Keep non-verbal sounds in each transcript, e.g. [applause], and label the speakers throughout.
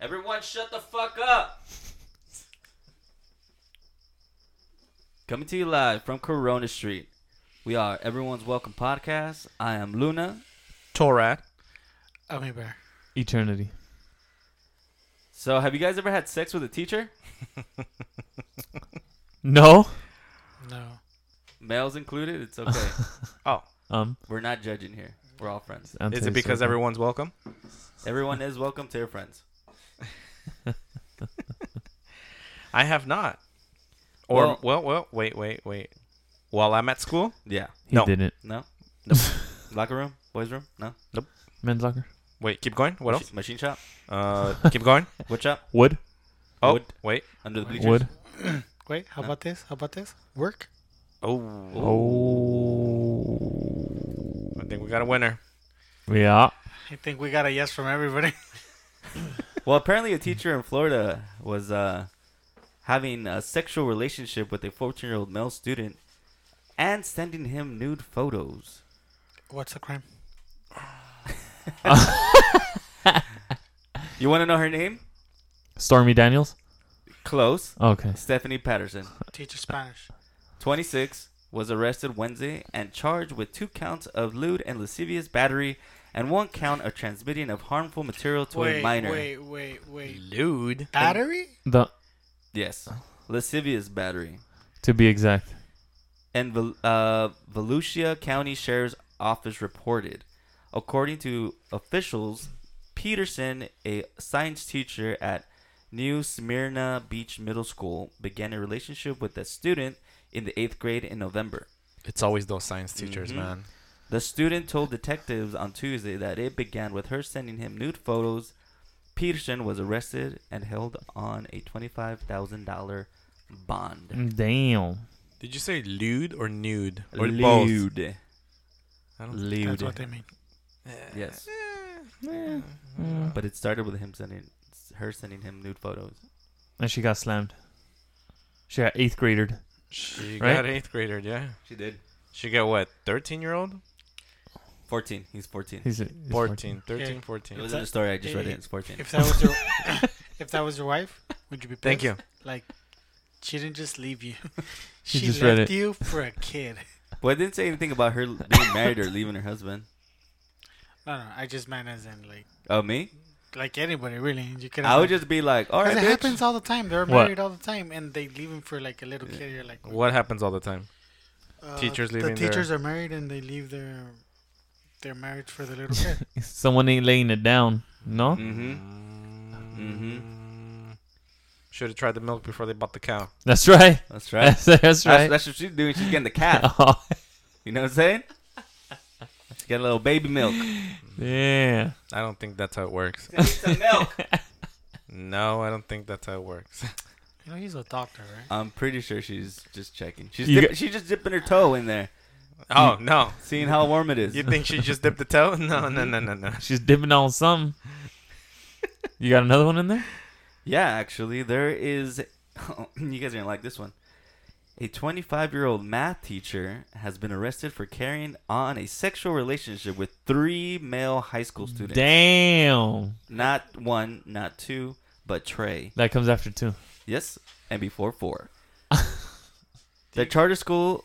Speaker 1: Everyone, shut the fuck up. Coming to you live from Corona Street. We are Everyone's Welcome Podcast. I am Luna.
Speaker 2: Torak.
Speaker 3: I mean, bear.
Speaker 4: Eternity.
Speaker 1: So, have you guys ever had sex with a teacher?
Speaker 4: No.
Speaker 3: No.
Speaker 1: Males included? It's okay.
Speaker 4: Um.
Speaker 1: We're not judging here. We're all friends.
Speaker 4: I'm
Speaker 2: Is
Speaker 4: Taylor
Speaker 2: it because
Speaker 4: Swift.
Speaker 2: everyone's welcome?
Speaker 1: Everyone is welcome to your friends.
Speaker 2: I have not. Or
Speaker 1: Well-
Speaker 2: well, well, wait, wait, wait. While I'm at school,
Speaker 1: Yeah.
Speaker 4: he
Speaker 2: No.
Speaker 4: didn't?
Speaker 1: No? Locker room? Boys' room? No?
Speaker 4: Men's locker.
Speaker 2: wait, keep going. What [laughs] else?
Speaker 1: Machi- Machine shop?
Speaker 2: Uh, keep [laughs] going.
Speaker 1: What shop?
Speaker 4: Wood.
Speaker 2: Oh,
Speaker 1: Wood.
Speaker 2: wait.
Speaker 1: Under the bleachers?
Speaker 4: Wood.
Speaker 3: Wait, how
Speaker 1: Huh?
Speaker 3: about this? How about this? Work?
Speaker 2: Oh,
Speaker 4: Oh.
Speaker 2: I think we got a winner.
Speaker 4: Yeah.
Speaker 3: I think we got a yes from everybody. [laughs]
Speaker 1: Well, apparently, a teacher in Florida was uh, having a sexual relationship with a 14 year old male student and sending him nude photos.
Speaker 3: What's the crime?
Speaker 1: You want to know her name?
Speaker 4: Stormy Daniels.
Speaker 1: Close.
Speaker 4: Okay.
Speaker 1: Stephanie Patterson,
Speaker 3: Teacher Spanish.
Speaker 1: 26, was arrested Wednesday and charged with two counts of lewd and lascivious battery and one count of transmitting of harmful material to
Speaker 3: wait,
Speaker 1: a minor.
Speaker 3: wait, wait, wait.
Speaker 2: Lude.
Speaker 3: Battery?
Speaker 4: The
Speaker 1: Yes, lascivious battery.
Speaker 4: to be exact.
Speaker 1: and Val- uh, Volusia County Sheriff's Office reported. According to officials, Peterson, a science teacher at New Smyrna Beach Middle School, began a relationship with a student in the eighth grade in November.
Speaker 2: It's always those science teachers,
Speaker 1: Mhm.
Speaker 2: man.
Speaker 1: The student told detectives on Tuesday that it began with her sending him nude photos. Peterson was arrested and held on a $25,000 bond.
Speaker 4: Damn.
Speaker 2: Did you say lewd or nude or both?
Speaker 1: Lewd.
Speaker 2: I don't-
Speaker 3: That's what
Speaker 1: Lewd.
Speaker 3: they mean.
Speaker 1: Yes.
Speaker 2: Eh.
Speaker 1: But it started with him sending her sending him nude photos.
Speaker 4: And she got slammed. She got eighth gradered.
Speaker 2: She
Speaker 4: Right?
Speaker 2: got eighth grader. Yeah.
Speaker 1: She did.
Speaker 2: She got what? Thirteen year old?
Speaker 1: Fourteen. He's fourteen.
Speaker 4: He's, he's
Speaker 2: 14,
Speaker 3: 13,
Speaker 2: 13, 14.
Speaker 1: It was
Speaker 3: that-
Speaker 1: in the story I just
Speaker 3: Yeah,
Speaker 1: read
Speaker 3: yeah.
Speaker 1: it. It's fourteen.
Speaker 3: If that was [laughs] your if that was your wife, would you be pissed?
Speaker 2: Thank you.
Speaker 3: Like she didn't just leave you. [laughs]
Speaker 4: She
Speaker 3: She,
Speaker 4: just read
Speaker 3: left
Speaker 4: it.
Speaker 3: you for a kid. [laughs]
Speaker 1: Well, it didn't say anything about her being married or leaving her husband.
Speaker 3: No, no, I just meant as in like
Speaker 1: Oh, me?
Speaker 3: like anybody really. You could
Speaker 1: I would just be like, all right,
Speaker 3: because it
Speaker 1: bitch.
Speaker 3: happens all the time. They're
Speaker 4: What?
Speaker 3: married all the time, and they leave him for like a little kid. You're like,
Speaker 2: What happens all the time?
Speaker 3: Uh,
Speaker 2: Teachers leaving
Speaker 3: The
Speaker 2: their-
Speaker 3: teachers are married and they leave their their marriage for the little
Speaker 4: [laughs]
Speaker 3: kid.
Speaker 4: Someone ain't laying it down. No.
Speaker 1: Mm-hmm.
Speaker 2: Mm-hmm. Should have tried the milk before they bought the cow.
Speaker 4: That's right.
Speaker 1: That's right.
Speaker 4: [laughs] That's, that's
Speaker 1: That's,
Speaker 4: right.
Speaker 1: that's what she's doing. She's getting the
Speaker 4: [laughs]
Speaker 1: cat.
Speaker 4: Oh,
Speaker 1: You know what I'm saying? She's getting a little baby milk.
Speaker 4: yeah.
Speaker 2: I don't think that's how it [laughs] works.
Speaker 1: some milk.
Speaker 2: No, I don't think that's how it [laughs] works.
Speaker 3: You know, he's a doctor, right?
Speaker 1: I'm pretty sure she's just checking. She's
Speaker 4: You
Speaker 1: dip-
Speaker 4: got-
Speaker 1: she's just dipping her toe in there,
Speaker 2: Oh no!
Speaker 1: seeing how warm it is.
Speaker 2: You think she just dipped the toe? [laughs] No, no, no, no, no.
Speaker 4: She's dipping on something. You got another one in there?
Speaker 1: Yeah, actually, there is. oh, [clears throat] you guys are gonna like this one. A 25 year old math teacher has been arrested for carrying on a sexual relationship with three male high school students.
Speaker 4: Damn.
Speaker 1: Not one, not two, but Trey.
Speaker 4: That comes after two.
Speaker 1: Yes, and before four. the charter school,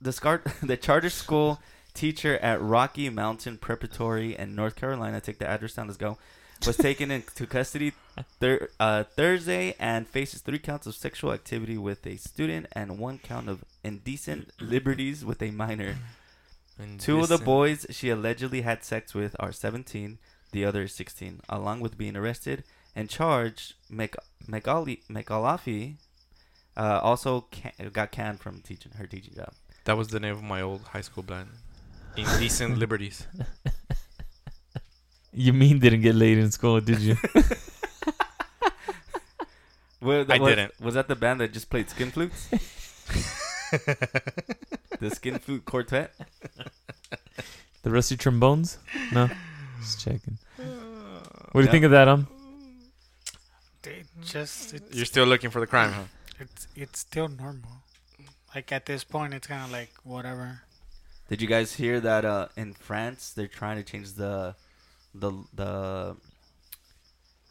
Speaker 1: the, scar- [laughs] the charter school teacher at Rocky Mountain Preparatory in North Carolina. Take the address down. Let's go. Was taken into custody thir- uh, Thursday and faces three counts of sexual activity with a student and one count of indecent liberties with a minor. Two of the boys she allegedly had sex with are 17, the other is 16, along with being arrested and charged. Mc- McAuley- McAuliffe uh, also can- got canned from teaching her teaching job.
Speaker 2: That was the name of my old high school band. [laughs] Indecent liberties.
Speaker 4: You mean didn't get laid in school, did you?
Speaker 1: Well,
Speaker 2: I
Speaker 1: was,
Speaker 2: didn't.
Speaker 1: Was that the band that just played skin flutes? the skin flute quartet.
Speaker 4: the rusty trombones? No. Just checking. What do you think of that, um?
Speaker 3: They just it's,
Speaker 2: You're still looking for the crime, huh?
Speaker 3: it's it's still normal. Like at this point, it's kind of like whatever.
Speaker 1: Did you guys hear that uh, in France they're trying to change the the the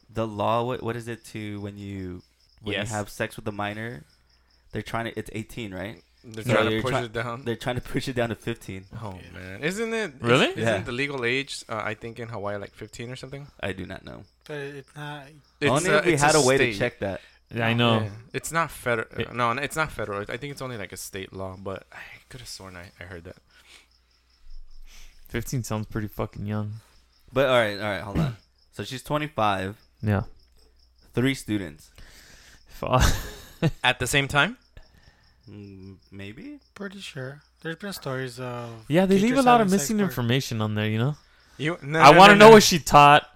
Speaker 1: the law. What what is it to when you when
Speaker 2: Yes.
Speaker 1: you have sex with a minor? They're trying to. It's 18, right?
Speaker 2: They're
Speaker 1: So
Speaker 2: trying
Speaker 1: you're
Speaker 2: to push
Speaker 1: try-
Speaker 2: it down.
Speaker 1: They're trying to push it down to 15.
Speaker 2: Oh
Speaker 3: Yeah.
Speaker 2: man, isn't it is-
Speaker 4: Really?
Speaker 2: Isn't
Speaker 1: Yeah.
Speaker 2: the legal age? Uh, I think in Hawaii like 15 or something. uh,
Speaker 1: I do not know.
Speaker 3: But it's not.
Speaker 1: Only
Speaker 2: a-
Speaker 1: if we had a, way to
Speaker 2: state.
Speaker 1: check that.
Speaker 4: Yeah, I know.
Speaker 2: Yeah. It's not federal.
Speaker 4: It-
Speaker 2: no, it's not federal. I think it's only like a state law. But I could have sworn I, I heard that.
Speaker 4: 15 sounds pretty fucking young.
Speaker 1: But all right, all right, hold on. So she's 25,
Speaker 4: Yeah.
Speaker 1: three students.
Speaker 4: Fuck. [laughs]
Speaker 2: At the same time,
Speaker 1: Mm, Maybe?
Speaker 3: Pretty sure. There's been stories of.
Speaker 4: Yeah, they leave a
Speaker 3: teachers
Speaker 4: lot of
Speaker 3: having sex
Speaker 4: missing
Speaker 3: parties.
Speaker 4: information on there, you know?
Speaker 2: you. No,
Speaker 4: I
Speaker 2: no,
Speaker 4: want to
Speaker 2: no,
Speaker 4: know
Speaker 2: no.
Speaker 4: what she taught.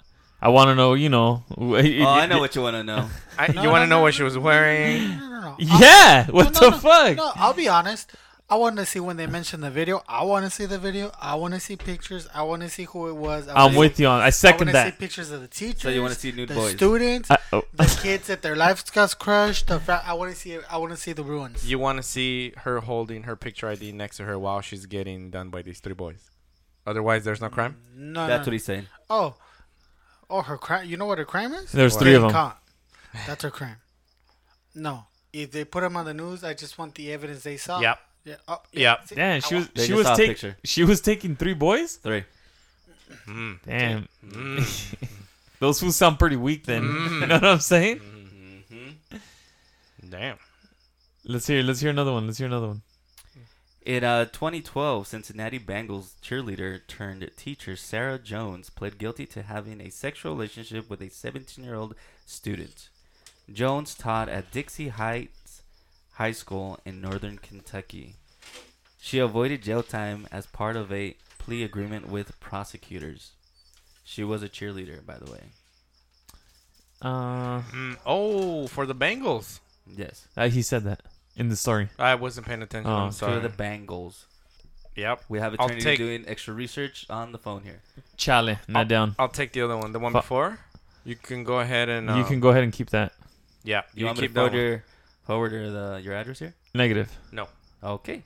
Speaker 4: I want to know, you know. [laughs] Oh,
Speaker 1: Oh, I know what you want to know.
Speaker 2: I,
Speaker 3: [laughs] No,
Speaker 2: you want to know
Speaker 3: no, no,
Speaker 2: what
Speaker 3: no,
Speaker 2: she was
Speaker 3: no, no,
Speaker 2: wearing?
Speaker 3: No, no, no.
Speaker 4: [laughs]
Speaker 3: no. I'll-
Speaker 4: Yeah, what
Speaker 3: no,
Speaker 4: the
Speaker 3: no,
Speaker 4: fuck?
Speaker 3: No, I'll be honest. I want to see when they mention the video. I want to see the video. I want to see pictures. I want to see who it was. I
Speaker 4: I'm
Speaker 3: wanna
Speaker 4: with you on. I second
Speaker 3: I want to
Speaker 4: that.
Speaker 3: see pictures of the teachers.
Speaker 1: So you want to see nude
Speaker 3: the
Speaker 1: boys?
Speaker 3: students,
Speaker 4: I- oh.
Speaker 3: the kids that their lives got crushed. The fa- I want to see. I want to see the ruins.
Speaker 2: You want to see her holding her picture ID next to her while she's getting done by these three boys. Otherwise, there's no crime.
Speaker 3: no,
Speaker 1: That's
Speaker 3: that's
Speaker 1: what
Speaker 3: no.
Speaker 1: he's saying.
Speaker 3: Oh, oh, her crime. You know what her crime is?
Speaker 4: There's
Speaker 2: What?
Speaker 4: three of
Speaker 3: Getting
Speaker 4: them.
Speaker 3: caught. That's her crime. No, if they put them on the news, I just want the evidence they saw.
Speaker 2: Yep.
Speaker 3: Yeah. Oh,
Speaker 2: Yep.
Speaker 3: See,
Speaker 4: Damn,
Speaker 3: I
Speaker 4: she was
Speaker 3: want-
Speaker 1: They
Speaker 4: she
Speaker 1: just
Speaker 4: was
Speaker 1: saw a
Speaker 4: taking
Speaker 1: picture.
Speaker 4: she was taking three boys.
Speaker 1: Three.
Speaker 2: Mm.
Speaker 4: Damn,
Speaker 2: Mm.
Speaker 4: those fools sound pretty weak. Then [laughs] you know what I'm saying.
Speaker 2: Damn.
Speaker 4: Let's hear let's hear another one. Let's hear another one.
Speaker 1: In uh, 2012, Cincinnati Bengals cheerleader turned teacher Sarah Jones pled guilty to having a sexual relationship with a 17 year old student. Jones taught at Dixie Heights High School in northern Kentucky. She avoided jail time as part of a plea agreement with prosecutors. She was a cheerleader, by the way.
Speaker 4: Uh,
Speaker 2: Mm. Oh, for the Bengals.
Speaker 1: Yes.
Speaker 4: uh, he said that in the story.
Speaker 2: I wasn't paying attention.
Speaker 4: Oh.
Speaker 2: I'm
Speaker 1: Two
Speaker 2: sorry.
Speaker 1: of the Bengals.
Speaker 2: yep.
Speaker 1: We have
Speaker 2: I'll
Speaker 1: attorney
Speaker 2: take-
Speaker 1: doing extra research on the phone here.
Speaker 4: Chale, not down.
Speaker 2: I'll take the other one. The one
Speaker 4: Fu-
Speaker 2: before. You can go ahead and. Uh,
Speaker 4: You can go ahead and keep that
Speaker 2: Yeah.
Speaker 1: You, want me to
Speaker 2: that
Speaker 1: forward
Speaker 2: one.
Speaker 1: your, forward your, the, your address here?
Speaker 4: negative.
Speaker 2: No.
Speaker 1: Okay.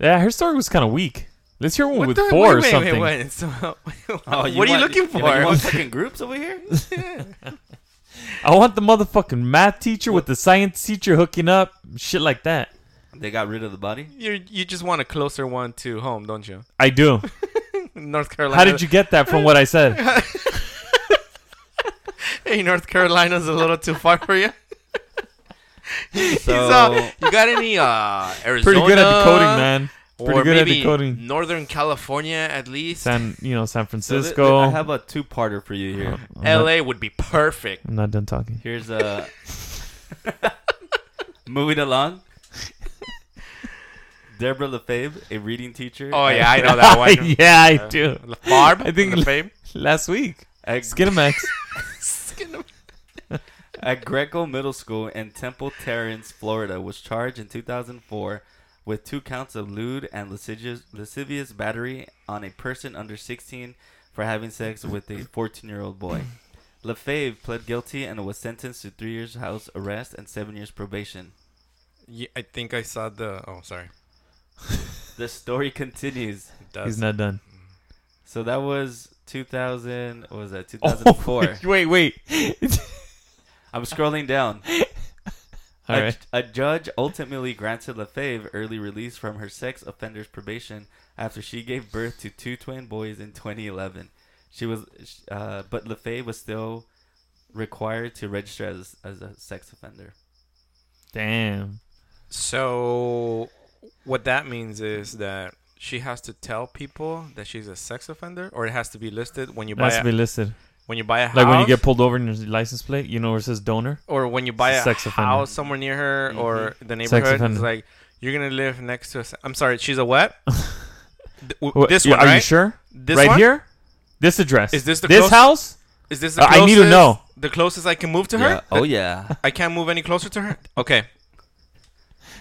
Speaker 4: Yeah, her story was kind of weak. Let's hear one
Speaker 2: What
Speaker 4: with
Speaker 2: the-
Speaker 4: four
Speaker 2: wait,
Speaker 4: or
Speaker 2: wait,
Speaker 4: something.
Speaker 2: Wait, [laughs] wait. So,
Speaker 1: Oh,
Speaker 2: what are you
Speaker 1: want-
Speaker 2: looking for?
Speaker 1: You, you
Speaker 2: [laughs]
Speaker 1: want fucking groups over here?
Speaker 4: I want the motherfucking math teacher with the science teacher hooking up, shit like that.
Speaker 1: they got rid of the [laughs] body.
Speaker 2: you you just want a closer one to home, don't you? [laughs]
Speaker 4: I do.
Speaker 2: North
Speaker 4: [laughs]
Speaker 2: Carolina.
Speaker 4: How did you get that from what I said? [laughs]
Speaker 2: Hey, North Carolina's a little too far for you. He's,
Speaker 1: So
Speaker 2: uh, [laughs] you got any [laughs] uh, Arizona?
Speaker 4: Pretty good at decoding, man.
Speaker 2: or
Speaker 4: Pretty good at
Speaker 2: maybe
Speaker 4: decoding.
Speaker 2: Northern California, at least.
Speaker 4: San, you know, San
Speaker 1: so th- th-
Speaker 4: Francisco.
Speaker 1: I have a two-parter for you
Speaker 2: [laughs]
Speaker 1: here.
Speaker 4: I'm not-
Speaker 2: LA would be perfect.
Speaker 4: I'm not done talking.
Speaker 1: Here's a. [laughs] Moving
Speaker 2: [laughs]
Speaker 1: along. Deborah Lefebvre, a reading teacher.
Speaker 2: Oh
Speaker 1: at-
Speaker 2: yeah, I
Speaker 4: [laughs]
Speaker 2: know that one.
Speaker 4: yeah, I
Speaker 2: Uh,
Speaker 4: do.
Speaker 2: Barb.
Speaker 4: I think-
Speaker 2: the fame.
Speaker 4: Last week,
Speaker 1: At,
Speaker 4: [laughs] Skinamax.
Speaker 1: at Greco Middle School in Temple Terrace, Florida, was charged in 2004 with two counts of lewd and lascivious, lascivious battery on a person under 16 for having sex with a 14-year-old boy. [coughs] Lefebvre pled guilty and was sentenced to three years house arrest and seven years probation.
Speaker 2: Yeah, I think I saw the. Oh, sorry.
Speaker 1: The story [laughs] continues.
Speaker 4: He's not done.
Speaker 1: So that was 2000. What was that? 2004.
Speaker 4: [laughs] wait, wait.
Speaker 1: I'm scrolling down.
Speaker 4: All
Speaker 1: a,
Speaker 4: right.
Speaker 1: a judge ultimately granted Lefebvre early release from her sex offender's probation after she gave birth to two twin boys in 2011. She was, sh- uh, but Lefebvre was still required to register as, as a sex offender.
Speaker 4: Damn.
Speaker 2: So, what that means is that she has to tell people that she's a sex offender, or it has to be listed when you
Speaker 4: It
Speaker 2: buy
Speaker 4: has
Speaker 2: a,
Speaker 4: to be listed.
Speaker 2: when you buy a house,
Speaker 4: Like when you get pulled over in your license plate, you know where it says donor.
Speaker 2: or when you buy
Speaker 4: It's
Speaker 2: a
Speaker 4: a sex offender. Mm-hmm.
Speaker 2: house somewhere near her or the neighborhood. It's
Speaker 4: offender.
Speaker 2: like you're gonna live next to. A, se- I'm sorry, she's a what?
Speaker 4: [laughs]
Speaker 2: Th- w-
Speaker 4: Wha-
Speaker 2: this
Speaker 4: yeah,
Speaker 2: one,
Speaker 4: Are
Speaker 2: right?
Speaker 4: you sure?
Speaker 2: This
Speaker 4: right
Speaker 2: one?
Speaker 4: here. This address.
Speaker 2: Is this the
Speaker 4: this
Speaker 2: close-
Speaker 4: house?
Speaker 2: Is this the
Speaker 4: Uh,
Speaker 2: closest,
Speaker 4: I need to know.
Speaker 2: the closest I can move to her?
Speaker 1: Yeah. Oh yeah.
Speaker 2: I can't move any closer to her. Okay,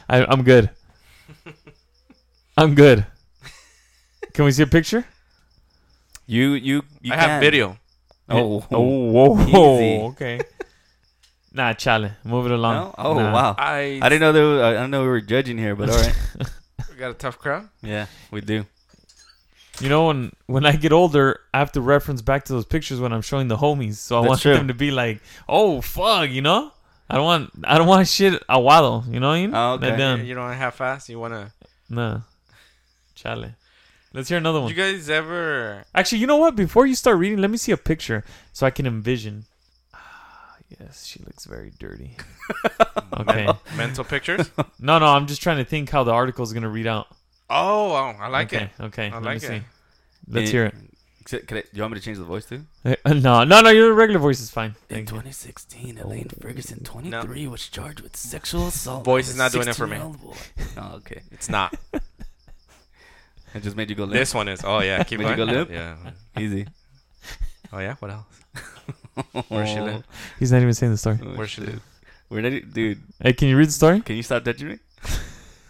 Speaker 4: I,
Speaker 2: [laughs]
Speaker 4: I'm good. I'm good. Can we see a picture?
Speaker 1: you you you
Speaker 2: I
Speaker 1: can.
Speaker 2: have video.
Speaker 1: Oh.
Speaker 4: Oh, whoa.
Speaker 1: Easy.
Speaker 4: Okay. Nah, chale. Move it along.
Speaker 1: No? Oh
Speaker 4: Nah.
Speaker 1: wow. I,
Speaker 2: I,
Speaker 1: didn't know there was,
Speaker 4: [laughs]
Speaker 1: I didn't know we were judging here, but all right.
Speaker 2: got a tough crowd.
Speaker 1: yeah, we do.
Speaker 4: You know, when when I get older, I have to reference back to those pictures when I'm showing the homies. So I
Speaker 1: That's
Speaker 4: want
Speaker 1: true.
Speaker 4: them to be like, "Oh fuck," you know. I don't want I don't want shit aguado. You know what I mean?
Speaker 1: Oh, okay.
Speaker 4: That down.
Speaker 2: You don't have fast. You wanna.
Speaker 4: Nah. Chale. Let's hear another one.
Speaker 2: You guys ever?
Speaker 4: Actually, you know what? Before you start reading, let me see a picture so I can envision. Ah, yes, she looks very dirty. [laughs] okay.
Speaker 2: Mental pictures.
Speaker 4: No, no, I'm just trying to think how the article is going to read out.
Speaker 2: Oh, wow, I like
Speaker 4: okay,
Speaker 2: it.
Speaker 4: Okay,
Speaker 2: I
Speaker 4: let
Speaker 2: like
Speaker 4: me
Speaker 2: it.
Speaker 4: see. Let's hear it.
Speaker 1: Could I, do you want me to change the voice too?
Speaker 4: Eh, uh, [laughs] No, no, no, your regular voice is fine.
Speaker 1: In
Speaker 4: Thank [laughs] you.
Speaker 1: 2016, Elaine
Speaker 2: oh,
Speaker 1: Ferguson, 23, was charged with
Speaker 2: [laughs]
Speaker 1: sexual assault.
Speaker 2: Voice
Speaker 1: of
Speaker 2: is
Speaker 1: a
Speaker 2: not doing it for me.
Speaker 1: 16-year-old boy.
Speaker 2: [laughs]
Speaker 1: Oh, okay.
Speaker 2: It's not.
Speaker 1: It just made you go limp.
Speaker 2: this one is. Oh
Speaker 4: [laughs]
Speaker 2: yeah, keep
Speaker 1: When you
Speaker 2: going.
Speaker 1: go limp?
Speaker 2: Yeah.
Speaker 1: Easy.
Speaker 2: Oh yeah. What else? [laughs] Where
Speaker 1: [laughs]
Speaker 2: she live?
Speaker 4: He's not even saying the story.
Speaker 1: Oh,
Speaker 2: Where she
Speaker 1: shit.
Speaker 2: live?
Speaker 1: Where did it, dude?
Speaker 4: Hey, can you read the story?
Speaker 1: Can you stop touching me?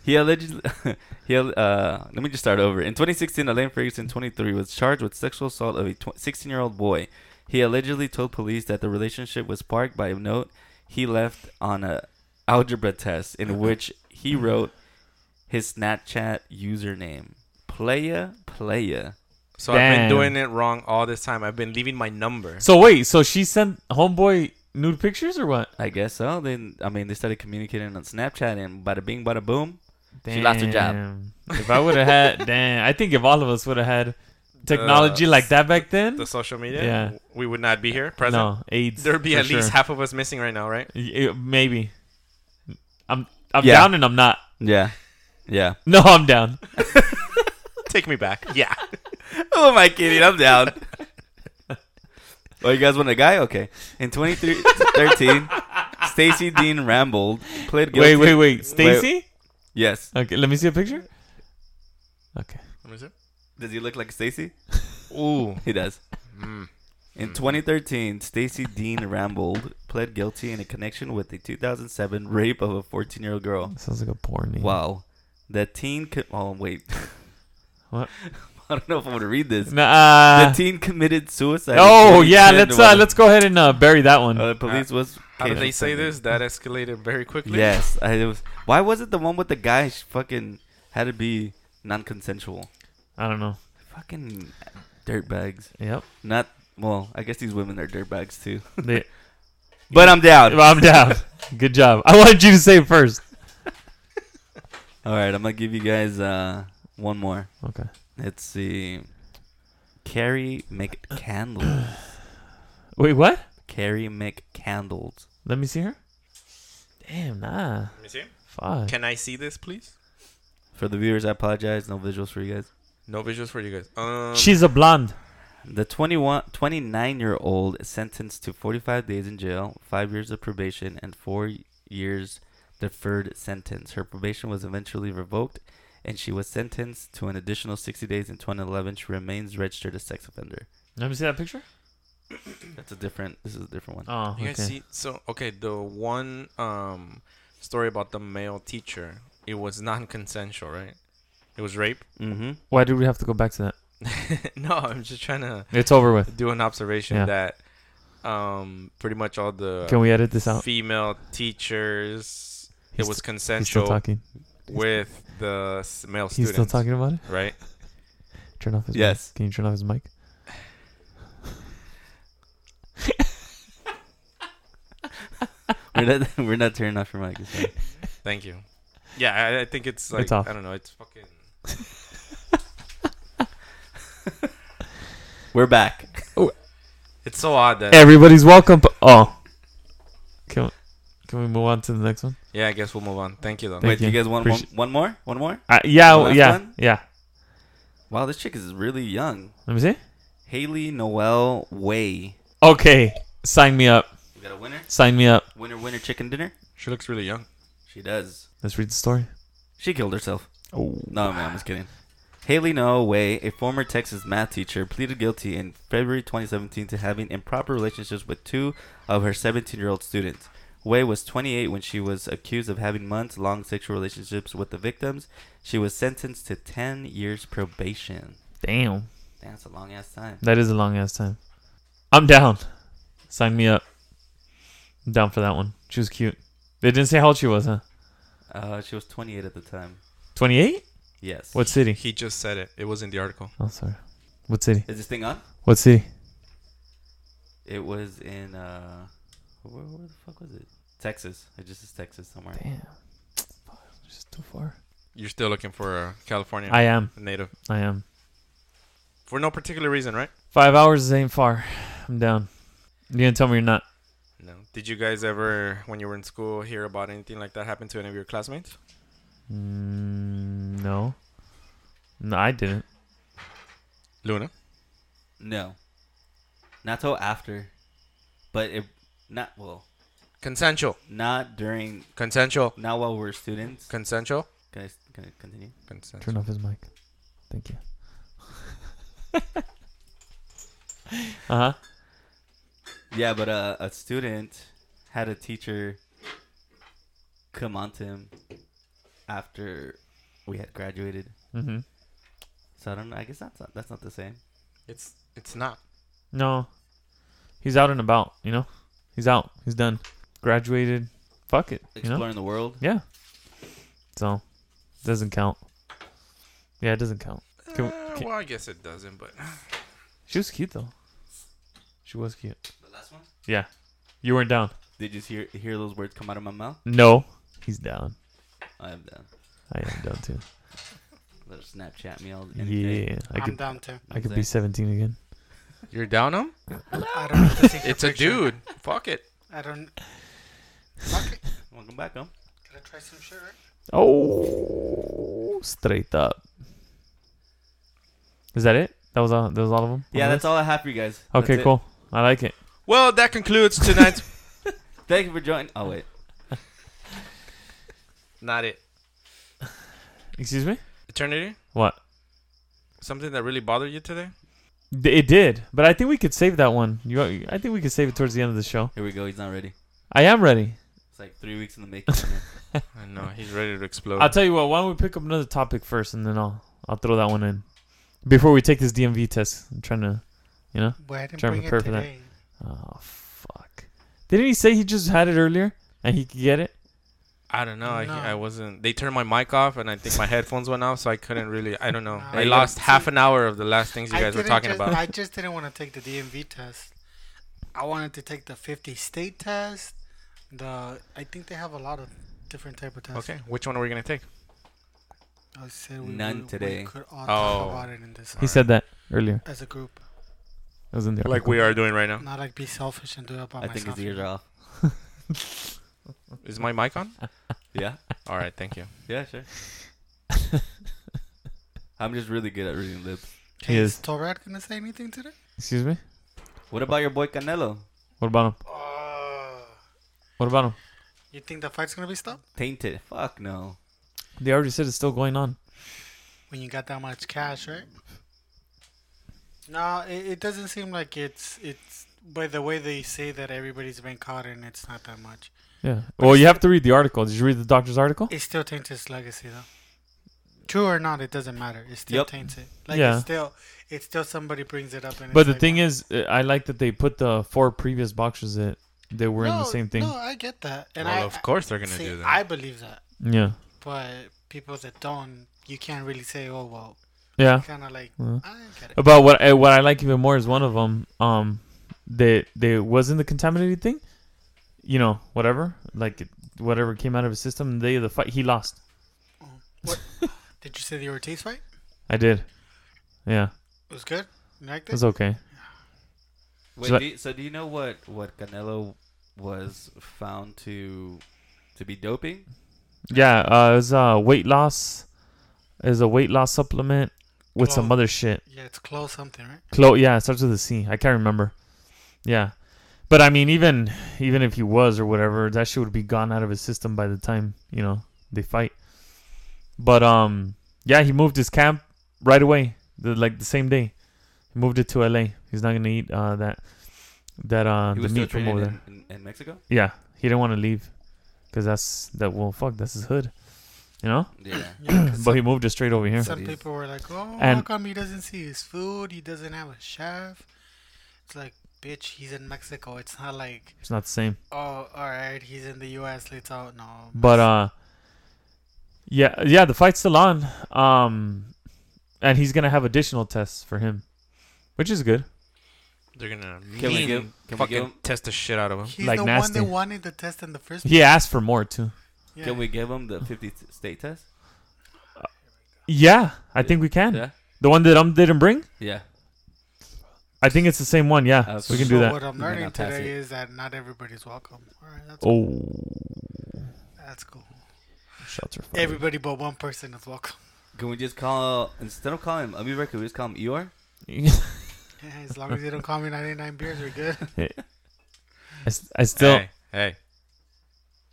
Speaker 1: he allegedly, [laughs] he al- uh, let me just start over. In 2016, Elaine Ferguson, 23, was charged with sexual assault of a 16-year-old boy. He allegedly told police that the relationship was sparked by a note he left on a algebra test [laughs] in which he wrote his Snapchat username, playa playa.
Speaker 2: So I've
Speaker 4: Damn.
Speaker 2: been doing it wrong all this time. I've been leaving my number.
Speaker 4: So wait, so she sent homeboy nude pictures or what?
Speaker 1: I guess so. Then I mean, they started communicating on Snapchat, and bada bing, bada boom. She lost her job.
Speaker 4: Damn. If I would
Speaker 1: [laughs]
Speaker 4: have had, damn, I think if all of us would have had
Speaker 1: Uh,
Speaker 4: technology like that back then,
Speaker 2: the social media.
Speaker 4: Yeah.
Speaker 2: w- We would not be here present.
Speaker 4: no, AIDS.
Speaker 2: There'd be at
Speaker 4: for
Speaker 2: least
Speaker 4: sure.
Speaker 2: half of us missing right now,
Speaker 4: [laughs]
Speaker 2: right?
Speaker 4: Y- eh, maybe. I'm I'm
Speaker 1: Yeah.
Speaker 4: down and I'm not. [laughs]
Speaker 1: Yeah, yeah.
Speaker 4: No, I'm down.
Speaker 2: Take me back.
Speaker 4: [laughs]
Speaker 2: Yeah.
Speaker 1: [laughs] Who am I kidding? I'm down. oh, you guys want a guy? Okay. In 2013, Stacy Dean Rambold pled guilty.
Speaker 4: Wait, wait, wait. Stacy?
Speaker 1: Yes.
Speaker 4: Okay, let me see a picture. Okay.
Speaker 1: Does he look like Stacy?
Speaker 2: Ooh.
Speaker 1: He does.
Speaker 2: Mm.
Speaker 1: In
Speaker 4: Hmm.
Speaker 1: 2013, Stacy Dean Rambold pled guilty in a connection with the 2007 rape of a 14-year-old girl.
Speaker 4: Sounds like a porn name.
Speaker 1: Wow. The teen. Co- oh wait.
Speaker 4: [laughs] What?
Speaker 1: I don't know if I'm gonna read this.
Speaker 4: Nah.
Speaker 1: the teen committed suicide.
Speaker 4: oh
Speaker 1: in
Speaker 4: yeah,
Speaker 1: 2010
Speaker 4: let's uh,
Speaker 1: while-
Speaker 4: let's go Ah. ahead and uh, bury that one.
Speaker 1: Uh, the police was.
Speaker 2: How did
Speaker 1: case
Speaker 2: they
Speaker 1: was
Speaker 2: say
Speaker 1: pending.
Speaker 2: this? That escalated very quickly.
Speaker 1: Yes, I it was. Why was it the one with the guy? sh- Fucking had to be non-consensual.
Speaker 4: I don't know.
Speaker 1: Fucking dirtbags.
Speaker 4: Yep.
Speaker 1: Not well. I guess these women are dirtbags too.
Speaker 4: [laughs] They,
Speaker 1: but
Speaker 4: [laughs]
Speaker 1: I'm down.
Speaker 4: I'm down. Good job. I wanted you to say it first.
Speaker 1: All right, I'm gonna give you guys uh, one more.
Speaker 4: Okay.
Speaker 1: Let's see. Carrie McCandles.
Speaker 4: Wait, what?
Speaker 1: Carrie McCandles.
Speaker 4: Let me see her. Damn, nah.
Speaker 2: Let me see.
Speaker 4: Fuck.
Speaker 2: Can I see this, please?
Speaker 1: For the viewers, I apologize. No visuals for you guys.
Speaker 2: No visuals for you guys. Um,
Speaker 4: She's a blonde.
Speaker 1: The 21, 29 year old sentenced to 45 days in jail, five years of probation, and four years deferred sentence. Her probation was eventually revoked, and she was sentenced to an additional 60 days in 2011. She remains registered as sex [clears throat] offender.
Speaker 4: Let me see that picture.
Speaker 1: That's a different. This is a different one.
Speaker 4: Oh,
Speaker 2: You
Speaker 4: okay.
Speaker 2: guys see? So okay, the one um story about the male teacher, it was non-consensual, right? It was rape.
Speaker 1: Mm-hmm.
Speaker 4: Why do we have to go back to that?
Speaker 2: [laughs] no, I'm just trying to
Speaker 4: It's over with.
Speaker 2: do an observation
Speaker 4: Yeah.
Speaker 2: that um pretty much all the
Speaker 4: Can we edit this out?
Speaker 2: female teachers it
Speaker 4: He's
Speaker 2: was
Speaker 4: He's still
Speaker 2: consensual
Speaker 4: talking.
Speaker 2: with the s- male
Speaker 4: He's
Speaker 2: students.
Speaker 4: still talking about it.
Speaker 2: right?
Speaker 4: Turn off his.
Speaker 1: Yes.
Speaker 4: Mic. Can you turn off his mic?
Speaker 1: We're not. [laughs] We're not turning off your mic. it's [laughs] fine.
Speaker 2: Thank you. Yeah, I, I think it's like
Speaker 4: off.
Speaker 2: I don't know. It's fucking.
Speaker 1: We're back.
Speaker 2: It's so odd that
Speaker 4: Everybody's welcome. But, oh. Can we, can we move on to the next one?
Speaker 2: yeah. I guess we'll move on. Thank you though.
Speaker 4: Thank
Speaker 1: Wait, do you
Speaker 4: you.
Speaker 1: guys want one,
Speaker 4: Appreciate-
Speaker 1: one more? One more?
Speaker 4: Uh, yeah,
Speaker 1: The last
Speaker 4: yeah,
Speaker 1: one?
Speaker 4: yeah.
Speaker 1: Wow, this chick is really young.
Speaker 4: Let me see.
Speaker 1: Haley Noel Way.
Speaker 4: Okay, sign me up.
Speaker 1: We got a winner.
Speaker 4: Sign me up.
Speaker 1: Winner, winner, chicken dinner.
Speaker 2: She looks really young.
Speaker 1: She does.
Speaker 4: Let's read the story.
Speaker 1: She killed herself.
Speaker 4: Oh.
Speaker 1: No, man, I'm just kidding. Haley Noah Way, a former Texas math teacher, pleaded guilty in February 2017 to having improper relationships with two of her 17 year old students. Way was 28 when she was accused of having months long sexual relationships with the victims. She was sentenced to 10 years probation.
Speaker 4: Damn,
Speaker 1: Damn, that's a long ass time.
Speaker 4: that is a long ass time. I'm down. Sign me up. I'm down for that one. She was cute. They didn't say how old she was, huh?
Speaker 1: Uh, she was 28 at the time.
Speaker 4: Twenty-eight.
Speaker 1: Yes.
Speaker 4: What city?
Speaker 2: He just said it. It was in the article.
Speaker 4: Oh, sorry. What city?
Speaker 1: Is this thing on?
Speaker 4: What city?
Speaker 1: It was in uh, where, where the fuck was it? Texas. It just is Texas somewhere.
Speaker 4: Damn. Fuck, Just too far.
Speaker 2: You're still looking for a California
Speaker 4: I am.
Speaker 2: native
Speaker 4: I am.
Speaker 2: for no particular reason, right?
Speaker 4: Five hours ain't far. I'm down. You gonna tell me you're not?
Speaker 2: No. Did you guys ever, when you were in school, hear about anything like that happen to any of your classmates?
Speaker 4: Mm, no. No, I didn't.
Speaker 2: Luna.
Speaker 1: No. Not till after, but it not well,
Speaker 2: Consensual.
Speaker 1: not during,
Speaker 2: Consensual.
Speaker 1: not while we we're students.
Speaker 2: Consensual.
Speaker 1: Can I, s- can I continue?
Speaker 2: Consensual.
Speaker 4: Turn off his mic. Thank [laughs] you. uh huh.
Speaker 1: Yeah, but uh, a student had a teacher come on to him after we had graduated.
Speaker 4: Mm-hmm.
Speaker 1: So I don't know. I guess that's not, that's not the same.
Speaker 2: It's it's not.
Speaker 4: No. He's out and about, you know? He's out. He's done. Graduated. Fuck it. You
Speaker 1: Exploring
Speaker 4: know?
Speaker 1: the world.
Speaker 4: Yeah. So, doesn't count. Yeah, it doesn't count. Can we-
Speaker 2: Uh,
Speaker 4: can-
Speaker 2: well, I guess it doesn't, but [laughs]
Speaker 4: She was cute, though. She was cute.
Speaker 1: The last one.
Speaker 4: Yeah. You weren't down.
Speaker 1: Did you hear hear those words come out of my mouth?
Speaker 4: No. He's down.
Speaker 1: I am down.
Speaker 4: I am down
Speaker 1: [laughs]
Speaker 4: too.
Speaker 1: Let her Snapchat me all. anything.
Speaker 4: Yeah. I
Speaker 3: I'm
Speaker 4: could,
Speaker 3: down too.
Speaker 4: I could be 17 again.
Speaker 2: you're down him.
Speaker 3: I don't have
Speaker 1: [laughs]
Speaker 3: to take your
Speaker 2: It's a
Speaker 3: picture.
Speaker 2: dude. Fuck it.
Speaker 3: I don't. Fuck it.
Speaker 1: Welcome back, huh?
Speaker 3: Can I try some sugar?
Speaker 4: Oh, straight up. Is that it? That was all. That was all of them.
Speaker 1: Yeah, that's all I have for you guys. That's
Speaker 4: Okay,
Speaker 1: it.
Speaker 4: cool. I like it.
Speaker 2: Well, that concludes
Speaker 3: [laughs]
Speaker 2: tonight's.
Speaker 1: Thank you for joining. Oh wait,
Speaker 2: not it.
Speaker 4: Excuse me.
Speaker 2: Eternity.
Speaker 4: What?
Speaker 2: Something that really bothered you today?
Speaker 4: D- It did, but I think we could save that one. You, I think we could save it towards the end of the show.
Speaker 1: here we go. He's not ready.
Speaker 4: I am ready.
Speaker 1: It's like three weeks in the
Speaker 4: [laughs]
Speaker 1: making. man.
Speaker 2: I know he's ready to
Speaker 3: Oh.
Speaker 2: explode.
Speaker 4: I'll tell you what. Why don't we pick up another topic first, and then I'll I'll throw that one in before we take this DMV test. I'm trying to, you know.
Speaker 3: Why I didn't
Speaker 4: Try and
Speaker 3: bring it
Speaker 4: prepare for that.
Speaker 3: today?
Speaker 4: Oh fuck! Didn't he say he just had it earlier and he could get it?
Speaker 2: I don't know.
Speaker 3: No.
Speaker 2: I, I wasn't. They turned my mic off, and I think my headphones went off, so I couldn't really. I don't know.
Speaker 3: [laughs] No.
Speaker 2: I lost half an hour of the last things you
Speaker 3: I
Speaker 2: guys were
Speaker 3: didn't
Speaker 2: talking
Speaker 3: just-
Speaker 2: about.
Speaker 3: I just didn't want to take the DMV test. I wanted to take the 50 state test. The I think they have a lot of different type of tests.
Speaker 2: okay, which one are we gonna take?
Speaker 3: I said we,
Speaker 1: None
Speaker 3: we- we
Speaker 1: today.
Speaker 3: could all talk
Speaker 2: Oh.
Speaker 3: about it in this
Speaker 4: He said that earlier.
Speaker 3: as a group,
Speaker 4: It was in there.
Speaker 2: Like we are doing right now.
Speaker 3: not like be selfish and do it by
Speaker 1: I think
Speaker 3: myself.
Speaker 1: his ears are off.
Speaker 2: Is my mic
Speaker 3: [laughs]
Speaker 2: on?
Speaker 1: Yeah.
Speaker 2: All right, thank you.
Speaker 1: Yeah, sure. I'm just really good at reading lips.
Speaker 4: He is.
Speaker 3: is Torad gonna say anything today?
Speaker 4: [laughs] Excuse me.
Speaker 1: What about your boy Canelo?
Speaker 4: What about him? What about him?
Speaker 3: Uh, you think the fight's gonna be stopped
Speaker 1: Tainted. Fuck no.
Speaker 4: They already said it's still going on.
Speaker 3: when you got that much cash, right? No, it, it doesn't seem like it's it's. By the way, they say that everybody's been caught and it's not that much.
Speaker 4: Yeah. Well, you have to read the article. Did you read the doctor's article?
Speaker 3: It still taints his legacy, though. True or not, it doesn't matter. It still
Speaker 1: Yep.
Speaker 3: taints it. Like
Speaker 4: Yeah.
Speaker 3: it's still, it's still somebody brings it up. And
Speaker 4: But
Speaker 3: it's
Speaker 4: the
Speaker 3: like,
Speaker 4: thing is, uh, I like that they put the four previous boxers that they were in the
Speaker 3: No,
Speaker 4: same thing.
Speaker 3: No, I get that, and
Speaker 2: well,
Speaker 3: I
Speaker 2: of course they're
Speaker 3: I,
Speaker 2: gonna
Speaker 3: see,
Speaker 2: do that.
Speaker 3: I believe that.
Speaker 4: Yeah.
Speaker 3: But people that don't, you can't really say, "Oh well,"
Speaker 4: Yeah.
Speaker 3: kind of like
Speaker 4: Mhm.
Speaker 3: I get it.
Speaker 4: About what I, what I like even more is one of them. Um, they they wasn't the contaminated thing. You know, whatever, like it- whatever came out of his system. The day of the fight, he lost.
Speaker 3: What? Did you see the Ortiz fight?
Speaker 4: I did. Yeah,
Speaker 3: It was good. You liked it?
Speaker 4: it was okay.
Speaker 1: Wait,
Speaker 4: So-
Speaker 1: do you- so do you know what what Canelo was found to to be doping?
Speaker 4: Yeah, uh, it was uh, weight loss. Is a weight loss supplement with some
Speaker 3: Clo-
Speaker 4: other shit.
Speaker 3: Yeah, it's close something,
Speaker 4: [clears throat]
Speaker 3: right?
Speaker 4: Clo yeah, it starts with a C. I can't remember. Yeah. But I mean even even if he was or whatever, that shit would be gone out of his system by the time, you know, they fight. But um yeah, he moved his camp right away. The, like the same day. He moved it to LA. He's not gonna eat uh that that uh
Speaker 1: he
Speaker 4: the
Speaker 1: was still
Speaker 4: meat from
Speaker 1: training
Speaker 4: over there.
Speaker 1: in, in, in Mexico.
Speaker 4: Yeah. He didn't want to leave. Cause that's that well fuck, that's his hood.
Speaker 1: [coughs]
Speaker 4: You know?
Speaker 1: Yeah.
Speaker 3: Yeah, 'cause
Speaker 4: But he moved it straight over here.
Speaker 3: Some
Speaker 1: It is.
Speaker 3: people were like, "Oh, how
Speaker 4: And-
Speaker 3: come he doesn't see his food? He doesn't have a chef." It's like, bitch, he's in Mexico. It's not like,
Speaker 4: It's not the same.
Speaker 3: oh, all right, he's in the U.S. Let's out. No,
Speaker 4: But uh Yeah, yeah, the fight's still on. Um, and he's gonna have additional tests for him, which is good.
Speaker 2: They're gonna mean
Speaker 1: Can we give? Can we
Speaker 2: fucking
Speaker 1: give? him-
Speaker 2: test the shit out of him.
Speaker 3: He's
Speaker 4: um, Like
Speaker 3: the
Speaker 4: nasty.
Speaker 3: one that wanted the test in the first
Speaker 4: He asked for more too.
Speaker 3: Yeah.
Speaker 1: Can we give him the 50 t- state test?
Speaker 4: Yeah, I think we can.
Speaker 1: Yeah.
Speaker 4: The one that um didn't bring.
Speaker 1: Yeah.
Speaker 4: I think it's the same one. Yeah,
Speaker 1: Uh,
Speaker 4: we can
Speaker 3: so
Speaker 4: do that.
Speaker 3: What I'm
Speaker 1: You may
Speaker 3: learning
Speaker 1: not pass
Speaker 3: today
Speaker 1: it.
Speaker 3: is that not everybody's welcome. All right, that's,
Speaker 4: Oh,
Speaker 3: that's cool.
Speaker 4: shelter fire. [laughs]
Speaker 3: Everybody but one person is welcome. [laughs]
Speaker 1: Can we just call instead of calling him Amira? Can we just call him Eeyore?
Speaker 3: Yeah, as long as you don't call me 99 beers, we're
Speaker 4: [laughs]
Speaker 3: good.
Speaker 4: I, s- I still.
Speaker 2: Hey, hey.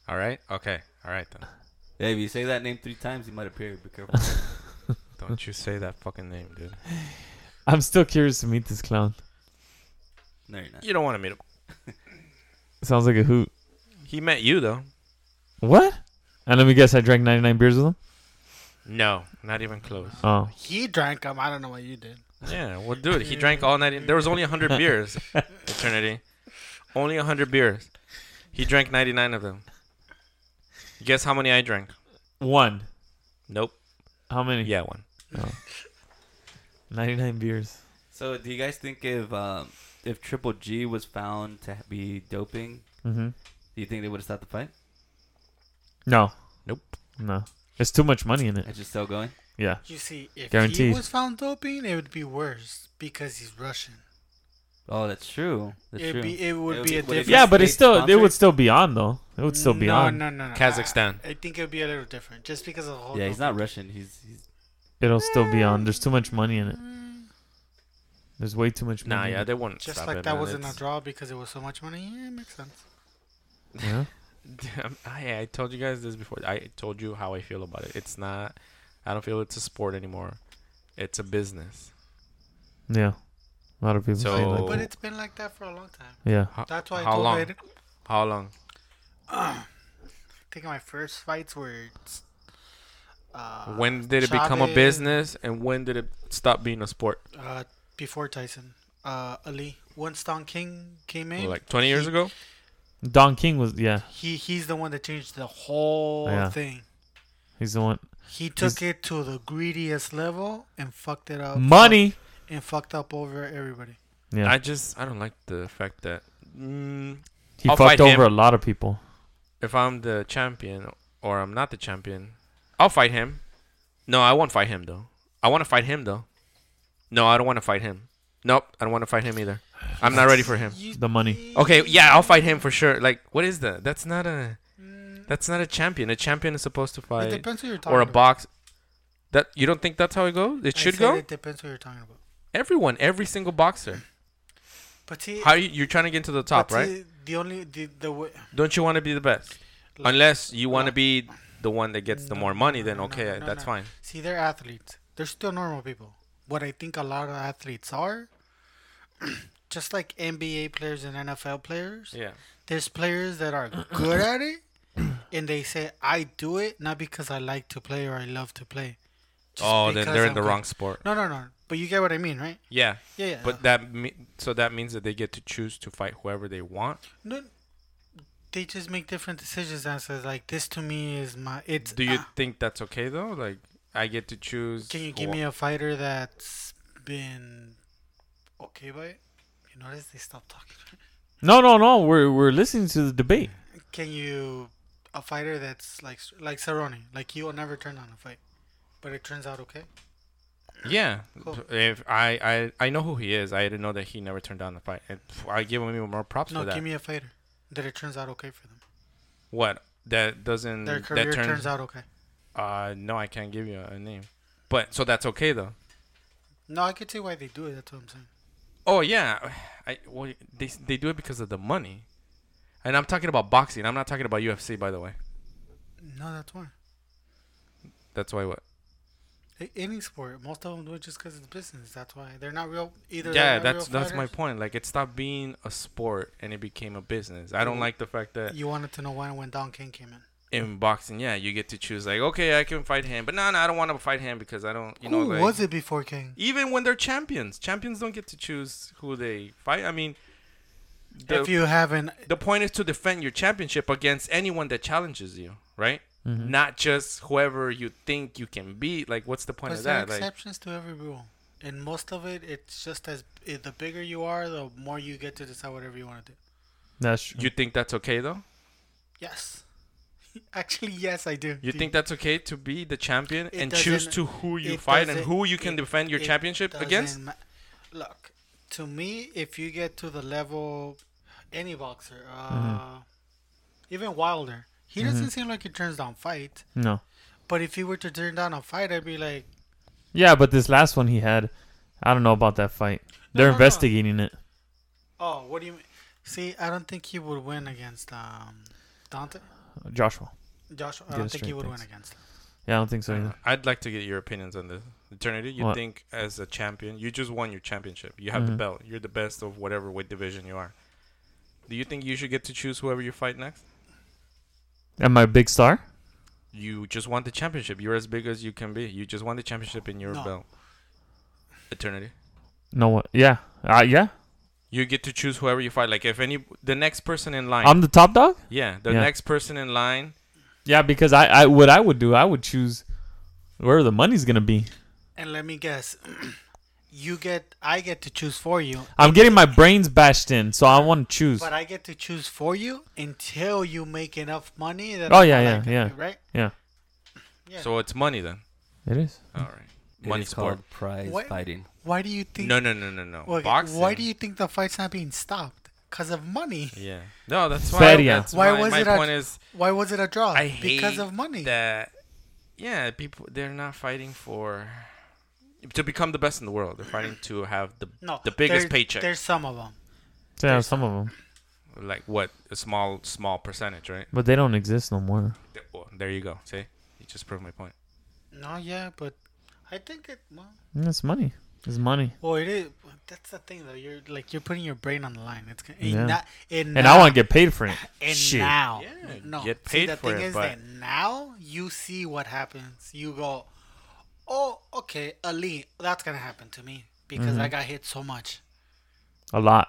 Speaker 2: All right. Okay. All right then.
Speaker 1: Yeah, if you say that name three times, he might appear. Be
Speaker 4: [laughs]
Speaker 1: careful.
Speaker 2: Don't you say that fucking name, dude.
Speaker 4: I'm still curious to meet this clown.
Speaker 1: no, you're not.
Speaker 2: You don't want to meet him.
Speaker 4: Sounds like a hoot.
Speaker 2: He met you though.
Speaker 4: What? And let me guess, I drank 99 beers with him.
Speaker 2: No, not even close.
Speaker 4: Oh,
Speaker 3: He drank them. I don't know what you did.
Speaker 2: Yeah, well, dude, he drank all night. There was only 100
Speaker 1: [laughs]
Speaker 2: beers, Eternity. Only 100 beers. He drank 99 of them. Guess how many I drank?
Speaker 4: one.
Speaker 2: Nope.
Speaker 4: How many?
Speaker 2: Yeah, one.
Speaker 4: 99 beers.
Speaker 1: So, do you guys think if um, if Triple G was found to ha- be doping,
Speaker 4: Mm-hmm.
Speaker 1: do you think they would have stopped the fight?
Speaker 4: No,
Speaker 2: Nope.
Speaker 4: no. There's too much money in it.
Speaker 1: It's just still going.
Speaker 4: Yeah.
Speaker 3: You see, if
Speaker 4: Guaranteed.
Speaker 3: he was found doping, it would be worse because he's Russian.
Speaker 1: Oh, that's true. That's
Speaker 3: It'd
Speaker 1: true.
Speaker 3: be, it would
Speaker 1: It
Speaker 3: be a
Speaker 1: would be-
Speaker 3: different.
Speaker 4: Yeah, but it's
Speaker 1: state
Speaker 4: still it would
Speaker 1: sponsored?
Speaker 4: still be on though. It would still be
Speaker 3: no,
Speaker 4: on.
Speaker 3: No, no, no.
Speaker 2: Kazakhstan.
Speaker 3: I, I think it'd be a little different, just because of the whole.
Speaker 1: yeah, he's
Speaker 3: doping Eh.
Speaker 1: not Russian. He's, he's
Speaker 4: It'll still be on. There's too much money in it.
Speaker 3: Mm.
Speaker 4: There's way too much money.
Speaker 2: Nah,
Speaker 4: in
Speaker 2: yeah,
Speaker 4: it.
Speaker 2: they wouldn't
Speaker 3: Just
Speaker 2: stop
Speaker 3: like
Speaker 2: it,
Speaker 3: that
Speaker 2: man.
Speaker 3: wasn't a
Speaker 2: It's-
Speaker 3: draw because it was so much money. Yeah, it makes sense.
Speaker 4: [laughs] Yeah.
Speaker 2: Damn, I, I told you guys this before. I told you how I feel about it. It's not. I don't feel it's a sport anymore. It's a business.
Speaker 4: Yeah. A lot of people say
Speaker 2: So-
Speaker 4: like
Speaker 3: But it's been like that for a long time.
Speaker 4: Yeah.
Speaker 2: How,
Speaker 3: That's why I
Speaker 2: how
Speaker 3: told
Speaker 2: long?
Speaker 3: Aiden-
Speaker 2: How long?
Speaker 3: [clears throat] I think my first fights were. Uh,
Speaker 2: When did it become a
Speaker 3: Chavez,
Speaker 2: business, and when did it stop being a sport?
Speaker 3: Uh, before Tyson, uh, Ali. Once Don King came in,
Speaker 2: Like 20 years
Speaker 3: he-
Speaker 2: ago?
Speaker 4: Don King was yeah.
Speaker 3: he he's the one that changed the whole
Speaker 4: Yeah.
Speaker 3: thing.
Speaker 4: He's the one.
Speaker 3: He took it to the greediest level and fucked it up.
Speaker 4: Money.
Speaker 3: and fucked up over everybody.
Speaker 4: Yeah.
Speaker 2: I just I don't like the fact that mm,
Speaker 4: He
Speaker 2: I'll fight
Speaker 4: fucked
Speaker 2: him.
Speaker 4: over a lot of people.
Speaker 2: if I'm the champion or I'm not the champion, I'll fight him. No, I won't fight him though. I want to fight him though. No, I don't want to fight him. Nope, I don't want to fight him either. I'm not ready for him.
Speaker 3: You-
Speaker 4: The money.
Speaker 2: Okay, yeah, I'll fight him for sure. Like, what is that? That's not a that's not a champion. A champion is supposed to
Speaker 3: Mm, It
Speaker 2: fight
Speaker 3: depends who you're talking
Speaker 2: or a
Speaker 3: about.
Speaker 2: box. That you don't think that's how it goes? It
Speaker 3: I
Speaker 2: should
Speaker 3: said
Speaker 2: go.
Speaker 3: It depends who you're talking about.
Speaker 2: Everyone, every single boxer.
Speaker 3: But see,
Speaker 2: How you, you're trying to get to the top,
Speaker 3: but
Speaker 2: right?
Speaker 3: see, The only the, the way,
Speaker 2: Don't you want to be the best?
Speaker 3: Look,
Speaker 2: Unless you want to
Speaker 3: look.
Speaker 2: be the one that gets the
Speaker 3: No,
Speaker 2: more
Speaker 3: no,
Speaker 2: money,
Speaker 3: no,
Speaker 2: then
Speaker 3: no,
Speaker 2: okay,
Speaker 3: no, no,
Speaker 2: that's
Speaker 3: no.
Speaker 2: fine.
Speaker 3: see, they're athletes. They're still normal people. What I think a lot of athletes are, [clears throat] just like NBA players and NFL players.
Speaker 2: Yeah.
Speaker 3: There's players that are good at it, and they say, "I do it not because I like to play or I love to play." just
Speaker 2: oh, then
Speaker 3: because
Speaker 2: they're in
Speaker 3: I'm
Speaker 2: the
Speaker 3: good."
Speaker 2: wrong sport.
Speaker 3: No, no, no. But you get what I mean, right?
Speaker 2: Yeah.
Speaker 3: Yeah, yeah. Uh,
Speaker 2: But that me- so that means that they get to choose to fight whoever they want.
Speaker 3: No, they just make different decisions and says like this to me is my it's.
Speaker 2: Do you
Speaker 3: ah.
Speaker 2: think that's okay though? Like I get to choose.
Speaker 3: can you
Speaker 2: who
Speaker 3: give
Speaker 2: I-
Speaker 3: me a fighter that's been okay by it? You notice they stopped talking.
Speaker 4: No, no, no. We're we're listening to the debate.
Speaker 3: Can you a fighter that's like like Cerrone, like he will never turn on a fight, but it turns out okay.
Speaker 2: Yeah.
Speaker 3: Cool.
Speaker 2: If I, I I know who he is. I didn't know that he never turned down the fight. And pff, I give him even more props
Speaker 3: No,
Speaker 2: for that.
Speaker 3: give me a fighter that it turns out okay for them.
Speaker 2: what that doesn't
Speaker 3: Their
Speaker 2: Mm, that
Speaker 3: career
Speaker 2: turns,
Speaker 3: turns out okay.
Speaker 2: Uh, no, I can't give you a, a name. But so that's okay though.
Speaker 3: No, I could see why they do it. That's what I'm saying.
Speaker 2: Oh yeah, I well they they do it because of the money, and I'm talking about boxing. I'm not talking about UFC, by the way.
Speaker 3: No, that's why.
Speaker 2: That's why what?
Speaker 3: A- Any sport, most of them do it just because it's business. That's why they're not real either. they're
Speaker 2: yeah,
Speaker 3: not
Speaker 2: that's
Speaker 3: real
Speaker 2: that's my
Speaker 3: fighters-
Speaker 2: point. Like it stopped being a sport and it became a business. I don't like the fact that
Speaker 3: You wanted to know when when Don King came in.
Speaker 2: in boxing, yeah, you get to choose. Like okay, I can fight him, but no, no, I don't want to fight him because I don't. You know,
Speaker 3: Who
Speaker 2: like,
Speaker 3: was it before King?
Speaker 2: Even when they're champions, champions don't get to choose who they fight. I mean, the,
Speaker 3: if you haven't,
Speaker 2: the point is to defend your championship against anyone that challenges you, right?
Speaker 3: Mm-hmm.
Speaker 4: Mhm.
Speaker 2: not just whoever you think you can beat. Like, what's the point
Speaker 3: But
Speaker 2: of
Speaker 3: there are
Speaker 2: that? Like,
Speaker 3: exceptions to every rule, and most of it, it's just as eh, the bigger you are, the more you get to decide whatever you want to do.
Speaker 4: That's true.
Speaker 2: you think that's okay though?
Speaker 3: Yes, [laughs] actually, yes, I do.
Speaker 2: You
Speaker 3: Do
Speaker 2: think that's okay to be the champion
Speaker 3: It
Speaker 2: and choose
Speaker 3: doesn't-
Speaker 2: to who you
Speaker 3: it
Speaker 2: fight and
Speaker 3: doesn't-
Speaker 2: who you can
Speaker 3: it-
Speaker 2: defend your
Speaker 3: it
Speaker 2: championship against?
Speaker 3: doesn't ma- Look, to me, if you get to the level, any boxer, uh,
Speaker 2: Mm-hmm.
Speaker 3: even Wilder, he doesn't seem like he turns down fight.
Speaker 4: No.
Speaker 3: But if he were to turn down a fight, I'd be like,
Speaker 4: Yeah, but this last one he had, I don't know about that fight. They're
Speaker 3: No, no, no.
Speaker 4: investigating it.
Speaker 3: oh, what do you mean? See, I don't think he would win against um, Dante.
Speaker 4: Joshua.
Speaker 3: Joshua, I
Speaker 4: Get
Speaker 3: don't
Speaker 4: it
Speaker 3: think he
Speaker 4: straight,
Speaker 3: would win
Speaker 4: thanks.
Speaker 3: against. him.
Speaker 4: Yeah, I don't think so
Speaker 2: Uh,
Speaker 4: either.
Speaker 2: I'd like to get your opinions on this. Eternity, you
Speaker 4: What?
Speaker 2: think as a champion, you just won your championship. You have the
Speaker 4: Mhm.
Speaker 2: belt. You're the best of whatever weight division you are. Do you think you should get to choose whoever you fight next?
Speaker 4: Am I a big star?
Speaker 2: You just want the championship. You're as big as you can be. You just want the championship in your
Speaker 3: No.
Speaker 2: belt. Eternity.
Speaker 4: No what yeah. Uh, yeah.
Speaker 2: You get to choose whoever you fight. Like if any the next person in line.
Speaker 4: I'm the top dog?
Speaker 2: yeah, the
Speaker 4: Yeah.
Speaker 2: next person in line.
Speaker 4: Yeah, because I, I what I would do, I would choose where the money's gonna be.
Speaker 3: And let me guess, [clears throat] you get, I get to choose for you,
Speaker 4: I'm getting my brains bashed in, so I want to choose.
Speaker 3: but I get to choose for you until you make enough money. That
Speaker 4: Oh,
Speaker 3: I
Speaker 4: yeah,
Speaker 3: feel
Speaker 4: yeah,
Speaker 3: like I
Speaker 4: yeah.
Speaker 3: do, right.
Speaker 4: Yeah,
Speaker 3: Yeah.
Speaker 2: So it's money then.
Speaker 4: it is.
Speaker 2: All right. Money
Speaker 1: it's
Speaker 2: sport.
Speaker 1: called prize
Speaker 3: What-
Speaker 1: fighting.
Speaker 3: why do you think?
Speaker 2: No, no, no, no, no.
Speaker 3: Okay,
Speaker 2: Boxing.
Speaker 3: Why do you think the fight's not being stopped? Because of money.
Speaker 2: Yeah. No, that's why.
Speaker 4: Feria.
Speaker 2: That's
Speaker 3: Why
Speaker 2: my,
Speaker 3: was
Speaker 2: my
Speaker 3: it a-
Speaker 2: point is
Speaker 3: Why was it a draw?
Speaker 2: I hate
Speaker 3: because of money.
Speaker 2: that. Yeah, people they're not fighting for to become the best in the world. They're fighting to have the
Speaker 3: no,
Speaker 2: the biggest
Speaker 3: there-
Speaker 2: paycheck.
Speaker 3: There's some of them.
Speaker 4: So, yeah, some of them,
Speaker 2: Like what a small small percentage, right?
Speaker 4: but they don't exist no more.
Speaker 2: Th- well, there you go. See, you just proved my point.
Speaker 3: No, yeah, but I think it. Well,
Speaker 4: And Mm, It's money. It's money,
Speaker 3: well, it is. That's the thing, though. You're like you're putting your brain on the line. It's gonna-
Speaker 4: Yeah.
Speaker 3: and not, and,
Speaker 4: and
Speaker 3: now,
Speaker 4: I want to get paid for it.
Speaker 3: and
Speaker 4: Shit.
Speaker 3: now.
Speaker 2: Yeah,
Speaker 3: no.
Speaker 2: get
Speaker 3: see,
Speaker 2: paid
Speaker 3: the
Speaker 2: for
Speaker 3: thing
Speaker 2: it,
Speaker 3: is
Speaker 2: but-
Speaker 3: that now you see what happens. You go, oh, okay, Ali, that's gonna happen to me because I
Speaker 4: Mm-hmm.
Speaker 3: got hit so much.
Speaker 4: A lot.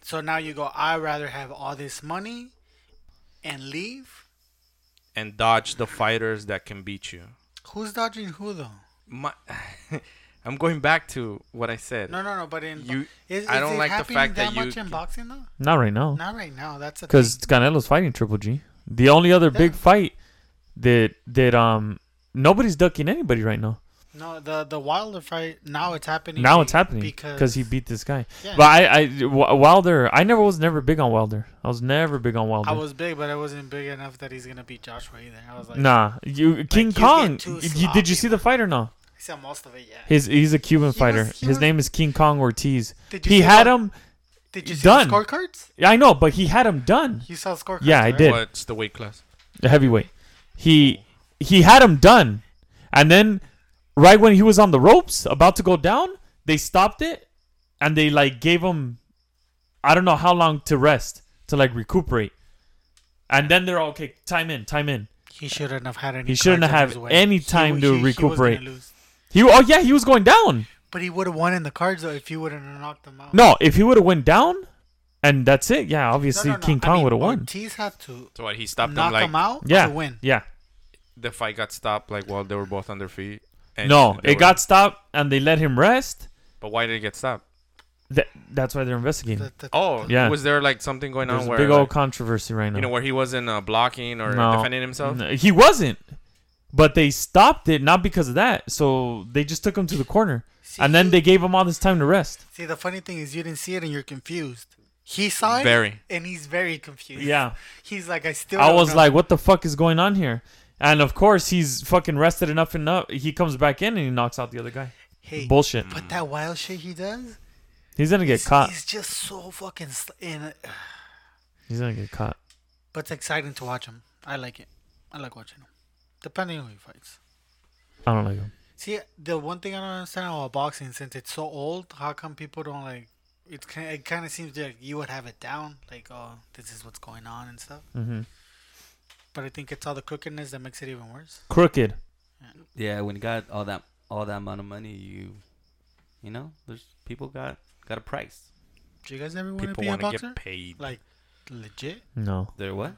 Speaker 3: So now you go, I'd rather have all this money and leave.
Speaker 2: And dodge the fighters that can beat you.
Speaker 3: Who's dodging who though?
Speaker 2: My, [laughs] I'm going back to what I said.
Speaker 3: No, no, no. But in
Speaker 2: You-
Speaker 3: is,
Speaker 2: I
Speaker 3: is
Speaker 2: don't
Speaker 3: it
Speaker 2: like the
Speaker 3: happening
Speaker 2: fact
Speaker 3: that,
Speaker 2: that you
Speaker 3: much in
Speaker 2: can-
Speaker 3: boxing though.
Speaker 4: Not right now,
Speaker 3: Not right now. That's a
Speaker 4: because Canelo's fighting Triple G. The only other
Speaker 3: Yeah.
Speaker 4: big fight that that um nobody's ducking anybody right now.
Speaker 3: no the the Wilder fight now it's happening.
Speaker 4: Now
Speaker 3: be-
Speaker 4: it's happening because
Speaker 3: because
Speaker 4: he beat this guy.
Speaker 3: Yeah.
Speaker 4: But I, I W- Wilder, I never was never big on Wilder. I was never big on Wilder.
Speaker 3: I was big, but I wasn't big enough that he's gonna beat Joshua either. I was like,
Speaker 4: nah, you King
Speaker 3: he's
Speaker 4: Kong.
Speaker 3: getting too
Speaker 4: You, did
Speaker 3: sloppy,
Speaker 4: you see the fight or no?
Speaker 3: I saw most of it. Yeah.
Speaker 4: His he's a Cuban
Speaker 3: He
Speaker 4: fighter.
Speaker 3: was- he
Speaker 4: His
Speaker 3: was-
Speaker 4: name is King Kong Ortiz.
Speaker 3: Did you
Speaker 4: He
Speaker 3: see
Speaker 4: had
Speaker 3: the-
Speaker 4: him.
Speaker 3: Did you see
Speaker 4: done.
Speaker 3: the scorecards?
Speaker 4: Yeah, I know, but he had him done.
Speaker 3: You saw scorecards.
Speaker 4: Yeah, I
Speaker 3: right?
Speaker 4: did.
Speaker 2: What's the weight class?
Speaker 4: The heavyweight. He he had him done, and then right when he was on the ropes, about to go down, they stopped it, and they like gave him, I don't know how long to rest to like recuperate, and then they're all, okay. Time in, time in.
Speaker 3: He shouldn't have had any.
Speaker 4: He shouldn't
Speaker 3: cards on
Speaker 4: have
Speaker 3: his way.
Speaker 4: any
Speaker 3: He-
Speaker 4: time
Speaker 3: he-
Speaker 4: to
Speaker 3: he was gonna
Speaker 4: recuperate.
Speaker 3: lose.
Speaker 4: He oh yeah, he was going down.
Speaker 3: But he would have won in the cards though if you wouldn't have knocked him out.
Speaker 4: No, if he would have went down, and that's it. Yeah, obviously King
Speaker 3: I
Speaker 4: Kong
Speaker 3: mean,
Speaker 4: would have won.
Speaker 3: Ortiz had to
Speaker 2: So what? He stopped them
Speaker 3: knock
Speaker 2: like
Speaker 3: him out
Speaker 4: Yeah,
Speaker 3: to win.
Speaker 4: yeah.
Speaker 2: the fight got stopped like while they were both on their feet. and
Speaker 4: No,
Speaker 2: they
Speaker 4: it
Speaker 2: were-
Speaker 4: got stopped, and they let him rest.
Speaker 2: But why did it get stopped?
Speaker 4: That, that's why they're investigating.
Speaker 3: The- the-
Speaker 2: Oh,
Speaker 4: Yeah.
Speaker 2: Was there like something going
Speaker 4: There's
Speaker 2: on
Speaker 4: a
Speaker 2: where
Speaker 4: big
Speaker 2: like,
Speaker 4: old controversy right now.
Speaker 2: you know where he wasn't uh, blocking or
Speaker 4: No.
Speaker 2: defending himself?
Speaker 4: No, he wasn't. But they stopped it not because of that. So they just took him to the corner,
Speaker 3: See,
Speaker 4: and then
Speaker 3: he-
Speaker 4: they gave him all this time to rest.
Speaker 3: See, the funny thing is, you didn't see it, and you're confused. He saw it,
Speaker 2: Very.
Speaker 3: and he's very confused.
Speaker 4: Yeah.
Speaker 3: [laughs] he's like, I still.
Speaker 4: I
Speaker 3: don't
Speaker 4: was
Speaker 3: know.
Speaker 4: like, "What the fuck is going on here?" And of course, he's fucking rested enough and up. He comes back in and he knocks out the other guy.
Speaker 3: hey,
Speaker 4: Bullshit.
Speaker 3: But that wild shit he does,
Speaker 4: He's gonna get
Speaker 3: he's,
Speaker 4: caught.
Speaker 3: he's just so fucking. Sl- and, uh,
Speaker 4: He's gonna get caught.
Speaker 3: but it's exciting to watch him. I like it. I like watching him, depending on who he fights.
Speaker 4: I don't like him.
Speaker 3: See, the one thing I don't understand about boxing, since it's so old, how come people don't like? It's kind. It kind of seems like you would have it down, like, oh, this is what's going on and stuff.
Speaker 4: Mm-hmm.
Speaker 3: But I think it's all the crookedness that makes it even worse.
Speaker 4: Crooked.
Speaker 1: Yeah, when you got all that all that amount of money, you you know, there's people got got a price.
Speaker 3: Do you guys ever want to
Speaker 2: People
Speaker 3: be a
Speaker 2: want to
Speaker 3: boxer?
Speaker 2: get paid.
Speaker 3: Like legit?
Speaker 4: No.
Speaker 1: They're what?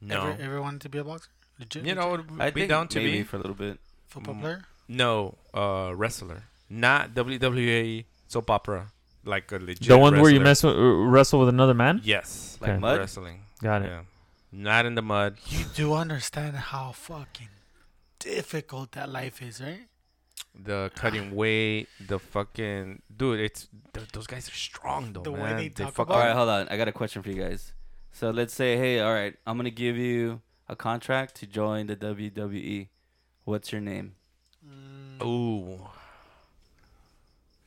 Speaker 2: no,
Speaker 3: Ever, ever wanted to be a boxer? Legit,
Speaker 2: You know,
Speaker 3: legit
Speaker 2: it would
Speaker 1: I
Speaker 2: be
Speaker 1: think
Speaker 2: down to
Speaker 1: maybe
Speaker 2: be
Speaker 1: for a little bit.
Speaker 3: football
Speaker 2: mm.
Speaker 3: player.
Speaker 2: no uh, wrestler, not WWE soap opera, like a legit.
Speaker 4: the one where you
Speaker 2: wrestler.
Speaker 4: mess with, uh, wrestle with another man.
Speaker 2: Yes,
Speaker 4: Okay.
Speaker 2: like
Speaker 1: Mud?
Speaker 2: wrestling.
Speaker 4: Got it.
Speaker 2: Yeah, not in the mud.
Speaker 3: You do understand how fucking difficult that life is, right?
Speaker 2: The
Speaker 3: [sighs]
Speaker 2: cutting weight, the fucking dude. It's th- those guys are strong though,
Speaker 3: The way
Speaker 2: man.
Speaker 3: they talk
Speaker 2: fucking,
Speaker 1: All
Speaker 3: about
Speaker 1: right, hold on. I got a question for you guys. So let's say, hey, all right, I'm gonna give you a contract to join the WWE. What's your name?
Speaker 2: Oh. Ooh.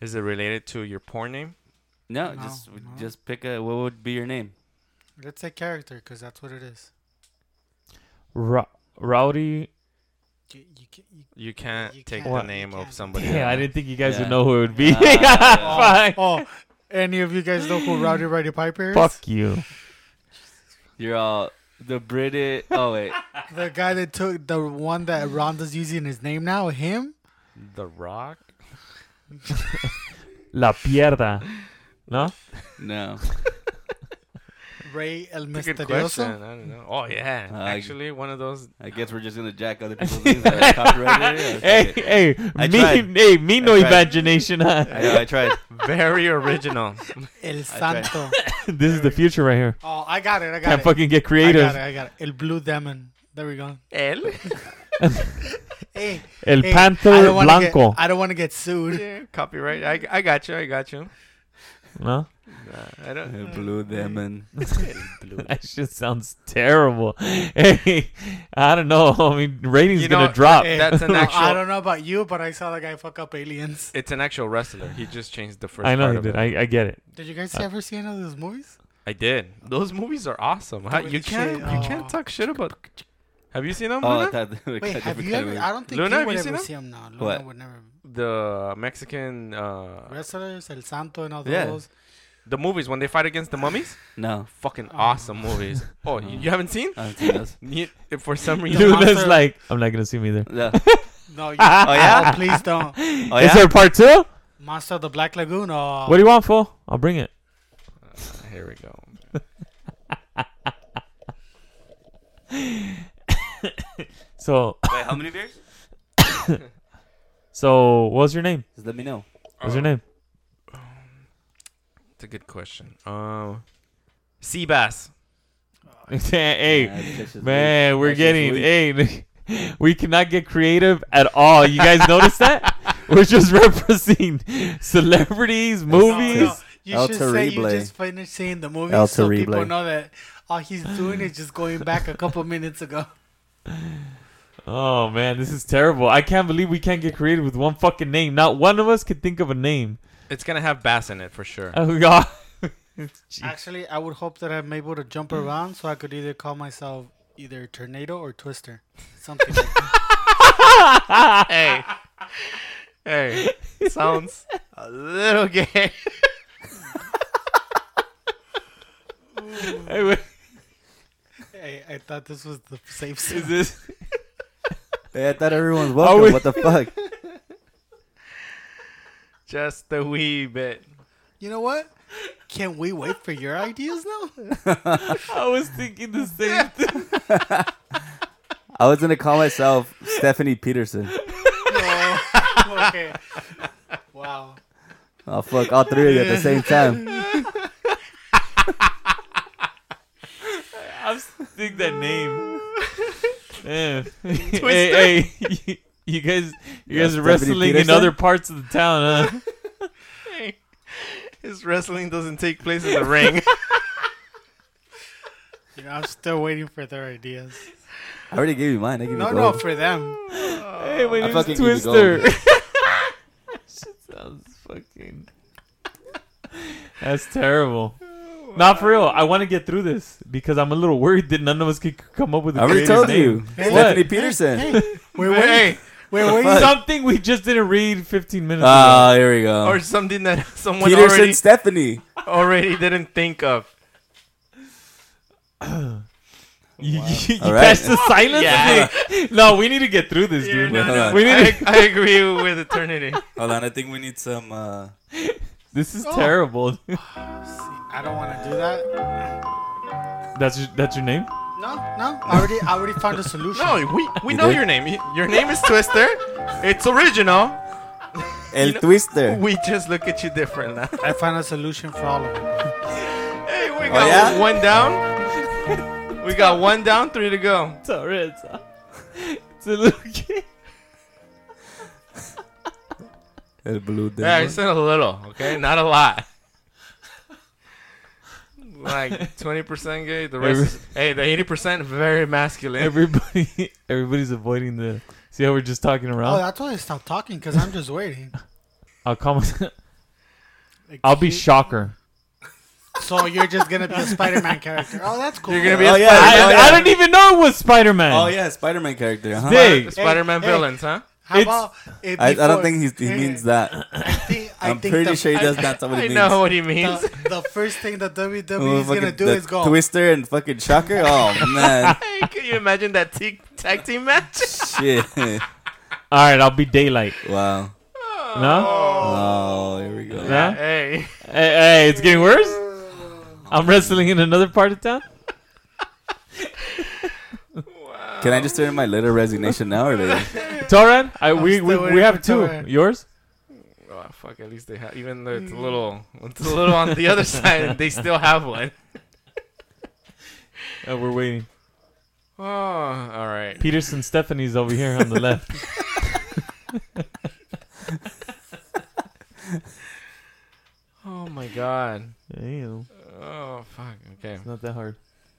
Speaker 2: Is it related to your porn name?
Speaker 1: No,
Speaker 3: No,
Speaker 1: just
Speaker 3: no.
Speaker 1: just pick a. What would be your name?
Speaker 3: Let's say character, because that's what it is.
Speaker 4: Ro- Rowdy.
Speaker 3: You, you can, you,
Speaker 2: You can't
Speaker 3: You
Speaker 2: take
Speaker 3: can't.
Speaker 4: What?
Speaker 2: the name
Speaker 3: You
Speaker 2: of
Speaker 3: can't.
Speaker 2: somebody.
Speaker 4: Yeah, I
Speaker 2: else.
Speaker 4: didn't think you guys
Speaker 1: Yeah.
Speaker 4: would know who it would be. [laughs]
Speaker 1: Ah, yeah.
Speaker 4: Fine.
Speaker 3: oh, any of you guys know who Rowdy Roddy Piper is?
Speaker 4: [laughs] Fuck you.
Speaker 1: You're all the British. Oh wait,
Speaker 3: The guy that took the one that Rhonda's using his name now, him?
Speaker 2: The Rock.
Speaker 4: La pierda. No?
Speaker 1: no.
Speaker 3: Ray El
Speaker 2: That's a good
Speaker 3: Misterioso?
Speaker 2: question. I don't know. Oh yeah,
Speaker 1: Uh,
Speaker 2: actually one of those.
Speaker 1: I guess we're just gonna jack other people's names. that are
Speaker 4: [laughs]
Speaker 1: copyrighted. Yeah,
Speaker 4: hey,
Speaker 1: fuck it.
Speaker 4: hey,
Speaker 1: I
Speaker 4: me,
Speaker 1: tried.
Speaker 4: hey, me no
Speaker 1: I tried.
Speaker 4: imagination.
Speaker 1: I
Speaker 4: Huh?
Speaker 1: know. I
Speaker 4: [laughs]
Speaker 1: tried.
Speaker 2: Very original.
Speaker 3: El
Speaker 1: tried.
Speaker 3: Santo.
Speaker 4: [laughs] this is the future right here.
Speaker 3: Oh, I got it. I got
Speaker 4: Can't
Speaker 3: it.
Speaker 4: fucking get
Speaker 3: I got it.
Speaker 4: creative.
Speaker 3: I got it. El Blue Demon. There we
Speaker 4: [laughs]
Speaker 3: go.
Speaker 2: El.
Speaker 3: Hey,
Speaker 4: El
Speaker 3: hey, I
Speaker 4: Panther
Speaker 3: don't wanna get-
Speaker 4: Blanco.
Speaker 3: I don't want to get sued.
Speaker 2: Yeah, copyright. I, I got you. I got you.
Speaker 4: [laughs] no?
Speaker 2: Uh, I don't.
Speaker 1: Blue Demon.
Speaker 4: That shit sounds terrible. [laughs] Hey, I don't know. [laughs] I mean, rating's
Speaker 2: You
Speaker 4: gonna
Speaker 2: know,
Speaker 4: drop.
Speaker 3: Hey,
Speaker 2: That's an
Speaker 3: no, [laughs] I
Speaker 2: actual-
Speaker 3: don't know about you, but I saw that guy fuck up aliens.
Speaker 2: [laughs] It's an actual wrestler. He just changed the first.
Speaker 4: I know
Speaker 2: part
Speaker 4: he
Speaker 2: of
Speaker 4: did.
Speaker 2: it.
Speaker 4: I, I get it.
Speaker 3: Did you
Speaker 4: Uh,
Speaker 3: guys ever see any of those movies?
Speaker 2: I did. Those movies are awesome. Huh?
Speaker 3: Holy
Speaker 2: You can't.
Speaker 3: shit.
Speaker 2: You can't
Speaker 3: Oh.
Speaker 2: talk shit about. Have you seen them?
Speaker 1: Oh, I
Speaker 2: Luna?
Speaker 1: thought we
Speaker 3: Wait,
Speaker 1: got
Speaker 3: have
Speaker 1: different
Speaker 3: you
Speaker 1: kind
Speaker 3: ever?
Speaker 1: of-
Speaker 4: uh,
Speaker 3: I don't think
Speaker 2: Luna,
Speaker 3: you
Speaker 2: have
Speaker 3: would
Speaker 2: you
Speaker 3: ever
Speaker 2: seen
Speaker 3: see him now. Luna
Speaker 1: What?
Speaker 3: would never.
Speaker 2: the Mexican. Uh,
Speaker 3: Wrestlers, El Santo, and all
Speaker 1: Yeah.
Speaker 3: those.
Speaker 2: the movies when they fight against the mummies.
Speaker 1: No,
Speaker 2: Fucking
Speaker 3: Oh.
Speaker 2: awesome movies. Oh, you, you haven't seen?
Speaker 1: I haven't seen those.
Speaker 2: You, if for some reason.
Speaker 4: Dude, that's
Speaker 3: monster-
Speaker 4: like, I'm not gonna see him
Speaker 1: [laughs]
Speaker 4: either. [laughs]
Speaker 1: No.
Speaker 3: No, you,
Speaker 1: Oh yeah.
Speaker 3: oh, please don't.
Speaker 1: Oh
Speaker 4: Is
Speaker 1: yeah.
Speaker 4: there part two?
Speaker 3: Monster of the Black Lagoon. Oh,
Speaker 4: What do you want, fool? I'll bring it.
Speaker 2: Uh, here we go.
Speaker 4: So, [laughs]
Speaker 1: Wait, how many beers?
Speaker 4: so what's your name?
Speaker 1: Just let me know.
Speaker 4: What's your
Speaker 1: Oh.
Speaker 4: name? [laughs]
Speaker 2: Um, It's a good question. Um, Seabass.
Speaker 4: hey,
Speaker 1: Yeah, that's just
Speaker 4: man,
Speaker 1: weak.
Speaker 4: we're
Speaker 1: That's just
Speaker 4: getting
Speaker 1: weak.
Speaker 4: hey, [laughs] we cannot get creative at all. You guys notice that?
Speaker 1: [laughs]
Speaker 4: We're just referencing [laughs] celebrities, movies.
Speaker 3: No, you
Speaker 1: El
Speaker 3: should say you
Speaker 1: Terrible.
Speaker 3: just finished seeing the movie
Speaker 1: El
Speaker 3: so people
Speaker 1: Terrible.
Speaker 3: know that all he's doing is just going back a couple minutes ago.
Speaker 4: Oh man, this is terrible. I can't believe we can't get creative with one fucking name. Not one of us could think of a name. [laughs]
Speaker 2: It's gonna have bass in it for sure.
Speaker 4: Oh [laughs] god. Jeez.
Speaker 3: Actually, I would hope that I'm able to jump around so I could either call myself either Tornado or Twister. Something. like that.
Speaker 2: hey, hey, sounds a little gay.
Speaker 1: [laughs]
Speaker 4: Hey, wait,
Speaker 3: Hey, I thought this was the safe
Speaker 4: is
Speaker 3: season.
Speaker 4: this
Speaker 1: Hey, I thought everyone's
Speaker 4: Are
Speaker 1: welcome.
Speaker 4: we-
Speaker 1: What the fuck?
Speaker 2: [laughs] Just a wee bit.
Speaker 3: You know what? Can we wait for your ideas now?
Speaker 4: I was thinking the same thing.
Speaker 1: I was gonna call myself Stephanie Peterson.
Speaker 3: no. [laughs] Okay. Wow.
Speaker 1: Oh fuck, all three of you at the same time.
Speaker 4: I was thinking that name. Yeah. hey, hey, you, you guys you
Speaker 1: Yeah,
Speaker 4: guys
Speaker 1: Stephanie
Speaker 4: are wrestling in
Speaker 1: Peterson?
Speaker 4: other parts of the town, huh?
Speaker 2: Hey, his wrestling doesn't take place [laughs] in the ring.
Speaker 3: You know, I'm still waiting for their ideas.
Speaker 1: I already gave you mine. I gave
Speaker 3: No,
Speaker 1: you
Speaker 3: no,
Speaker 1: gold.
Speaker 3: for them.
Speaker 4: hey, my
Speaker 1: I
Speaker 4: name's
Speaker 1: fucking give you
Speaker 4: Twister. [laughs]
Speaker 1: gold.
Speaker 4: Shit sounds fucking That's terrible. Not for real. I want to get through this because I'm a little worried that none of us could c- come up with a
Speaker 1: I already
Speaker 4: creative
Speaker 1: told
Speaker 4: name.
Speaker 1: you,
Speaker 3: Hey,
Speaker 1: Stephanie
Speaker 4: what?
Speaker 1: Peterson.
Speaker 3: [laughs] We're waiting. We're waiting.
Speaker 4: Something we just didn't read 15 minutes
Speaker 1: Ah,
Speaker 4: ago.
Speaker 1: here we go.
Speaker 2: or something that [laughs] someone
Speaker 1: Peterson
Speaker 2: already
Speaker 1: Stephanie.
Speaker 2: already didn't think of.
Speaker 4: You, [laughs] you, you
Speaker 1: All right.
Speaker 4: catch the silence?
Speaker 2: Yeah.
Speaker 4: [laughs] no, we need to get through this, dude.
Speaker 1: no, no.
Speaker 4: We need
Speaker 2: I,
Speaker 4: to,
Speaker 2: I agree with eternity.
Speaker 1: Hold on, I think we need some. Uh...
Speaker 4: this is
Speaker 3: Oh.
Speaker 4: terrible.
Speaker 3: I don't want to do that.
Speaker 4: [laughs] that's your, that's your name?
Speaker 3: No, no, No, I already, I already found a
Speaker 2: [laughs]
Speaker 3: solution.
Speaker 2: No, we we
Speaker 1: You
Speaker 2: know
Speaker 1: did?
Speaker 2: your name. Y- Your name is Twister. It's original.
Speaker 1: El
Speaker 2: You know- Oh,
Speaker 1: Twister.
Speaker 2: We just look at you different now.
Speaker 3: I found a solution for all of them.
Speaker 2: Hey, we got
Speaker 1: yeah?
Speaker 2: one down. We got one down, three to go.
Speaker 4: Torres. [laughs] It's a little kid.
Speaker 1: El Blue Demon.
Speaker 2: Yeah, I said a little, okay? Not a lot. Like 20% gay, the rest. is- hey, the 80% very masculine.
Speaker 4: Everybody, everybody's avoiding the. See how we're just talking
Speaker 3: Oh,
Speaker 4: around.
Speaker 3: that's why I stopped talking because I'm
Speaker 1: [laughs]
Speaker 3: just waiting.
Speaker 4: I'll come. [laughs] I'll be shocker.
Speaker 3: So you're just gonna be a Spider-Man character. Oh, that's cool.
Speaker 2: You're gonna be
Speaker 1: Oh,
Speaker 2: a
Speaker 1: yeah.
Speaker 2: Spider-
Speaker 4: I,
Speaker 1: oh,
Speaker 4: I
Speaker 1: yeah.
Speaker 4: don't even know it was Spider Man.
Speaker 1: Oh yeah, Spider-Man character, huh?
Speaker 4: Dick.
Speaker 2: Spider- Spider-Man
Speaker 3: Hey, hey.
Speaker 2: villains, huh?
Speaker 3: How
Speaker 4: it's-
Speaker 3: about if
Speaker 1: I, I
Speaker 3: before-
Speaker 1: don't think he's, he
Speaker 3: Hey,
Speaker 1: means that.
Speaker 3: I think, I
Speaker 1: I'm
Speaker 3: think
Speaker 1: pretty
Speaker 3: the,
Speaker 1: sure he does not what
Speaker 2: I
Speaker 1: he means.
Speaker 2: know what he means.
Speaker 3: The, the first thing that WWE
Speaker 1: Oh,
Speaker 3: is gonna
Speaker 1: fucking-
Speaker 3: do
Speaker 1: the
Speaker 3: is go.
Speaker 1: Twister and fucking Shocker. Oh man,
Speaker 2: [laughs] hey, can you imagine that te- tag team match?
Speaker 1: shit!
Speaker 4: All right, I'll be daylight.
Speaker 1: Wow.
Speaker 4: No.
Speaker 1: Oh, here we go.
Speaker 4: Yeah?
Speaker 2: [laughs] Hey.
Speaker 4: Hey, hey, it's getting worse. I'm wrestling in another part of town.
Speaker 1: Can I just turn in my letter of resignation now or later?
Speaker 4: Toran, I, we,
Speaker 3: still
Speaker 4: we,
Speaker 3: waiting
Speaker 4: we have
Speaker 3: for
Speaker 4: two.
Speaker 3: Toran.
Speaker 4: Yours?
Speaker 2: Oh, fuck, at least they have, even though it's a little, it's a little on the other side, they still have one.
Speaker 4: Uh, we're waiting.
Speaker 2: Oh, all right.
Speaker 4: Peterson Stephanie's over here on the left.
Speaker 2: Oh my god.
Speaker 4: Ew,
Speaker 2: Oh fuck. Okay.
Speaker 4: it's not that hard.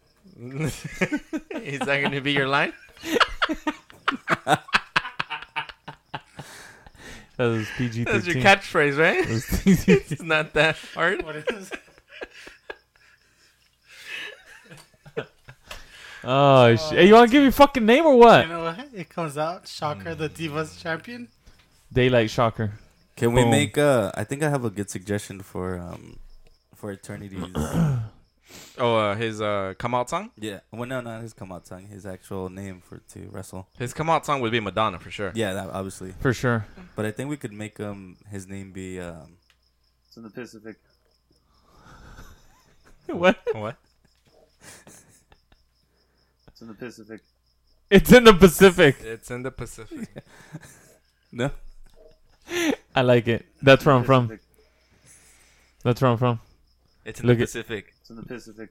Speaker 2: [laughs] Is that going to be your [laughs] line?
Speaker 4: That was PG
Speaker 2: That's your
Speaker 4: thirteen.
Speaker 2: catchphrase, right? [laughs] It's not that hard.
Speaker 3: [laughs] What is-
Speaker 4: oh shit! Hey, you want to give your fucking name or
Speaker 3: you
Speaker 4: what?
Speaker 3: know what? It comes out. Shocker, the Divas champion.
Speaker 4: Daylight Shocker.
Speaker 1: Can we
Speaker 4: Boom.
Speaker 1: make? Uh, I think I have a good suggestion for um, for
Speaker 4: [clears throat]
Speaker 1: eternities.
Speaker 2: Oh, uh, his uh, come out song.
Speaker 1: yeah. Well, no, not his come out song. His actual name for to wrestle.
Speaker 2: His come out song would be Madonna for sure.
Speaker 1: Yeah, that, obviously.
Speaker 4: For sure.
Speaker 1: But I think we could make um his name be um.
Speaker 5: to
Speaker 3: [laughs]
Speaker 5: the Pacific.
Speaker 4: What?
Speaker 2: [laughs] What?
Speaker 5: It's in the Pacific.
Speaker 4: It's in the Pacific.
Speaker 2: It's in the Pacific.
Speaker 1: No.
Speaker 4: I like it. That's where I'm from.
Speaker 5: Pacific.
Speaker 4: That's where I'm from.
Speaker 1: It's
Speaker 4: in the Look at-
Speaker 1: Pacific.
Speaker 5: It's in the Pacific.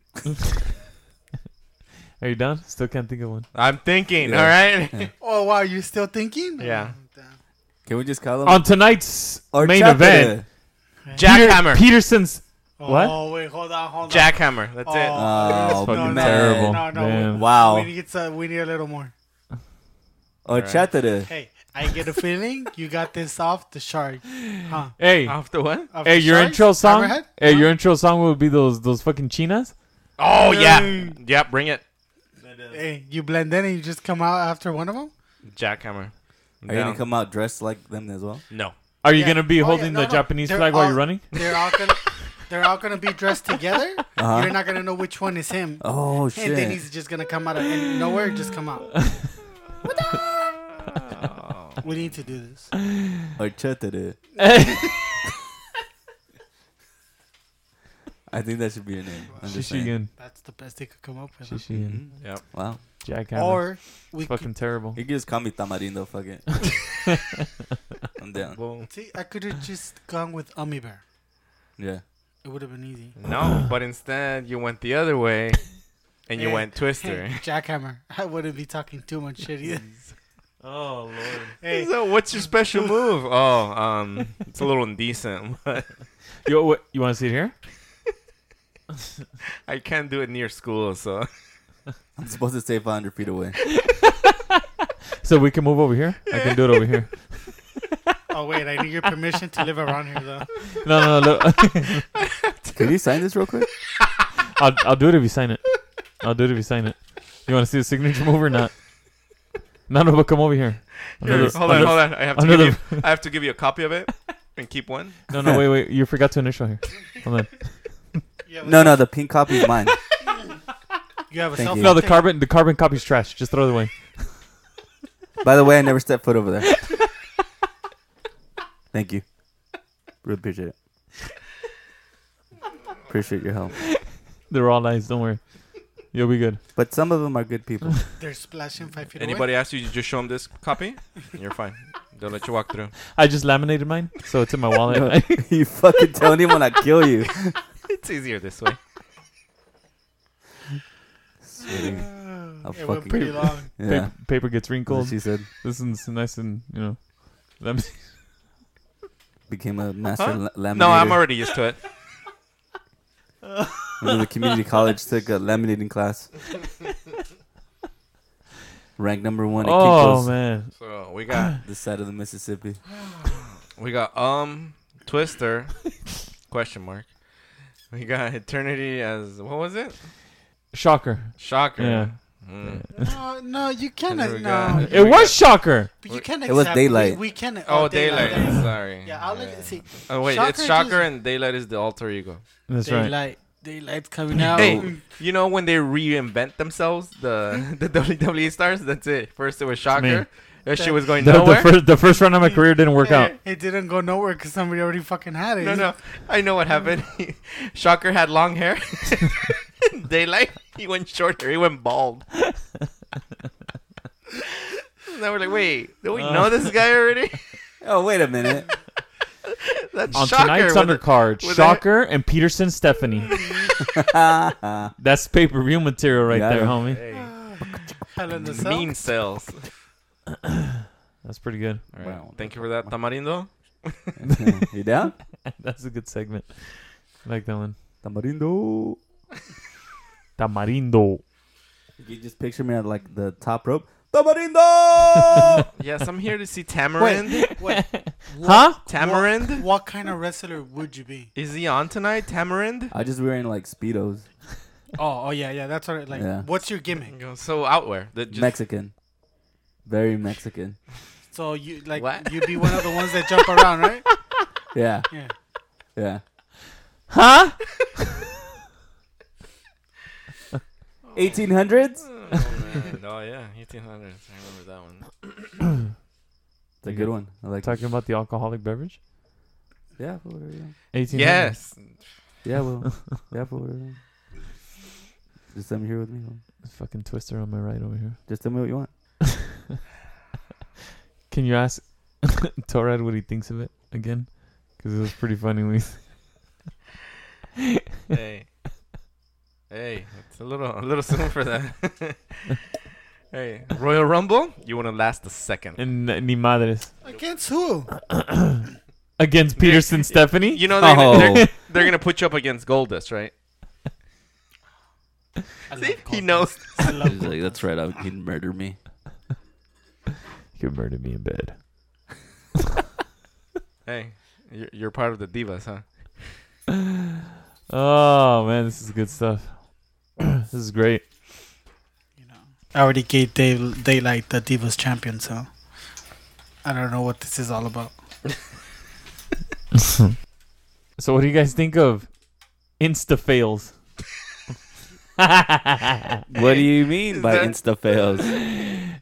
Speaker 4: Are you done? Still can't think of one.
Speaker 2: [laughs] I'm thinking.
Speaker 1: Yeah.
Speaker 2: All [laughs] right.
Speaker 3: Oh wow, you're still thinking?
Speaker 2: Yeah.
Speaker 3: Oh, damn.
Speaker 1: Can we just
Speaker 5: Um,
Speaker 1: call him?
Speaker 4: On tonight's
Speaker 1: Or
Speaker 4: main
Speaker 1: Chapter?
Speaker 4: event, Peter-
Speaker 2: Jackhammer.
Speaker 4: Peterson's. What?
Speaker 3: Oh wait, hold on, hold on.
Speaker 2: Jackhammer. That's it.
Speaker 1: Oh,
Speaker 4: fucking
Speaker 1: man.
Speaker 4: terrible.
Speaker 3: No, no,
Speaker 4: Man.
Speaker 3: we-
Speaker 1: Wow.
Speaker 3: We need, to, we need a little more.
Speaker 1: Or
Speaker 2: Alright.
Speaker 1: Chatter.
Speaker 3: Hey, I get a feeling you got this off the shark. Huh?
Speaker 4: Hey,
Speaker 2: After what?
Speaker 3: Off
Speaker 4: hey,
Speaker 3: the
Speaker 4: your
Speaker 3: sharks?
Speaker 4: intro song.
Speaker 3: Hammerhead?
Speaker 4: Hey,
Speaker 3: Huh?
Speaker 4: your intro song would be those those fucking chinas.
Speaker 2: Oh yeah. Yeah. Bring it.
Speaker 3: Hey, you blend in and you just come out after one of them?
Speaker 2: Jackhammer.
Speaker 1: Are you gonna come out dressed like them as well?
Speaker 2: No.
Speaker 4: Are you
Speaker 3: Yeah.
Speaker 4: gonna be
Speaker 3: Oh, yeah,
Speaker 4: holding
Speaker 3: no,
Speaker 4: the
Speaker 3: no.
Speaker 4: Japanese
Speaker 3: They're
Speaker 4: flag while
Speaker 3: all-
Speaker 4: you're
Speaker 3: [laughs]
Speaker 4: running? [laughs]
Speaker 3: They're all gonna they're all
Speaker 2: [laughs]
Speaker 3: gonna be dressed together.
Speaker 1: Uh-huh.
Speaker 3: You're not gonna know which one is him.
Speaker 1: Oh
Speaker 3: and then
Speaker 1: shit!
Speaker 3: he's just gonna come out of and nowhere, just come
Speaker 4: [laughs]
Speaker 3: out. We need to do this.
Speaker 1: Or Chatter. I think that should be your name. I'm just saying.
Speaker 4: Shishigan.
Speaker 3: That's the best they could come up with.
Speaker 4: Shishigan.
Speaker 1: Mhm.
Speaker 2: Yep.
Speaker 1: Wow.
Speaker 4: Jackhammer.
Speaker 3: Or we
Speaker 4: fucking terrible.
Speaker 1: You can just call me Tamarindo. Fuck it.
Speaker 4: [laughs]
Speaker 1: I'm down.
Speaker 2: Boom.
Speaker 3: could see I could have just gone with Ummy Bear.
Speaker 1: Yeah.
Speaker 3: It would have been easy.
Speaker 2: No, but instead you went the other way, and you
Speaker 3: Hey,
Speaker 2: went Twister.
Speaker 3: Hey, Jackhammer. I wouldn't be talking too much shit
Speaker 2: [laughs]
Speaker 3: either.
Speaker 4: Oh lord.
Speaker 3: Hey,
Speaker 2: So what's your special [laughs] move? Oh, um, it's a little indecent. [laughs] but
Speaker 4: Yo, what, you want to see it here?
Speaker 2: I can't do it near school, so
Speaker 1: I'm supposed to stay 500 feet
Speaker 2: [laughs]
Speaker 1: away.
Speaker 4: So we can move over here. I can do it
Speaker 2: [laughs]
Speaker 4: over here.
Speaker 3: oh wait, I need your permission to live around here though.
Speaker 4: No, no, no. Look. [laughs]
Speaker 1: Can you sign this real quick?
Speaker 4: I'll I'll do it if you sign it. I'll do it if you sign it. You want to see the signature move or not? No, no, but come over here.
Speaker 2: Here,
Speaker 4: Another-
Speaker 2: hold on,
Speaker 4: another-
Speaker 2: hold on. I have to
Speaker 4: another-
Speaker 2: give you, I have to give you a copy [laughs] of it and keep one.
Speaker 4: No, no, wait, wait. You forgot to initial here.
Speaker 2: [laughs]
Speaker 4: Hold on.
Speaker 3: You have a
Speaker 1: [laughs] No,
Speaker 3: cell-
Speaker 1: no, the pink copy is mine.
Speaker 3: You have a
Speaker 1: Thank
Speaker 3: cell
Speaker 1: you.
Speaker 3: phone.
Speaker 4: No, the
Speaker 3: Take-
Speaker 4: carbon the carbon copy's trash. Just throw it away.
Speaker 1: By the way, I never stepped foot over
Speaker 2: [laughs]
Speaker 1: there. Thank you. Really appreciate it. Appreciate your help.
Speaker 4: They're all nice. Don't worry. You'll be good.
Speaker 1: But some of them are good
Speaker 2: [laughs]
Speaker 1: people. [laughs]
Speaker 3: They're splashing five feet away.
Speaker 2: Anybody asks you, you just show them this copy, [laughs] and you're fine. They'll let you walk through.
Speaker 4: I just laminated mine, so it's in my [laughs] wallet.
Speaker 1: you fucking tell anyone I kill you.
Speaker 2: [laughs] It's easier this way.
Speaker 1: I'll
Speaker 3: It went
Speaker 1: fucking-
Speaker 3: pretty long.
Speaker 1: Yeah.
Speaker 4: paper, paper gets wrinkled.
Speaker 1: She said
Speaker 4: This is nice and you know. Let me,
Speaker 1: became a master
Speaker 2: Huh?
Speaker 1: la- laminator.
Speaker 2: [laughs] No, I'm already used to it.
Speaker 1: Went to the community college, took a laminating
Speaker 2: [laughs]
Speaker 1: class. Ranked number one at
Speaker 4: oh
Speaker 1: Kinko's,
Speaker 4: man,
Speaker 2: [laughs] So we got
Speaker 1: this side of the Mississippi.
Speaker 2: we got um [laughs] Twister question mark. We got Eternity as what was it?
Speaker 4: shocker!
Speaker 2: Shocker.
Speaker 4: Yeah.
Speaker 2: Mm.
Speaker 3: No, no, you
Speaker 2: we
Speaker 3: cannot.
Speaker 2: got-
Speaker 3: No,
Speaker 4: It was shocker.
Speaker 3: But you can't.
Speaker 1: It was
Speaker 3: accept-
Speaker 1: daylight.
Speaker 3: We, we can't.
Speaker 2: Oh, daylight. Sorry.
Speaker 3: Yeah, I'll let you see.
Speaker 2: Oh wait,
Speaker 3: Shocker
Speaker 2: it's
Speaker 3: just-
Speaker 2: shocker and daylight is the alter ego.
Speaker 4: That's
Speaker 3: daylight.
Speaker 4: right.
Speaker 3: Daylight's coming out.
Speaker 2: Hey, you know when they reinvent themselves, the [laughs] the WWE stars. That's it. First it was
Speaker 4: me.
Speaker 2: shocker. That shit was going
Speaker 4: The, the
Speaker 2: nowhere.
Speaker 4: first, the first round of my career didn't work out.
Speaker 3: It didn't go nowhere because somebody already fucking had it.
Speaker 2: No, no, I know what happened. [laughs] shocker had long hair. [laughs] daylight, he went short hair. He went bald. And they were like, "Wait, do we
Speaker 4: Uh.
Speaker 2: know this guy
Speaker 4: [laughs]
Speaker 2: already?"
Speaker 1: Oh, wait a minute.
Speaker 2: That's
Speaker 4: On
Speaker 2: shocker.
Speaker 4: tonight's
Speaker 2: with a-
Speaker 4: undercard,
Speaker 2: with a-
Speaker 4: Shocker and Peterson
Speaker 2: [laughs]
Speaker 4: Stephanie. [laughs] That's pay per view material right
Speaker 1: Got
Speaker 4: there,
Speaker 1: him.
Speaker 4: homie.
Speaker 2: Hey,
Speaker 3: Hell in the cell.
Speaker 2: mean cells.
Speaker 4: That's pretty good.
Speaker 2: All right.
Speaker 1: Wow.
Speaker 2: Thank you for that, Tamarindo.
Speaker 1: [laughs] you down?
Speaker 4: [laughs] That's a good segment. I like that one.
Speaker 1: Tamarindo.
Speaker 4: Tamarindo.
Speaker 1: You just picture me at like the top rope. Tamarindo!
Speaker 2: Yes, I'm here to
Speaker 4: [laughs]
Speaker 2: see Tamarind.
Speaker 3: Wait, wait.
Speaker 4: Huh?
Speaker 2: Tamarind.
Speaker 3: What kind of wrestler would you be?
Speaker 2: Is he on tonight, Tamarind?
Speaker 1: [laughs] I just wearing like speedos.
Speaker 3: Oh, oh yeah, yeah. That's what. I- Like,
Speaker 1: Yeah.
Speaker 3: what's your gimmick?
Speaker 2: Go- So outwear. That just,
Speaker 1: Mexican. Very Mexican.
Speaker 3: So you like
Speaker 2: What?
Speaker 3: you'd be one of the ones that jump around,
Speaker 4: [laughs]
Speaker 3: right?
Speaker 1: Yeah,
Speaker 3: Yeah.
Speaker 1: yeah. [laughs]
Speaker 4: Huh?
Speaker 1: 1800s?
Speaker 2: [laughs] oh yeah, 1800s. I remember that one.
Speaker 1: It's a good one. I like
Speaker 4: [laughs] Talking about the alcoholic beverage?
Speaker 1: Yeah, for whatever you want.
Speaker 4: 18.
Speaker 2: Yes.
Speaker 1: Yeah, [laughs] well, yeah, for whatever. you want. Just let me here with me.
Speaker 4: Fucking twister on my right over here. [laughs]
Speaker 1: Just tell me what you want.
Speaker 4: Can you ask [laughs] Torad what he thinks of it again? Because it was pretty funny. when he-
Speaker 2: hey. Hey, it's a little a little soon for that. [laughs] hey, Royal Rumble. You want to last a second.
Speaker 4: [laughs] And ni madres.
Speaker 3: Against who?
Speaker 4: Against
Speaker 2: Nick,
Speaker 4: Peterson Stephanie?
Speaker 2: You know they're,
Speaker 1: [laughs]
Speaker 2: gonna-
Speaker 1: Oh.
Speaker 2: they're, they're gonna put you up against Goldust, right?
Speaker 3: I love
Speaker 2: See, he
Speaker 3: Goldust.
Speaker 2: knows.
Speaker 3: I love Goldust.
Speaker 1: That's right. I, he'd murder me.
Speaker 4: You murdered me in bed.
Speaker 2: Hey, you're, you're part of the divas, huh?
Speaker 4: [laughs] Oh, man. This is good stuff. [clears throat] this is [laughs] great.
Speaker 3: You know, I already gave Day- Daylight the Divas champion, so I don't know what this is all about.
Speaker 4: So, what do you guys think of Insta fails? [laughs]
Speaker 1: What do you mean
Speaker 2: Is
Speaker 1: by
Speaker 2: that-
Speaker 1: insta fails?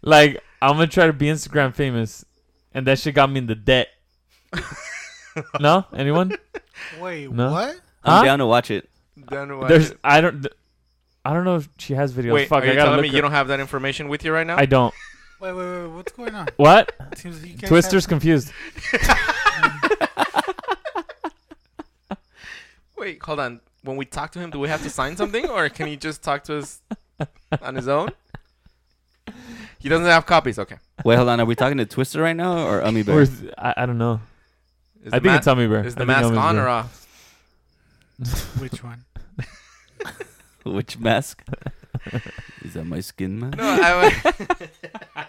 Speaker 4: like, I'm going to try to be Instagram famous, and that shit got me in the debt. [laughs] no? Anyone?
Speaker 3: Wait,
Speaker 4: No.
Speaker 3: what?
Speaker 1: I'm
Speaker 4: Huh?
Speaker 1: down to watch it.
Speaker 2: [laughs] Then what?
Speaker 4: There's I don't th- I don't know if she has videos.
Speaker 2: Wait,
Speaker 4: Fuck,
Speaker 2: are you
Speaker 4: I gotta
Speaker 2: telling
Speaker 4: look.
Speaker 2: me you
Speaker 4: her-
Speaker 2: don't have that information with you right now?
Speaker 4: I don't.
Speaker 3: Wait, wait, wait. What's going on?
Speaker 4: What?
Speaker 3: Seems like you guys
Speaker 4: Twister's confused.
Speaker 2: Wait, hold on. When we talk to him, do we have to sign something, or can he just talk to us on his own? He doesn't have copies. Okay.
Speaker 1: Wait, hold on. Are we talking to Twister right now or Ummy Bear?
Speaker 4: Where's I, I don't know.
Speaker 2: Is
Speaker 4: I
Speaker 2: the
Speaker 4: think
Speaker 2: ma-
Speaker 4: it's Tommy Bear.
Speaker 2: Is the
Speaker 4: I think
Speaker 2: mask
Speaker 4: Tommy's
Speaker 2: on
Speaker 4: Bear.
Speaker 2: or off?
Speaker 3: have- Which [laughs] one?
Speaker 1: Which mask? Is that my skin mask?
Speaker 2: No, I.
Speaker 3: [laughs]
Speaker 4: [laughs]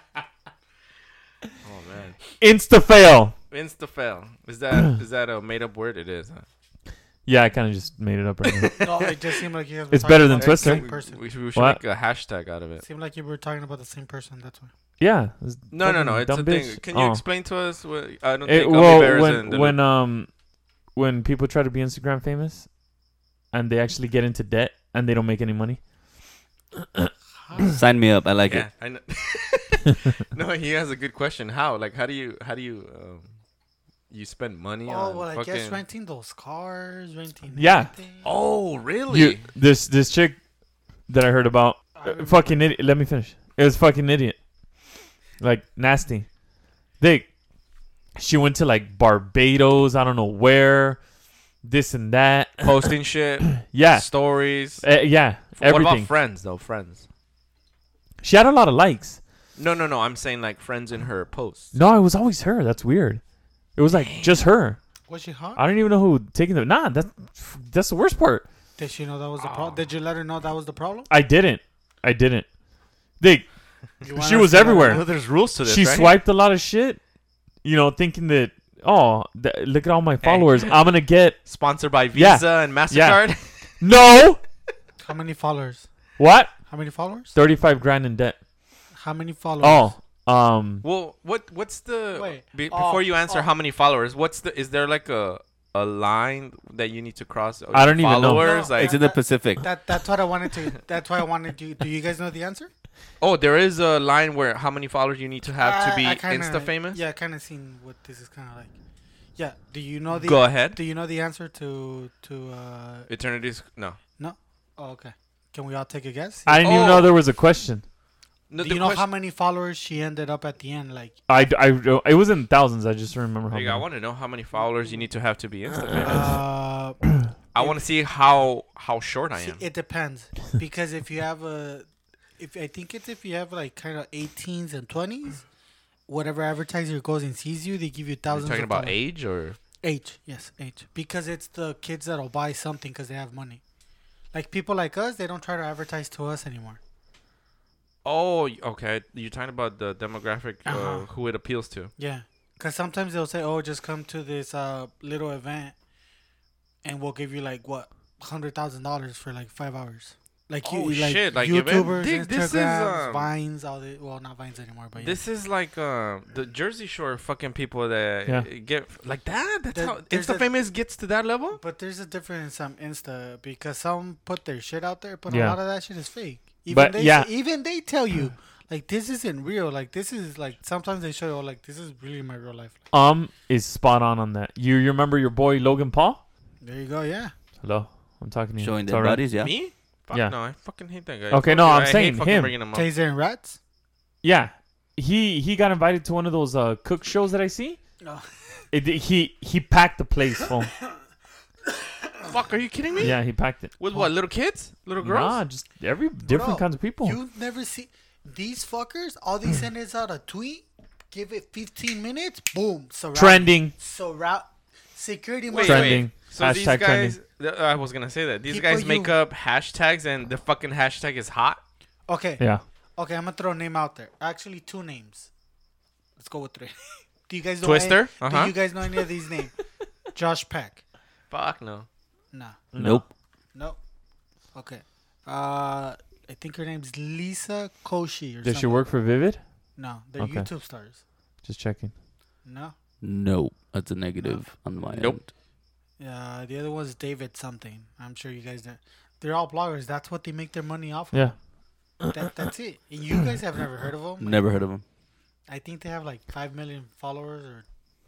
Speaker 2: oh man,
Speaker 4: Insta fail.
Speaker 2: insta fail. Is
Speaker 4: [clears throat]
Speaker 2: that is that a made up word? It is. Huh?
Speaker 4: Yeah, I kind of just made it up right
Speaker 2: [laughs]
Speaker 4: now.
Speaker 3: No, it just seemed like you guys. were
Speaker 4: It's
Speaker 3: talking
Speaker 4: better than
Speaker 3: about the
Speaker 4: Twister.
Speaker 3: same
Speaker 2: We,
Speaker 3: person.
Speaker 2: we should we should
Speaker 4: What?
Speaker 2: make a hashtag out of it.
Speaker 3: Seemed like you were talking about the same person. That's why.
Speaker 4: yeah. it's
Speaker 2: No, no, no.
Speaker 4: fucking
Speaker 2: It's a
Speaker 4: dumb
Speaker 2: thing.
Speaker 4: bitch.
Speaker 2: Can you
Speaker 4: Oh.
Speaker 2: explain to us? What, I don't
Speaker 4: It,
Speaker 2: think
Speaker 4: well,
Speaker 2: Gummy Bear is in
Speaker 4: when
Speaker 2: the
Speaker 4: when um when people try to be Instagram famous, and they actually get into debt and they don't make any money.
Speaker 1: Sign me up. I like
Speaker 2: yeah,
Speaker 1: it.
Speaker 2: I know.
Speaker 4: [laughs]
Speaker 2: [laughs] no, he has a good question. How? Like, how do you? How do you? Um, you spend money
Speaker 3: Oh
Speaker 2: on
Speaker 3: well, I
Speaker 2: fucking.
Speaker 3: guess renting those cars, renting.
Speaker 4: Yeah.
Speaker 3: everything.
Speaker 2: oh, really?
Speaker 4: You, this this chick that I heard about.
Speaker 3: I
Speaker 4: Uh,
Speaker 3: remember-
Speaker 4: fucking idiot. Let me finish. It was fucking idiot. Like nasty. They. She went to like Barbados. I don't know where. This and that.
Speaker 2: Posting shit,
Speaker 4: [laughs] [coughs] Yeah.
Speaker 2: stories.
Speaker 4: Uh,
Speaker 2: Oh.
Speaker 4: yeah.
Speaker 2: What
Speaker 4: Everything.
Speaker 2: about friends though? Friends.
Speaker 4: she had a lot of likes.
Speaker 2: No, no, no. I'm saying like friends in her posts.
Speaker 4: No, it was always her. That's weird. It was like just her.
Speaker 3: Was she hot?
Speaker 4: I don't even know who taking the. Nah, that's that's the worst part.
Speaker 3: Did she know that was the problem? Did you let her know that was the problem?
Speaker 4: I didn't. I didn't. They
Speaker 3: You want
Speaker 4: She
Speaker 3: us
Speaker 4: was
Speaker 3: to let her
Speaker 4: everywhere.
Speaker 3: know?
Speaker 2: Well, there's rules to this.
Speaker 4: she
Speaker 2: right?
Speaker 4: swiped a lot of shit, you know, thinking that oh, th- look at all my
Speaker 2: [laughs]
Speaker 4: followers. I'm gonna get
Speaker 2: Sponsored by Visa
Speaker 4: Yeah.
Speaker 2: and Mastercard. [laughs]
Speaker 4: no
Speaker 3: How many followers?
Speaker 4: what
Speaker 3: How many followers?
Speaker 4: thirty five grand in debt.
Speaker 3: How many followers?
Speaker 4: Oh, um,
Speaker 2: Well, what what's the
Speaker 3: Wait.
Speaker 2: be,
Speaker 3: Oh,
Speaker 2: before you answer
Speaker 3: oh.
Speaker 2: how many followers? What's the is there like a a line that you need to cross?
Speaker 4: I don't even know.
Speaker 2: Followers,
Speaker 3: No.
Speaker 2: like
Speaker 1: It's in the Pacific.
Speaker 3: That that's what I wanted to. That's why I wanted to. Do you guys know the answer?
Speaker 2: oh, there is a line where how many followers you need to [laughs] have to
Speaker 3: I-
Speaker 2: be
Speaker 3: Uh, I kinda-
Speaker 2: Insta famous.
Speaker 3: Yeah, I kind of seen what this is kind of like. Yeah. Do you know the?
Speaker 2: Go ahead.
Speaker 3: Do you know the answer to to? uh
Speaker 2: Eternity's no.
Speaker 3: oh, Okay. Can we all take a guess?
Speaker 4: I didn't even
Speaker 2: Oh.
Speaker 4: know there was a question.
Speaker 2: no
Speaker 3: do
Speaker 2: the
Speaker 3: you know
Speaker 2: question-
Speaker 3: how many followers she ended up at the end? Like,
Speaker 4: I, I, it was in thousands. I just remember how.
Speaker 2: Like, I
Speaker 4: many.
Speaker 2: want to know how many followers you need to have to be Insta famous.
Speaker 3: uh,
Speaker 2: I want to see how how short I
Speaker 3: see,
Speaker 2: am.
Speaker 3: it depends because if you have a, if I think it's if you have like kind of 18s and 20s, whatever advertiser goes and sees you, they give you
Speaker 2: Are you
Speaker 3: thousands.
Speaker 2: talking
Speaker 3: of
Speaker 2: about
Speaker 3: followers.
Speaker 2: age or
Speaker 3: H, yes, H. Because it's the kids that'll buy something because they have money. Like people like us, they don't try to advertise to us anymore.
Speaker 2: oh y- okay. You're talking about the demographic uh,
Speaker 3: Uh-huh.
Speaker 2: who it appeals to.
Speaker 3: Yeah. Because sometimes they'll say, oh, just come to this uh, little event and we'll give you like, what, $100,000 for like five hours. Like, you,
Speaker 2: Oh,
Speaker 3: like,
Speaker 2: shit, like, event-
Speaker 3: YouTubers,
Speaker 2: Dig, this is,
Speaker 3: Instagrams,
Speaker 2: um,
Speaker 3: Vines, all the, well, not Vines anymore, but yeah.
Speaker 2: This is like uh, the Jersey Shore fucking people that
Speaker 4: Yeah.
Speaker 2: get like that. That's
Speaker 3: There-
Speaker 2: how
Speaker 3: there's
Speaker 2: Insta
Speaker 3: a-
Speaker 2: famous gets to that level.
Speaker 3: But there's a difference in some Insta because some put their shit out there, but a
Speaker 4: Yeah.
Speaker 3: lot of that shit is fake. Even
Speaker 4: But,
Speaker 3: they
Speaker 4: yeah.
Speaker 3: even they tell you like this isn't real. Like this is like sometimes they show you like this is really my real life.
Speaker 4: Um is spot on on that. You, you remember your boy Logan Paul?
Speaker 3: There you go. Yeah.
Speaker 4: Hello, I'm talking to you.
Speaker 1: Showing
Speaker 4: It's
Speaker 1: their
Speaker 4: all right.
Speaker 1: buddies, yeah.
Speaker 2: Me? Fuck
Speaker 4: Yeah.
Speaker 2: No, I fucking hate that guy.
Speaker 4: Okay,
Speaker 2: Fuck
Speaker 4: no,
Speaker 2: you,
Speaker 4: I'm
Speaker 2: I hate
Speaker 4: saying
Speaker 2: fucking
Speaker 4: him.
Speaker 2: bringing him up.
Speaker 3: Taser and rats.
Speaker 4: Yeah, he he got invited to one of those uh, cook shows that I see.
Speaker 3: No.
Speaker 4: [laughs] It, he he packed the place
Speaker 2: [laughs]
Speaker 4: full.
Speaker 2: Fuck, are you kidding me?
Speaker 4: yeah, he packed it.
Speaker 2: With what? Little kids? Little girls?
Speaker 4: Nah, just every different kinds of people.
Speaker 3: You've never seen these fuckers. All they send is out a tweet. Give it 15 minutes. Boom. Surround.
Speaker 4: Trending.
Speaker 3: Surround. Security.
Speaker 2: Wait,
Speaker 3: must-
Speaker 4: Trending.
Speaker 2: wait. So these
Speaker 4: Hashtag trending.
Speaker 2: guys, th- I was gonna say that these
Speaker 3: People
Speaker 2: guys make
Speaker 3: you-
Speaker 2: up hashtags, and the fucking hashtag is hot.
Speaker 3: Okay.
Speaker 4: Yeah.
Speaker 3: Okay. I'm gonna throw a name out there. Actually, two names. Let's go with three. [laughs] Do you guys know
Speaker 2: Twister?
Speaker 3: Any,
Speaker 2: Uh-huh.
Speaker 3: Do you guys know any of
Speaker 2: [laughs]
Speaker 3: these names? Josh Peck.
Speaker 2: Fuck no.
Speaker 3: Nah.
Speaker 1: Nope.
Speaker 3: No. Okay. Uh, I think her name's Lisa Koshi or
Speaker 4: Does she
Speaker 3: something.
Speaker 4: work for Vivid?
Speaker 3: No, they're
Speaker 4: Okay.
Speaker 3: YouTube stars.
Speaker 4: Just checking.
Speaker 3: No.
Speaker 1: Nope. That's a negative on my
Speaker 2: Nope.
Speaker 1: end.
Speaker 3: Uh, the other one's David something. I'm sure you guys know. They're all bloggers. That's what they make their money off of.
Speaker 4: Yeah.
Speaker 3: That, that's it. You guys have never heard of them.
Speaker 1: Never heard of him.
Speaker 3: I think they have like 5 million followers or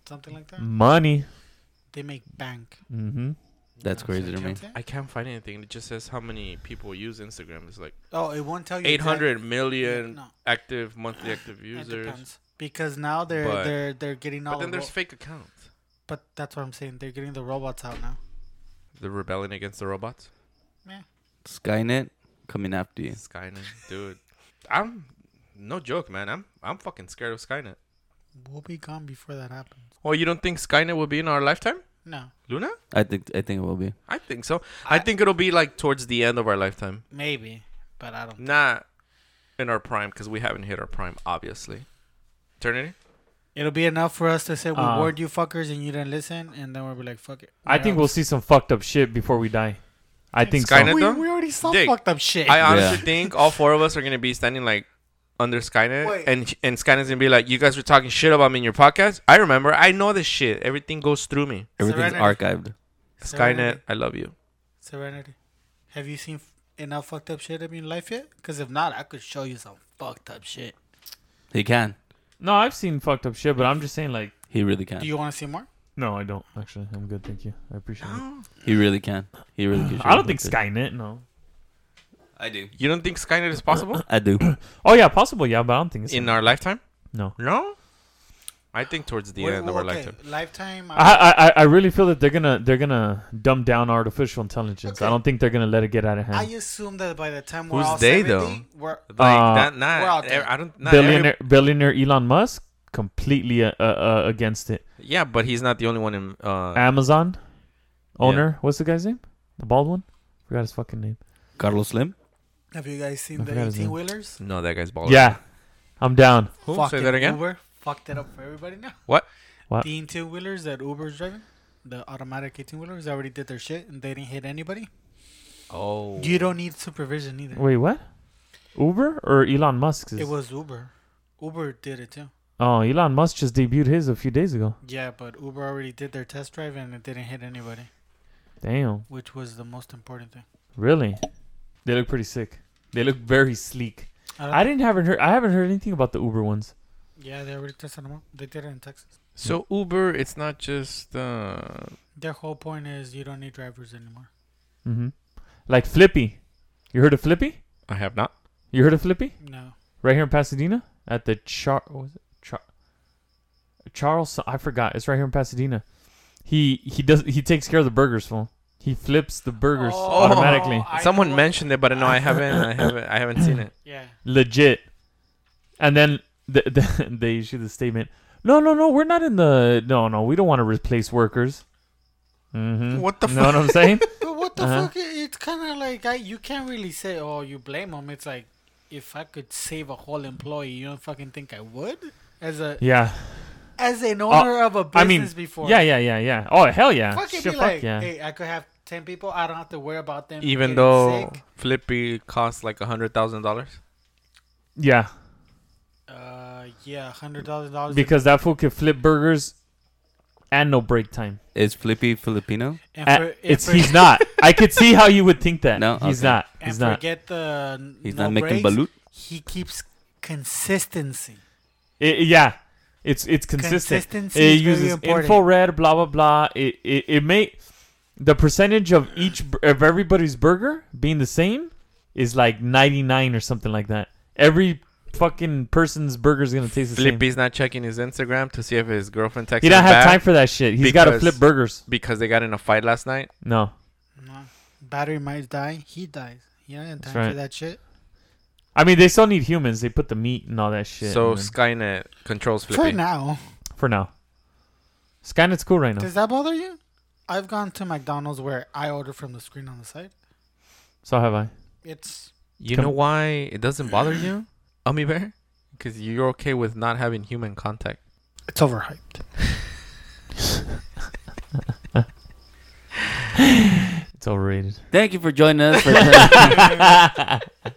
Speaker 3: something like
Speaker 4: Mm.
Speaker 3: that.
Speaker 4: Money.
Speaker 3: They make bank.
Speaker 4: Mm-hmm.
Speaker 1: That's crazy to me.
Speaker 2: I can't find anything. It just says how many people use Instagram. It's like
Speaker 3: Oh, it won't tell you.
Speaker 2: eight
Speaker 3: exact-
Speaker 2: hundred million
Speaker 3: No.
Speaker 2: active monthly active
Speaker 3: [sighs] It
Speaker 2: users.
Speaker 3: depends. Because now they're
Speaker 2: But-
Speaker 3: they're they're getting all.
Speaker 2: But then
Speaker 3: the
Speaker 2: there's
Speaker 3: ro-
Speaker 2: fake accounts.
Speaker 3: but that's what I'm saying. They're getting the robots out now.
Speaker 2: The rebellion against the robots.
Speaker 1: Skynet coming after you.
Speaker 2: Skynet, dude. [laughs] I'm no joke, man. I'm I'm fucking scared of Skynet.
Speaker 3: We'll be gone before that happens.
Speaker 2: Oh, you don't think Skynet will be in our lifetime,
Speaker 3: No.
Speaker 2: Luna?
Speaker 1: I think I think it will be.
Speaker 2: I think so. I, think it'll be like towards the end of our lifetime,
Speaker 3: Maybe, but I don't.
Speaker 2: not in our prime, because we haven't hit our prime, obviously. Eternity.
Speaker 3: It'll be enough for us to say we
Speaker 4: Uh,
Speaker 3: warned you fuckers and you didn't listen, and then we'll be like, fuck it.
Speaker 4: I think we'll see some fucked up shit before we die. I think
Speaker 2: Skynet?
Speaker 4: so.
Speaker 3: We,
Speaker 2: though?
Speaker 3: we already saw
Speaker 2: Dick.
Speaker 3: fucked up shit.
Speaker 4: Eh,
Speaker 2: I uh, honestly
Speaker 1: Yeah.
Speaker 2: think all four of us are gonna be standing like under Skynet,
Speaker 3: Wait.
Speaker 2: and and Skynet's gonna be like, "You guys were talking shit about me in your podcast. I remember. I know this shit. Everything goes through me.
Speaker 1: Everything's
Speaker 3: Serenity.
Speaker 1: archived.
Speaker 2: Skynet, I love you.
Speaker 3: Serenity. Have you seen f- enough fucked up shit in your life yet? Because if not, I could show you some fucked up shit.
Speaker 1: He can.
Speaker 4: No, I've seen fucked up shit, but I'm just saying like
Speaker 1: He really can.
Speaker 3: Do you want to see more?
Speaker 4: no, I don't actually. I'm good,
Speaker 2: Oh.
Speaker 4: thank you. I appreciate it.
Speaker 1: He really can. He really can.
Speaker 4: I don't think Skynet, no.
Speaker 1: I do.
Speaker 2: You don't think Skynet is possible
Speaker 1: I do. [clears throat]
Speaker 4: Oh yeah, possible. Yeah, but I don't think it's
Speaker 2: in our lifetime?
Speaker 4: no.
Speaker 2: No. I think towards the
Speaker 3: Wait,
Speaker 2: end of
Speaker 3: well,
Speaker 2: our
Speaker 3: okay,
Speaker 2: lifetime.
Speaker 3: Lifetime. I,
Speaker 4: I, I- I I really feel that they're gonna they're gonna dumb down artificial intelligence. I
Speaker 3: Okay.
Speaker 4: don't think they're gonna let it get out of
Speaker 3: I
Speaker 4: hand.
Speaker 3: assume that by the time we're
Speaker 2: Who's
Speaker 3: all
Speaker 2: they,
Speaker 3: 70,
Speaker 2: though?
Speaker 3: we're
Speaker 2: Like
Speaker 4: Uh,
Speaker 2: that, not
Speaker 3: We're out
Speaker 2: ev-
Speaker 3: there.
Speaker 2: I don't. Not every-
Speaker 4: billionaire billionaire Elon Musk completely uh, uh, uh, against it.
Speaker 2: yeah, but he's not the only one in. Uh,
Speaker 4: Amazon owner, what's the guy's name? The bald one? Forgot his fucking name.
Speaker 1: Carlos Slim.
Speaker 3: Have you guys
Speaker 4: I
Speaker 3: seen the
Speaker 4: forgot his name.
Speaker 3: 18 wheelers?
Speaker 2: no, that guy's baller.
Speaker 4: Yeah, I'm down.
Speaker 2: Who? Say that again.
Speaker 3: Uber fucked it up for everybody now.
Speaker 2: What?
Speaker 4: What?
Speaker 3: The 18 wheelers that Uber's driving, the automatic 18 wheelers, already did their shit and they didn't hit anybody.
Speaker 2: Oh.
Speaker 3: You don't need supervision either.
Speaker 4: Wait, what? Uber or Elon Musk's?
Speaker 3: It was Uber. Uber did it too.
Speaker 4: oh, Elon Musk just debuted his a few days ago.
Speaker 3: Yeah, but Uber already did their test drive and it didn't hit anybody,
Speaker 4: Damn,
Speaker 3: which was the most important thing.
Speaker 4: really? They look pretty sick. They look very sleek.
Speaker 3: don't
Speaker 4: I didn't haven't heard I haven't heard anything about the Uber ones.
Speaker 3: Yeah, they already tested them out. They did it in Texas.
Speaker 2: So Uber, it's not just. Uh,
Speaker 3: Their whole point is you don't need drivers anymore.
Speaker 4: Mm-hmm. Like Flippy. You heard of Flippy?
Speaker 2: I have not.
Speaker 4: You heard of Flippy?
Speaker 3: No.
Speaker 4: Right here in Pasadena at the Char. What was it? Char- Charles. I forgot. It's right here in Pasadena. He he does he takes care of the burgers, fool. He flips the burgers
Speaker 3: Oh.
Speaker 4: automatically,
Speaker 3: I know
Speaker 2: Someone
Speaker 3: what-
Speaker 2: mentioned it, but no, I haven't. I haven't. I haven't seen
Speaker 3: [laughs]
Speaker 2: it.
Speaker 3: Yeah.
Speaker 4: legit. And then the, [laughs] the, they issue the statement. No, no, no. We're not in the. No, no. We don't want to replace workers. Mm-hmm.
Speaker 2: What the
Speaker 4: Know what I'm saying?
Speaker 3: [laughs] But what the
Speaker 4: Uh-huh.
Speaker 3: fuck? i- It's kind of like I, you can't really say, oh, you blame them. It's like, if I could save a whole employee, you don't fucking think I would? As a
Speaker 4: yeah. Uh,
Speaker 3: as an owner of a business
Speaker 4: I mean,
Speaker 3: before.
Speaker 4: Yeah, yeah, yeah, yeah. Oh hell yeah.
Speaker 3: Fuck it,
Speaker 4: Shit,
Speaker 3: be
Speaker 4: fuck
Speaker 3: like,
Speaker 4: yeah.
Speaker 3: hey, I could have 10 people. I don't have to worry about [laughs] them.
Speaker 2: Even
Speaker 3: getting
Speaker 2: though
Speaker 3: sick.
Speaker 2: Flippy costs like a hundred thousand dollars.
Speaker 4: Yeah.
Speaker 3: Uh, yeah, $100,000.
Speaker 4: Because that fool could flip burgers and no break time.
Speaker 1: Is Flippy Filipino?
Speaker 3: and
Speaker 4: Uh,
Speaker 3: for- and
Speaker 4: it's
Speaker 3: for- [laughs]
Speaker 4: he's not. I could see how you would think that.
Speaker 1: [laughs] No,
Speaker 4: he's
Speaker 1: okay.
Speaker 4: not.
Speaker 3: And
Speaker 4: He's not.
Speaker 3: forget the n-
Speaker 1: He's
Speaker 3: no
Speaker 1: not making
Speaker 3: breaks.
Speaker 1: balut.
Speaker 3: He keeps consistency.
Speaker 4: I- I- yeah, it's it's consistent.
Speaker 3: Consistency
Speaker 4: It
Speaker 3: is very
Speaker 4: uses
Speaker 3: important.
Speaker 4: infrared, blah blah blah. It it, it may the percentage of each bur- of everybody's burger being the same is like ninety nine or something like that. Every fucking person's burger is gonna taste the same.
Speaker 2: Flippy's not checking his Instagram to see if his girlfriend texts
Speaker 4: He
Speaker 2: him
Speaker 4: don't have
Speaker 2: back
Speaker 4: time for that shit. He's got to
Speaker 2: because-
Speaker 4: flip burgers.
Speaker 2: because they got in a fight last night.
Speaker 4: No,
Speaker 3: No. Battery might die. He dies. He ain't had
Speaker 4: That's
Speaker 3: time
Speaker 4: right.
Speaker 3: for that shit.
Speaker 4: I mean they still need humans. They put the meat and all that shit.
Speaker 2: so
Speaker 4: and then-
Speaker 2: Skynet controls
Speaker 3: For
Speaker 2: Flippy.
Speaker 3: now.
Speaker 4: for now, Skynet's cool right now.
Speaker 3: Does that bother you? I've gone to McDonald's where I order from the screen on the side.
Speaker 4: So have I. [laughs]
Speaker 3: It's
Speaker 2: You
Speaker 4: Com-
Speaker 2: know why it doesn't bother you, Ummy Bear? Because you're okay with not having human contact.
Speaker 3: it's overhyped.
Speaker 4: It's overrated.
Speaker 1: Thank you for joining
Speaker 3: [laughs]
Speaker 1: us. For
Speaker 4: [laughs]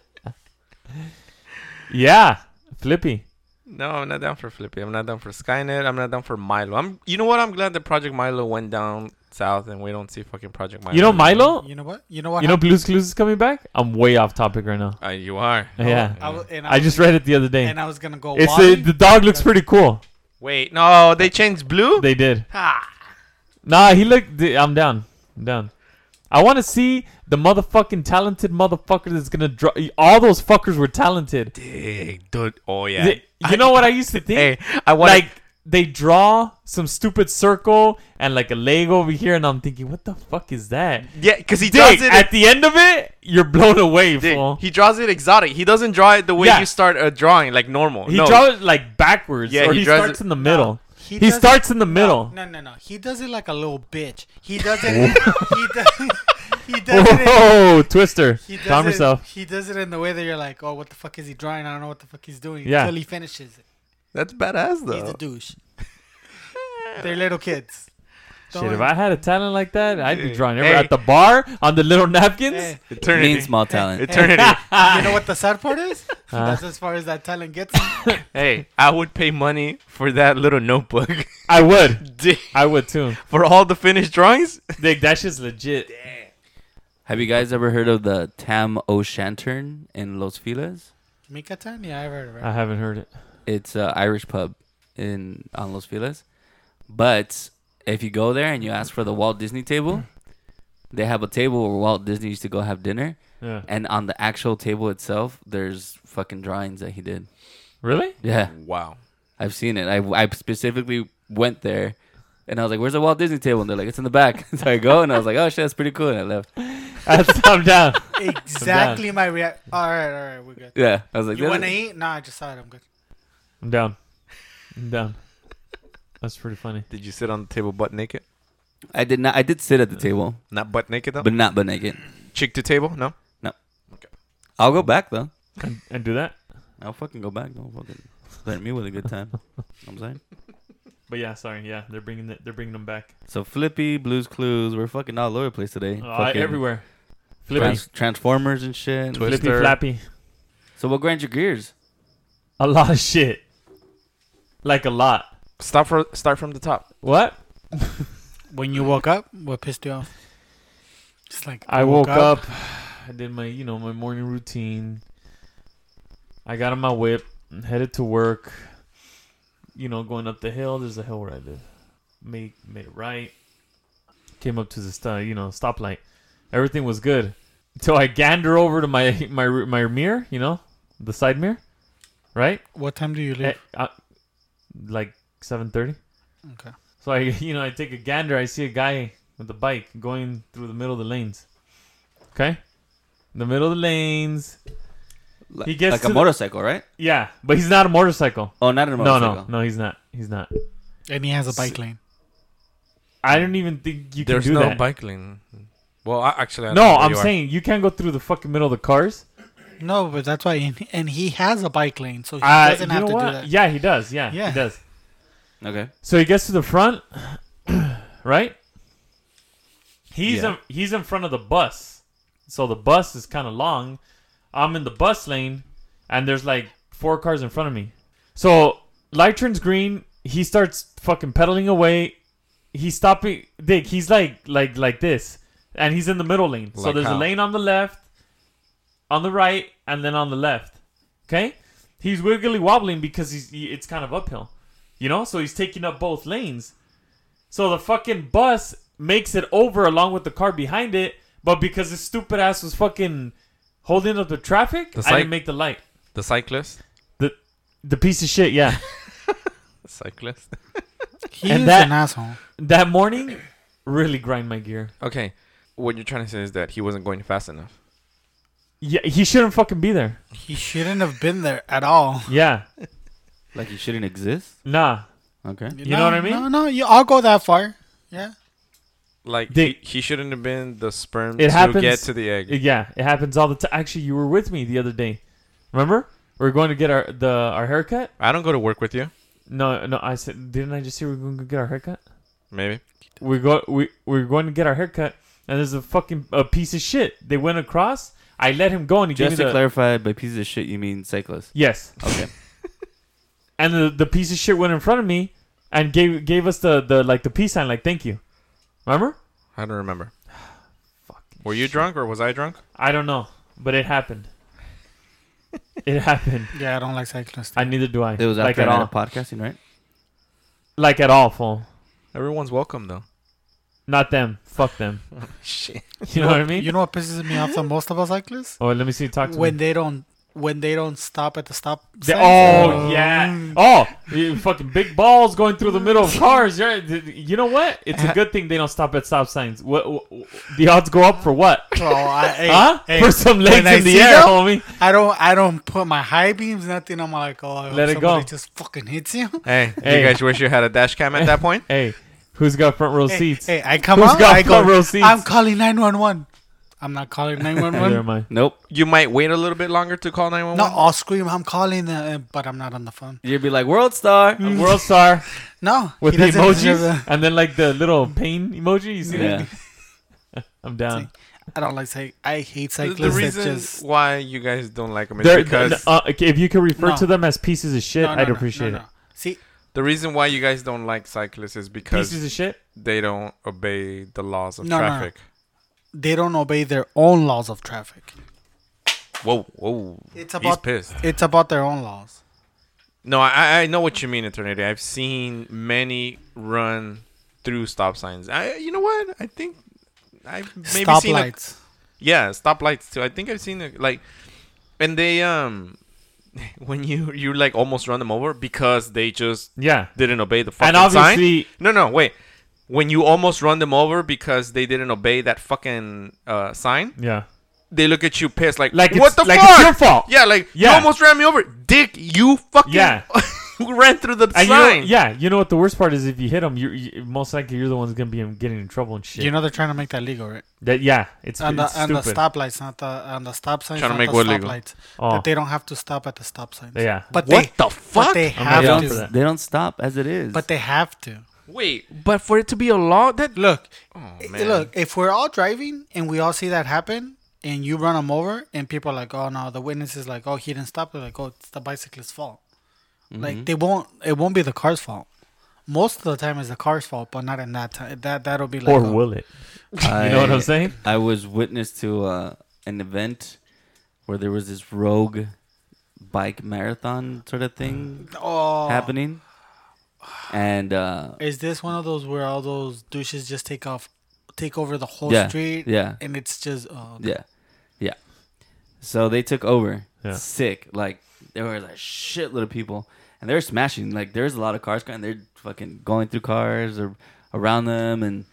Speaker 4: Yeah, Flippy.
Speaker 2: No, I'm not down for Flippy. I'm not down for Skynet. I'm not down for Milo. I'm. You know what? I'm glad that Project Milo went down south, and we don't see fucking Project Milo.
Speaker 4: You know
Speaker 2: anymore.
Speaker 4: Milo.
Speaker 3: You know what? You know what?
Speaker 4: You know Blue's Clues is coming back. I'm way off topic right now.
Speaker 2: Uh, you are.
Speaker 3: happened?
Speaker 4: yeah,
Speaker 3: I, was, and I,
Speaker 4: I just read it the other day.
Speaker 3: And I was gonna go.
Speaker 4: It's
Speaker 3: Wally.
Speaker 4: the, the dog looks pretty cool.
Speaker 2: Wait, no, they changed blue.
Speaker 4: They did.
Speaker 2: Ah.
Speaker 4: Nah, he looked. th- I'm down. I'm down. I want to see the motherfucking talented motherfucker that's gonna draw. All those fuckers were talented.
Speaker 2: Hey, dude. Oh yeah.
Speaker 4: They- you know what I
Speaker 3: [laughs]
Speaker 4: used to
Speaker 2: [laughs]
Speaker 4: think?
Speaker 2: Hey, I want
Speaker 4: like they draw some stupid circle and like a leg over here, and I'm thinking, what the fuck is that?
Speaker 2: Yeah, because he
Speaker 4: Dick,
Speaker 2: does it.
Speaker 4: at the end of it, you're blown away,
Speaker 2: Dick,
Speaker 4: fool.
Speaker 2: he draws it exotic. He doesn't draw it the way
Speaker 4: Yeah.
Speaker 2: you start a drawing, like normal.
Speaker 4: He
Speaker 2: no,
Speaker 4: draws it like backwards,
Speaker 2: Yeah,
Speaker 4: or
Speaker 2: he
Speaker 4: he,
Speaker 2: draws
Speaker 4: starts
Speaker 2: it-
Speaker 4: in the middle. He,
Speaker 3: does it-
Speaker 4: starts in the middle.
Speaker 3: No, no, no. He does it like a little bitch. He does it. he does. He does it. in-
Speaker 4: [laughs] Whoa, Twister,
Speaker 3: He does
Speaker 4: calm
Speaker 3: it,
Speaker 4: yourself.
Speaker 3: He does it in the way that you're like, oh, what the fuck is he drawing? I don't know what the fuck he's doing.
Speaker 4: Yeah. Uh.
Speaker 3: Until he finishes it.
Speaker 2: that's badass
Speaker 3: He's
Speaker 2: though.
Speaker 3: a douche. They're little kids.
Speaker 4: Shit, if I had a talent like that, I'd be
Speaker 2: Hey.
Speaker 4: drawing everywhere at the bar on the little napkins.
Speaker 3: Hey,
Speaker 1: mean
Speaker 2: Eternity.
Speaker 1: small talent.
Speaker 2: [laughs]
Speaker 4: [laughs]
Speaker 2: Eternity.
Speaker 4: Ah.
Speaker 3: you know what the sad part is?
Speaker 4: Huh?
Speaker 3: That's as far as that talent gets.
Speaker 2: hey, I would pay money for that little notebook [laughs]
Speaker 4: I would,
Speaker 2: Dick,
Speaker 4: I would
Speaker 2: [laughs]
Speaker 4: too.
Speaker 2: for all the finished drawings.
Speaker 4: Dick, that shit's legit.
Speaker 1: Have you guys ever heard of the Tam O'Shanter in Los Feliz?
Speaker 3: Mikatan? Yeah, I've heard of it.
Speaker 4: I haven't heard it.
Speaker 1: It's an Irish pub in on Los Feliz. But if you go there and you ask for the Walt Disney table, They have a table where Walt Disney used to go have dinner,
Speaker 4: Yeah.
Speaker 1: and on the actual table itself, there's fucking drawings that he did.
Speaker 4: Really? [laughs]
Speaker 1: Yeah,
Speaker 2: Wow.
Speaker 1: I've seen it. I, I specifically went there, and I was like, "Where's the Walt Disney table?" And they're like, "It's in the back." [laughs] so I go, and I was like, "Oh shit, that's pretty cool," and I left.
Speaker 4: That's, I'm down.
Speaker 3: Exactly my react. All right, all right, we're good.
Speaker 1: Yeah, I was like,
Speaker 3: You
Speaker 1: "That-
Speaker 3: want to eat? Nah, I just saw it. I'm good.
Speaker 4: I'm down. I'm down. That's pretty funny.
Speaker 2: Did you sit on the table butt naked?
Speaker 1: I did not. I did sit at the table,
Speaker 2: Not butt naked though.
Speaker 1: but not but naked.
Speaker 2: Cheek to table? No.
Speaker 1: I'll go back though.
Speaker 4: And, and do that.
Speaker 1: I'll fucking go back. Don't fucking let me with a good time. You know what I'm saying.
Speaker 4: But yeah, sorry. Yeah, they're bringing the, they're bringing them back
Speaker 1: So Flippy, Blue's Clues, we're fucking all over the place today.
Speaker 4: uh,
Speaker 1: Fucking
Speaker 4: everywhere. Flippy,
Speaker 1: trans- Transformers and shit.
Speaker 2: Twister.
Speaker 4: Flippy, Flappy.
Speaker 1: So what grinds your gears?
Speaker 4: A lot of shit. Like a lot.
Speaker 2: Stop for start from the top.
Speaker 4: What?
Speaker 3: When you woke up, what pissed you off? Just like
Speaker 4: I woke up. [sighs] I did my, you know, my morning routine. I got on my whip, headed to work. You know, going up the hill. There's a hill where I live. Made made it right. Came up to the st- you know stoplight. Everything was good. So I gander over to my [laughs] my r- my mirror. You know, the side mirror, right?
Speaker 3: What time do you
Speaker 4: Eh,
Speaker 3: leave?
Speaker 4: uh, like seven thirty.
Speaker 3: Okay.
Speaker 4: So I, [laughs] you know, I take a gander. I see a guy with a bike going through the middle of the lanes. Okay, in the middle of the lanes.
Speaker 1: Like,
Speaker 4: He gets
Speaker 1: like
Speaker 4: to
Speaker 1: a
Speaker 4: the-
Speaker 1: motorcycle, right?
Speaker 4: Yeah, but he's not a motorcycle.
Speaker 1: Oh, not a
Speaker 4: No,
Speaker 1: motorcycle.
Speaker 4: no, no, he's not. He's not.
Speaker 3: And he has a bike lane.
Speaker 4: I don't even think you
Speaker 2: There's
Speaker 4: can do
Speaker 2: no
Speaker 4: that.
Speaker 2: bike lane. Well, I, actually, I don't
Speaker 4: no,
Speaker 2: know where
Speaker 4: I'm
Speaker 2: you are.
Speaker 4: saying you can't go through the fucking middle of the cars.
Speaker 3: No, but that's why. And, and he has a bike lane, so he
Speaker 4: Uh,
Speaker 3: doesn't
Speaker 4: you
Speaker 3: have
Speaker 4: know
Speaker 3: to
Speaker 4: what?
Speaker 3: do that.
Speaker 4: Yeah, he does. Yeah,
Speaker 3: Yeah.
Speaker 4: he does.
Speaker 1: Okay.
Speaker 4: So he gets to the front, [clears throat] right? He's
Speaker 2: Yeah.
Speaker 4: in, he's in front of the bus. So the bus is kind of long. I'm in the bus lane and there's like four cars in front of me. So light turns green, he starts fucking pedaling away. He's stopping Dick, he's like like like this. And he's in the middle lane. so
Speaker 2: Like
Speaker 4: there's
Speaker 2: how?
Speaker 4: a lane on the left, on the right, and then on the left. Okay? He's wiggly wobbling because he's he, it's kind of uphill. You know, so he's taking up both lanes. So the fucking bus makes it over along with the car behind it, but because this stupid ass was fucking holding up the traffic,
Speaker 2: The
Speaker 4: I
Speaker 2: cyc-
Speaker 4: didn't make the light.
Speaker 2: the cyclist.
Speaker 4: The the piece of shit, yeah.
Speaker 2: Cyclist. [laughs]
Speaker 3: He
Speaker 4: And
Speaker 3: is
Speaker 4: that-
Speaker 3: an asshole.
Speaker 4: that morning really grind my gear.
Speaker 2: Okay. What you're trying to say is that he wasn't going fast enough.
Speaker 4: Yeah, he shouldn't fucking be there.
Speaker 3: He shouldn't have been there at all.
Speaker 4: Yeah.
Speaker 1: Like you shouldn't exist.
Speaker 4: Nah.
Speaker 1: Okay.
Speaker 3: You
Speaker 4: know what I mean?
Speaker 3: No, no. You, I'll go that far. Yeah.
Speaker 2: Like
Speaker 4: They-
Speaker 2: he, he shouldn't have been the sperm
Speaker 4: It
Speaker 2: to
Speaker 4: happens-
Speaker 2: get to the egg.
Speaker 4: Yeah, it happens all the time. Actually, you were with me the other day. Remember? We were going to get our the our haircut?
Speaker 2: I don't go to work with you.
Speaker 4: No, no, I said didn't I just say we were going to get our haircut?
Speaker 2: Maybe.
Speaker 4: we go we we're going to get our haircut and there's a fucking a piece of shit. They went across. I let him go and he
Speaker 1: Just
Speaker 4: gave me
Speaker 1: to
Speaker 4: the
Speaker 1: clarify, by pieces of shit, you mean cyclists.
Speaker 4: yes. [laughs]
Speaker 1: Okay.
Speaker 4: And the, the piece of shit went in front of me and gave gave us the, the like the peace sign like thank you. Remember?
Speaker 2: I don't remember.
Speaker 4: Fucking
Speaker 2: Were you
Speaker 4: shit.
Speaker 2: drunk or was I drunk?
Speaker 4: I don't know, but it
Speaker 1: [laughs]
Speaker 4: happened. it happened.
Speaker 3: Yeah, I don't like cyclists.
Speaker 4: I neither do I.
Speaker 1: It was
Speaker 4: like
Speaker 1: after
Speaker 4: at
Speaker 1: I did
Speaker 4: all.
Speaker 1: podcasting, right?
Speaker 4: Like at all, fool.
Speaker 2: Everyone's welcome though.
Speaker 4: Not them. Fuck
Speaker 1: [laughs]
Speaker 4: them.
Speaker 2: Shit.
Speaker 4: You know what I mean?
Speaker 3: You know what pisses me off the most about cyclists?
Speaker 4: oh, let me see. Talk to
Speaker 3: When
Speaker 4: me.
Speaker 3: they don't when they don't stop at the stop.
Speaker 4: The-
Speaker 3: signs.
Speaker 4: oh yeah. Oh, you fucking big balls going through the middle of cars. You're, you know what? It's a good thing they don't stop at stop signs. What, what- the odds go up for what?
Speaker 3: Bro, Oh, I, hey,
Speaker 4: huh?
Speaker 3: hey,
Speaker 4: for some legs
Speaker 3: when I
Speaker 4: in the
Speaker 3: see
Speaker 4: air,
Speaker 3: them,
Speaker 4: homie.
Speaker 3: I don't I don't put my high beams nothing. I'm like oh I hope
Speaker 4: Let it go.
Speaker 3: somebody Just fucking hits you.
Speaker 2: Hey,
Speaker 4: Hey.
Speaker 2: you guys wish you had a dash cam
Speaker 4: [laughs]
Speaker 2: at that point?
Speaker 4: Hey, who's got front row seats?
Speaker 3: Hey, I come
Speaker 4: Who's
Speaker 3: out.
Speaker 4: got
Speaker 3: I go.
Speaker 4: front row seats?
Speaker 3: I'm calling nine one one. I'm not calling nine one
Speaker 4: Neither
Speaker 3: one.
Speaker 4: am I.
Speaker 1: Nope.
Speaker 2: You might wait a little bit longer to call
Speaker 3: [laughs] No,
Speaker 2: 911.
Speaker 3: I'll scream. I'm calling, uh, but I'm not on the phone.
Speaker 1: You'd be like World Star.
Speaker 4: A [laughs] World star
Speaker 3: No,
Speaker 4: with
Speaker 3: Mm. he
Speaker 4: the
Speaker 3: doesn't
Speaker 4: emojis
Speaker 3: deserve that.
Speaker 4: and then like the little pain emoji. You see
Speaker 1: Yeah.
Speaker 4: that? I'm down.
Speaker 3: I don't like say. I hate
Speaker 2: The-
Speaker 3: cyclists.
Speaker 2: the
Speaker 3: that
Speaker 2: reason
Speaker 3: just,
Speaker 2: why you guys don't like them is
Speaker 4: They're-
Speaker 2: because
Speaker 4: uh, okay, if you could refer
Speaker 3: No.
Speaker 4: to them as pieces of shit,
Speaker 3: No, no,
Speaker 4: I'd
Speaker 3: no,
Speaker 4: appreciate
Speaker 3: no, no. See,
Speaker 2: the reason why you guys don't like cyclists is
Speaker 4: it.
Speaker 2: because
Speaker 4: Pieces of shit.
Speaker 2: they don't obey the laws of
Speaker 3: No, no, no.
Speaker 2: traffic.
Speaker 3: they don't obey their own laws of traffic.
Speaker 2: Whoa, whoa.
Speaker 3: It's
Speaker 2: He's
Speaker 3: about
Speaker 2: pissed.
Speaker 3: it's about their own laws.
Speaker 2: No, I, I know what you mean, Eternity. I've seen many run through stop signs. I, you know what? I think I've maybe seen a
Speaker 3: Stoplights.
Speaker 2: Yeah, stoplights too. I think I've seen it like, and they um, [laughs] when you you like almost run them over because they just
Speaker 4: Yeah.
Speaker 2: didn't obey the fucking
Speaker 4: And obviously,
Speaker 2: sign. No, no, wait. When you almost run them over because they didn't obey that fucking uh, sign,
Speaker 4: yeah.
Speaker 2: they look at you pissed like,
Speaker 4: Like
Speaker 2: what
Speaker 4: it's,
Speaker 2: the
Speaker 4: like
Speaker 2: fuck?
Speaker 4: it's your fault.
Speaker 2: Yeah, like you
Speaker 4: Yeah.
Speaker 2: almost ran me over, dick. You fucking
Speaker 4: Yeah.
Speaker 2: [laughs] ran through the
Speaker 4: And you know,
Speaker 2: sign.
Speaker 4: yeah, you know what the worst part is? If you hit them, you're, you most likely you're the one's gonna be in, getting in trouble and shit.
Speaker 3: You know they're trying to make that legal, right?
Speaker 4: that yeah, it's,
Speaker 3: And the,
Speaker 4: it's
Speaker 3: and the
Speaker 4: stupid.
Speaker 3: stoplights, not the and the stop signs.
Speaker 2: Trying to
Speaker 3: not
Speaker 2: make
Speaker 3: the
Speaker 2: what legal?
Speaker 3: stoplights,
Speaker 4: oh,
Speaker 3: That they don't have to stop at the stop signs.
Speaker 4: yeah,
Speaker 3: But
Speaker 2: What
Speaker 3: they,
Speaker 2: the
Speaker 3: But
Speaker 2: fuck?
Speaker 1: They
Speaker 3: they
Speaker 4: I'm Have
Speaker 3: have
Speaker 4: down
Speaker 1: don't,
Speaker 4: to. for
Speaker 3: to.
Speaker 4: that.
Speaker 1: they don't stop as it is.
Speaker 3: But they have to.
Speaker 2: Oh, wait, but for it to be a law, that
Speaker 3: Look,
Speaker 2: oh
Speaker 3: i-
Speaker 2: man,
Speaker 3: look. If we're all driving and we all see that happen, and you run them over, and people are like, "Oh no," the witness is like, "Oh, he didn't stop." They're like, "Oh, it's the bicyclist's fault."
Speaker 2: Mm-hmm.
Speaker 3: Like they won't. It won't be the car's fault. Most of the time, it's the car's fault, but not in that time. That that'll be like.
Speaker 4: or
Speaker 3: a-
Speaker 4: will it?
Speaker 1: I,
Speaker 4: [laughs] You know what I'm saying?
Speaker 1: I was witness to uh, an event where there was this rogue bike marathon sort of thing
Speaker 3: oh,
Speaker 1: happening, and uh,
Speaker 3: Is this one of those where all those douches just take off, take over the whole
Speaker 1: Yeah,
Speaker 3: street?
Speaker 1: yeah.
Speaker 3: And it's just. Oh,
Speaker 1: Yeah. Yeah. So they took over.
Speaker 4: Yeah.
Speaker 1: Sick. Like there was a shitload of people and they're smashing. Like there's a lot of cars going they're fucking going through cars or around them and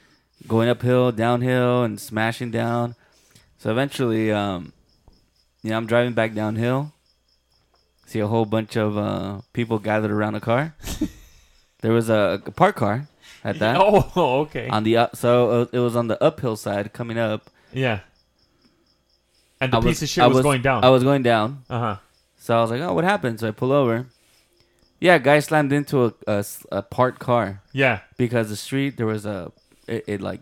Speaker 1: going uphill, downhill and smashing down. So eventually, um you know, I'm driving back downhill. See a whole bunch of uh people gathered around a
Speaker 4: [laughs]
Speaker 1: car. there was a, a park car at that. Uh,
Speaker 4: Oh, okay.
Speaker 1: On the up, so it was on the uphill side coming up,
Speaker 4: yeah. And the
Speaker 1: I
Speaker 4: piece of shit
Speaker 1: I
Speaker 4: was, going down.
Speaker 1: I was going down.
Speaker 4: uh huh.
Speaker 1: So I was like, oh, what happened? So I pull over. Yeah, guy slammed into a, a, s- a parked car
Speaker 4: Yeah.
Speaker 1: because the street, there was a, it, it like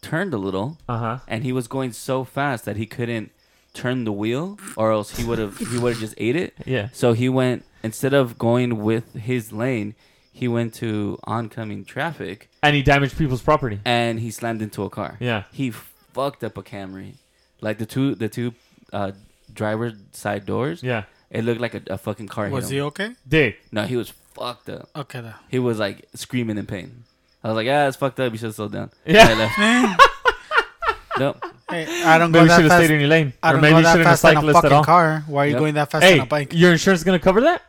Speaker 1: turned a little
Speaker 4: Uh huh.
Speaker 1: and he was going so fast that he couldn't turn the wheel or else he would have, he would have just ate it.
Speaker 4: Yeah.
Speaker 1: So he went, instead of going with his lane, he went to oncoming traffic
Speaker 4: And he damaged people's property.
Speaker 1: and he slammed into a car.
Speaker 4: Yeah.
Speaker 1: He fucked up a Camry. Like the two, the two, uh, driver's side doors.
Speaker 4: Yeah.
Speaker 1: It looked like a, a fucking car. hit
Speaker 3: Was
Speaker 1: him.
Speaker 3: he okay?
Speaker 4: [laughs] Dick.
Speaker 1: No, he was fucked up.
Speaker 3: Okay. [laughs] Then.
Speaker 1: He was like screaming in pain. I was like, ah, it's fucked up. You should have slowed down.
Speaker 4: [laughs] Yeah.
Speaker 1: And I left. [laughs] nope.
Speaker 3: Hey, I don't go
Speaker 4: Maybe you
Speaker 3: that
Speaker 4: should have
Speaker 3: fast.
Speaker 4: stayed in your lane.
Speaker 3: I
Speaker 4: or
Speaker 3: don't
Speaker 4: maybe
Speaker 3: go
Speaker 4: you
Speaker 3: that
Speaker 4: shouldn't have
Speaker 3: fast on a
Speaker 4: cyclist at
Speaker 3: fucking
Speaker 4: all.
Speaker 3: car. Why are you
Speaker 1: Yep.
Speaker 3: going that fast
Speaker 4: Hey,
Speaker 3: on a bike?
Speaker 4: your insurance is gonna cover that?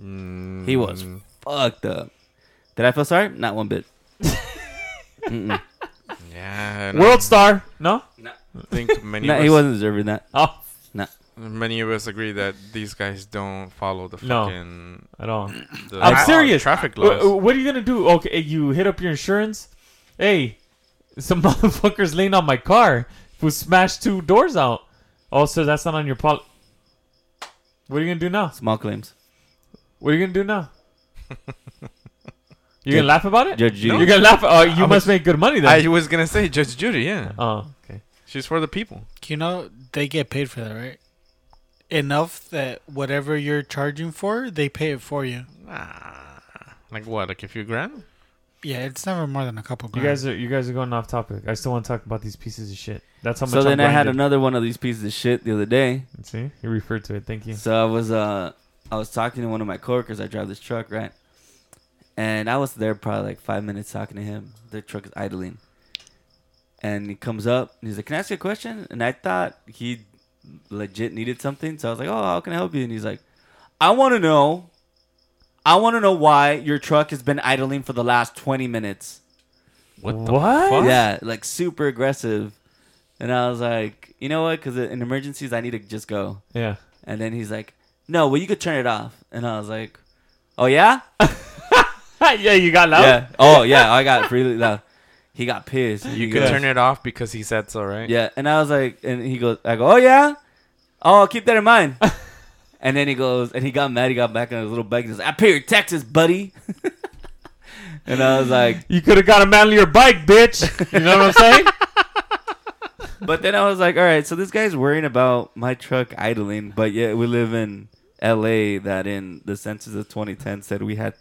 Speaker 2: Mm.
Speaker 1: He was fucked up. Did I feel sorry? Not one
Speaker 4: [laughs]
Speaker 1: bit. Mm-mm.
Speaker 2: yeah. I don't
Speaker 4: World star? No. [laughs]
Speaker 2: think many.
Speaker 1: No,
Speaker 2: of
Speaker 1: he
Speaker 2: us-
Speaker 1: wasn't deserving that.
Speaker 4: Oh,
Speaker 2: Many of us agree that these guys don't follow the
Speaker 4: No.
Speaker 2: fucking.
Speaker 4: at all.
Speaker 2: The
Speaker 4: I'm serious. Uh,
Speaker 2: Traffic
Speaker 4: Wh-
Speaker 2: laws.
Speaker 4: What are you gonna do? Okay, you hit up your insurance. Hey, some [laughs] motherfuckers laying on my car who smashed two doors out. Oh, sir, that's not on your pol. What are you gonna do now?
Speaker 1: Small claims.
Speaker 4: What are you gonna
Speaker 1: [laughs]
Speaker 4: do now? You're gonna laugh about it?
Speaker 1: Judge Judy.
Speaker 4: You're gonna laugh. Oh, you
Speaker 2: I
Speaker 4: must make good money then.
Speaker 2: I was gonna say Judge Judy. Yeah,
Speaker 4: oh, okay.
Speaker 2: she's for the people.
Speaker 3: You know they get paid for that, right? Enough that whatever you're charging for, they pay it for you.
Speaker 2: Ah, Like what? Like a few grand?
Speaker 3: Yeah, it's never more than a couple.
Speaker 4: You
Speaker 3: Grand.
Speaker 4: guys are you guys are going off topic. I still want to talk about these pieces of shit. That's how much.
Speaker 1: So then
Speaker 4: I'm
Speaker 1: I had
Speaker 4: blinded.
Speaker 1: another one of these pieces of shit the other day.
Speaker 4: See, you referred to it. Thank you.
Speaker 1: So I was uh I was talking to one of my coworkers. I drive this truck, right? And I was there probably like five minutes talking to him. The truck is idling, and he comes up. And he's like, "Can I ask you a question?" And I thought he legit needed something, so I was like, "Oh, how can I help you?" And he's like, "I want to know, I want to know why your truck has been idling for the last twenty minutes."
Speaker 4: What? The fuck?
Speaker 1: Yeah, like super aggressive. And I was like, "You know what? Because in emergencies, I need to just go."
Speaker 4: Yeah.
Speaker 1: And then he's like, "No, well, you could turn it off." And I was like, "Oh yeah,
Speaker 4: yeah, you got loud.
Speaker 1: yeah, oh yeah." I got really loud. He got pissed.
Speaker 2: You
Speaker 1: He
Speaker 2: could
Speaker 1: goes-
Speaker 2: turn it off because he said so, right?
Speaker 1: Yeah, and I was like, and he goes, "I go, oh yeah, oh I'll keep that in mind." and then he goes, and he got mad. He got back on his little bike and says, "I pay your taxes, buddy." [laughs] and I was like,
Speaker 4: You could have got a manlier bike,
Speaker 1: [laughs]
Speaker 4: bitch. You know what I'm saying?
Speaker 1: but then I was like, all right, so this guy's worrying about my truck idling, but yet we live in LA that in the census of 2010 said we had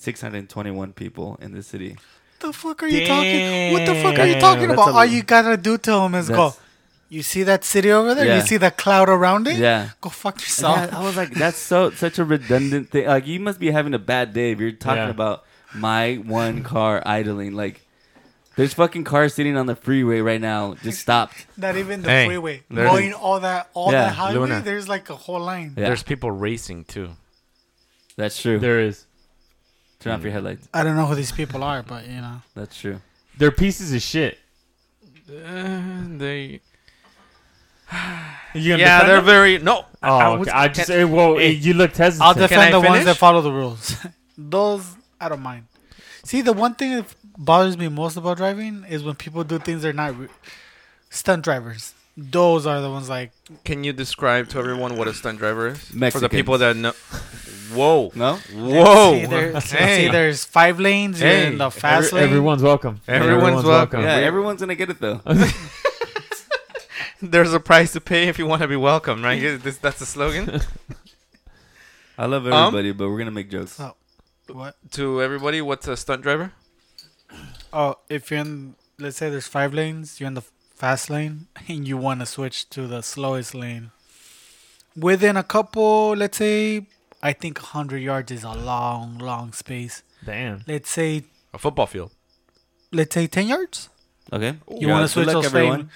Speaker 1: 3,792,621 people in the city.
Speaker 3: What the fuck are you talking? What the fuck are you
Speaker 4: Damn,
Speaker 3: talking
Speaker 1: that's
Speaker 3: about?
Speaker 1: a-
Speaker 3: All you gotta do to him is go.
Speaker 1: That's-
Speaker 3: You see that city over there?
Speaker 1: Yeah.
Speaker 3: You see that cloud around it?
Speaker 1: Yeah.
Speaker 3: Go fuck
Speaker 1: So
Speaker 3: yourself.
Speaker 1: I was like, that's so such a redundant thing. Like you must be having a bad day if you're talking
Speaker 4: Yeah.
Speaker 1: about my one car idling. Like There's fucking cars sitting on the freeway right now, just stopped.
Speaker 3: Not even the
Speaker 2: Hey,
Speaker 3: freeway.
Speaker 2: there's-
Speaker 3: Going all that all
Speaker 1: Yeah,
Speaker 3: that highway,
Speaker 2: Luna.
Speaker 3: there's like a whole line.
Speaker 1: Yeah,
Speaker 2: There's people racing too.
Speaker 1: that's true.
Speaker 4: There is.
Speaker 1: Turn off your headlights.
Speaker 3: I don't know who these people are, but you know.
Speaker 1: That's true.
Speaker 4: They're pieces of shit.
Speaker 2: Uh, they
Speaker 4: You gonna
Speaker 2: yeah,
Speaker 4: defend
Speaker 2: they're
Speaker 4: them?
Speaker 2: very no.
Speaker 4: Oh, I, okay. I just eh, well,
Speaker 2: Hey.
Speaker 4: eh, you looked hesitant.
Speaker 3: I'll
Speaker 2: Can I
Speaker 3: defend the ones that
Speaker 2: finish?
Speaker 3: follow the rules. [laughs] Those I don't mind. See, the one thing that bothers me most about driving is when people do things they're not re- stunt drivers. Those are the ones like
Speaker 2: Can you describe to everyone what a stunt driver is for the
Speaker 1: Mexicans.
Speaker 2: people that
Speaker 3: [laughs]
Speaker 2: know? Whoa,
Speaker 1: No?
Speaker 2: whoa!
Speaker 3: See, [laughs] there- see,
Speaker 2: Hey.
Speaker 3: there's five lanes you're
Speaker 2: Hey,
Speaker 3: in the fast lane.
Speaker 4: Everyone's welcome.
Speaker 2: Everyone's welcome.
Speaker 1: Yeah,
Speaker 2: Weird.
Speaker 1: everyone's gonna get it though.
Speaker 2: There's a price to pay if you want to be welcome, right? Is this- that's the
Speaker 3: [laughs]
Speaker 2: slogan
Speaker 1: I love everybody, but we're gonna make jokes.
Speaker 3: So, what?
Speaker 2: to everybody. What's a stunt driver?
Speaker 3: Oh, if you're in, let's say there's five lanes, you're in the fast lane, [laughs] and you want to switch to the slowest lane. Within a couple, let's say, I think 100 yards is a long, long space.
Speaker 4: Damn. [laughs]
Speaker 3: Let's say,
Speaker 2: A football field.
Speaker 3: let's say 10 yards.
Speaker 1: Okay.
Speaker 3: You
Speaker 1: Yeah,
Speaker 3: want to
Speaker 1: good
Speaker 3: switch
Speaker 1: luck,
Speaker 3: those lane.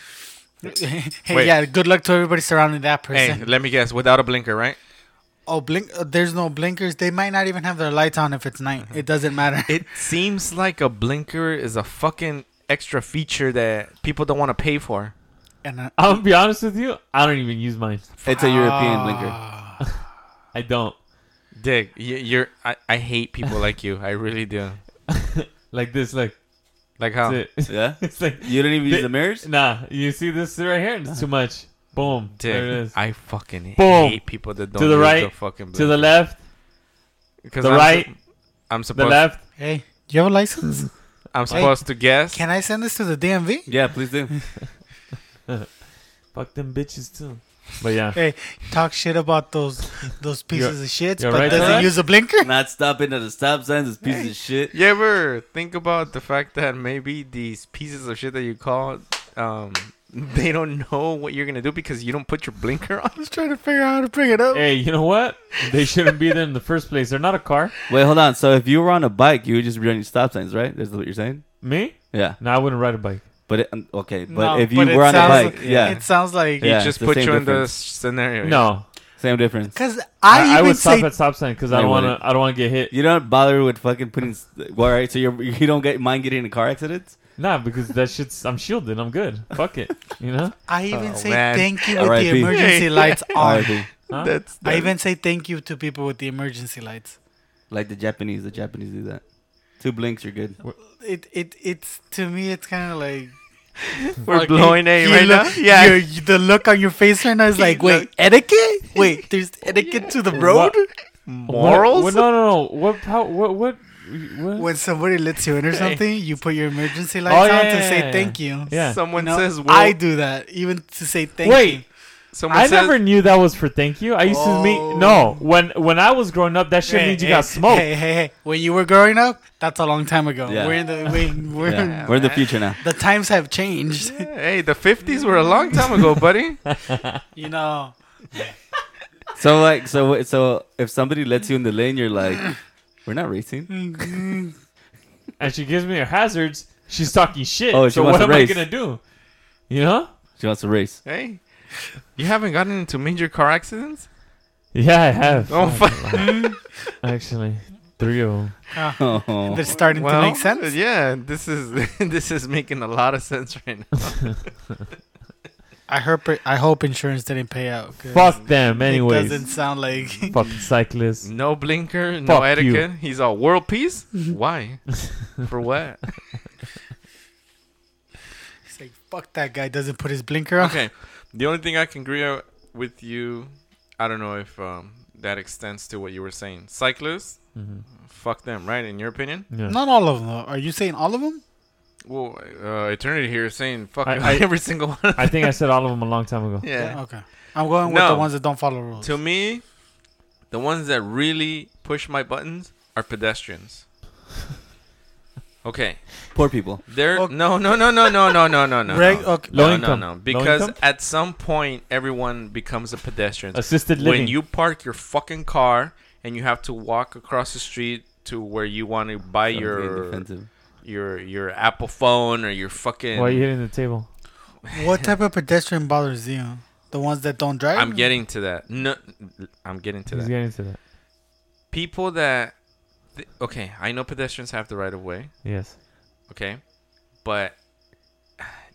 Speaker 3: [laughs] hey,
Speaker 2: Wait.
Speaker 3: yeah, good luck to everybody surrounding that person.
Speaker 2: Hey, let me guess. Without a blinker, right?
Speaker 3: Oh, blink! Uh, there's no blinkers. They might not even have their lights on if it's night. It doesn't matter.
Speaker 2: Mm-hmm. It seems like a blinker is a fucking extra feature that people don't want to pay for.
Speaker 3: [laughs] and uh,
Speaker 2: um,
Speaker 4: I'll be honest with you. I don't even use mine.
Speaker 1: It's a European [laughs] blinker.
Speaker 3: Ah.
Speaker 4: I don't.
Speaker 2: Dig, you, you're. I, I hate
Speaker 4: [laughs]
Speaker 2: people like you. I really do.
Speaker 4: Like this. Like
Speaker 2: Like how?
Speaker 4: that's it. [laughs]
Speaker 1: Yeah.
Speaker 4: it's like
Speaker 1: You don't even use
Speaker 4: They-
Speaker 1: the mirrors.
Speaker 4: nah. You see this right here? It's too much. Boom. There it
Speaker 2: Dig,
Speaker 4: is.
Speaker 2: I fucking
Speaker 4: Boom.
Speaker 2: hate people that don't
Speaker 4: the
Speaker 2: use
Speaker 4: right,
Speaker 2: the fucking
Speaker 4: To
Speaker 2: blinker.
Speaker 4: the left.
Speaker 2: 'Cause
Speaker 4: the
Speaker 2: I'm su-
Speaker 4: right,
Speaker 2: I'm
Speaker 4: The
Speaker 2: supposed.
Speaker 4: left.
Speaker 3: hey, do you have a license?
Speaker 2: I'm supposed to guess.
Speaker 3: Can I send this to the DMV?
Speaker 1: Yeah, please do.
Speaker 4: Fuck them bitches too.
Speaker 2: [laughs]
Speaker 4: But yeah.
Speaker 3: Hey, talk shit about those those pieces of shit,
Speaker 4: you're
Speaker 3: but
Speaker 4: right,
Speaker 3: doesn't
Speaker 4: Tara?
Speaker 3: use a
Speaker 1: [laughs]
Speaker 3: blinker.
Speaker 1: Not stopping at the stop signs. This piece of shit.
Speaker 2: You ever think about the fact that maybe these pieces of shit that you call, um, [laughs] they don't know what you're gonna do because you don't put your blinker on?
Speaker 3: I was trying to figure out how to bring it up.
Speaker 4: Hey, you know what? They shouldn't be there in the first place. They're not a car.
Speaker 1: Wait, hold on. So if you were on a bike, you would just be running stop signs, right? That's what you're saying.
Speaker 4: Me?
Speaker 1: Yeah.
Speaker 4: No, I wouldn't ride a bike.
Speaker 1: But it, um, okay. But
Speaker 3: No,
Speaker 1: if you
Speaker 3: but it
Speaker 1: were on a
Speaker 3: sounds-
Speaker 1: bike, yeah,
Speaker 3: It sounds like
Speaker 1: Yeah,
Speaker 2: you just
Speaker 1: it's the
Speaker 2: put
Speaker 1: same
Speaker 2: you in the
Speaker 1: difference.
Speaker 2: s- scenario.
Speaker 4: No,
Speaker 1: same difference.
Speaker 3: because
Speaker 4: I,
Speaker 3: I,
Speaker 4: I
Speaker 3: even
Speaker 4: would stop
Speaker 3: say
Speaker 4: at stop sign because I
Speaker 1: You
Speaker 4: don't want to.
Speaker 1: wouldn't.
Speaker 4: I don't want to get hit.
Speaker 1: You don't bother with fucking putting. s- Well, all right, so you're, you don't get mind getting in car accidents.
Speaker 4: Nah, because that shit's. I'm shielded. I'm good. Fuck it. You know.
Speaker 3: I even
Speaker 2: Oh,
Speaker 3: say
Speaker 2: man.
Speaker 3: thank you with
Speaker 1: R.I.P.
Speaker 3: the emergency lights
Speaker 1: Oh,
Speaker 3: on.
Speaker 1: R.I.P.
Speaker 4: Huh?
Speaker 2: That's,
Speaker 3: I even say thank you to people with the emergency lights.
Speaker 1: Like the Japanese, the Japanese do that. Two blinks, you're good.
Speaker 3: It it it's to me it's kind of like
Speaker 2: we're
Speaker 3: Like,
Speaker 2: blowing
Speaker 3: you-
Speaker 2: A
Speaker 3: you
Speaker 2: right
Speaker 3: look-
Speaker 2: now. Yeah.
Speaker 3: your- you- the look on your face right
Speaker 1: [laughs]
Speaker 3: now is like, wait, etiquette? Wait, there's etiquette to the road?
Speaker 4: What-
Speaker 2: Morals?
Speaker 4: What, what, no, no, no. What? How, what? What? what?
Speaker 3: When somebody lets you in or something, you put your emergency lights
Speaker 4: Oh,
Speaker 3: on
Speaker 4: yeah,
Speaker 3: to say
Speaker 4: yeah, yeah.
Speaker 3: thank you.
Speaker 4: yeah.
Speaker 2: Someone
Speaker 3: No,
Speaker 2: says, well,
Speaker 3: I do that even to say thank
Speaker 4: Wait.
Speaker 3: you.
Speaker 2: someone
Speaker 4: I
Speaker 2: says,
Speaker 4: never knew that was for thank you. I used to
Speaker 3: Oh.
Speaker 4: meet. No, when when I was growing up, that shit
Speaker 3: Hey,
Speaker 4: means you
Speaker 3: hey,
Speaker 4: got smoked.
Speaker 3: Hey, hey, hey! When you were growing up, that's a long time ago.
Speaker 1: Yeah.
Speaker 3: We're in the
Speaker 2: [laughs]
Speaker 3: we, we're
Speaker 1: Yeah. We're in the future now.
Speaker 3: the times have changed. [laughs]
Speaker 2: Yeah, hey, the 50s were a long time ago, buddy. [laughs]
Speaker 3: you know,
Speaker 1: So like, so so if somebody lets you in the lane, you're like, we're not racing.
Speaker 4: And she gives me her hazards. She's talking shit.
Speaker 1: Oh, she
Speaker 4: so
Speaker 1: wants
Speaker 4: what
Speaker 1: to
Speaker 4: am
Speaker 1: race.
Speaker 4: I gonna do? You know?
Speaker 1: She wants to
Speaker 2: [laughs]
Speaker 1: race.
Speaker 2: hey, you haven't gotten into major car accidents?
Speaker 4: Yeah, I have.
Speaker 2: Oh, fuck.
Speaker 4: [laughs] Actually, three of them.
Speaker 1: Oh,
Speaker 3: they're starting
Speaker 2: Well, uh,
Speaker 3: to make sense.
Speaker 2: Yeah, this is [laughs] this is making a lot of sense right
Speaker 4: [laughs]
Speaker 2: now.
Speaker 3: I hope I hope insurance didn't pay out. 'cause
Speaker 4: Fuck them,
Speaker 3: it doesn't
Speaker 4: anyways.
Speaker 3: sound like [laughs]
Speaker 4: Fucking cyclists.
Speaker 2: No blinker, no
Speaker 4: Fuck you.
Speaker 2: etiquette. He's all world
Speaker 4: [laughs]
Speaker 2: peace. Why? For what?
Speaker 3: It's like, fuck that guy doesn't put his blinker on.
Speaker 2: Okay. The only thing I can agree o- with you, I don't know if um, that extends to what you were saying. Cyclists,
Speaker 4: Mhm.
Speaker 2: fuck them, right? In your opinion?
Speaker 4: Yeah.
Speaker 2: [laughs]
Speaker 3: Not all of them. though. Are you saying all of them?
Speaker 2: Well, uh, eternity here is saying fuck [laughs]
Speaker 4: I- I-
Speaker 2: every single one. of
Speaker 4: I
Speaker 2: them.
Speaker 4: think I said all of them a long time ago.
Speaker 2: yeah.
Speaker 3: Okay. I'm going with
Speaker 2: No.
Speaker 3: the ones that don't follow rules.
Speaker 2: To me, the ones that really push my buttons are
Speaker 4: [laughs]
Speaker 2: pedestrians. Okay.
Speaker 1: poor people.
Speaker 2: They're
Speaker 3: Okay.
Speaker 2: no, no, no, no, no, no, no, no, no.
Speaker 3: Reg-
Speaker 2: no.
Speaker 3: okay.
Speaker 4: Low
Speaker 2: no,
Speaker 4: income.
Speaker 2: no, no.
Speaker 4: Low
Speaker 2: Because
Speaker 4: income?
Speaker 2: at some point, everyone becomes a pedestrian.
Speaker 4: Assisted living.
Speaker 2: When you park your fucking car and you have to walk across the street to where you want to buy
Speaker 1: Sounds very
Speaker 2: your
Speaker 1: defensive.
Speaker 2: your your Apple phone or your fucking.
Speaker 4: Why are you hitting the table?
Speaker 3: What type of pedestrian bothers you? The ones that don't drive?
Speaker 2: I'm getting to that. No, I'm getting to
Speaker 4: He's
Speaker 2: that.
Speaker 4: getting to that.
Speaker 2: People that, th- okay, I know pedestrians have the right of way.
Speaker 4: Yes.
Speaker 2: okay but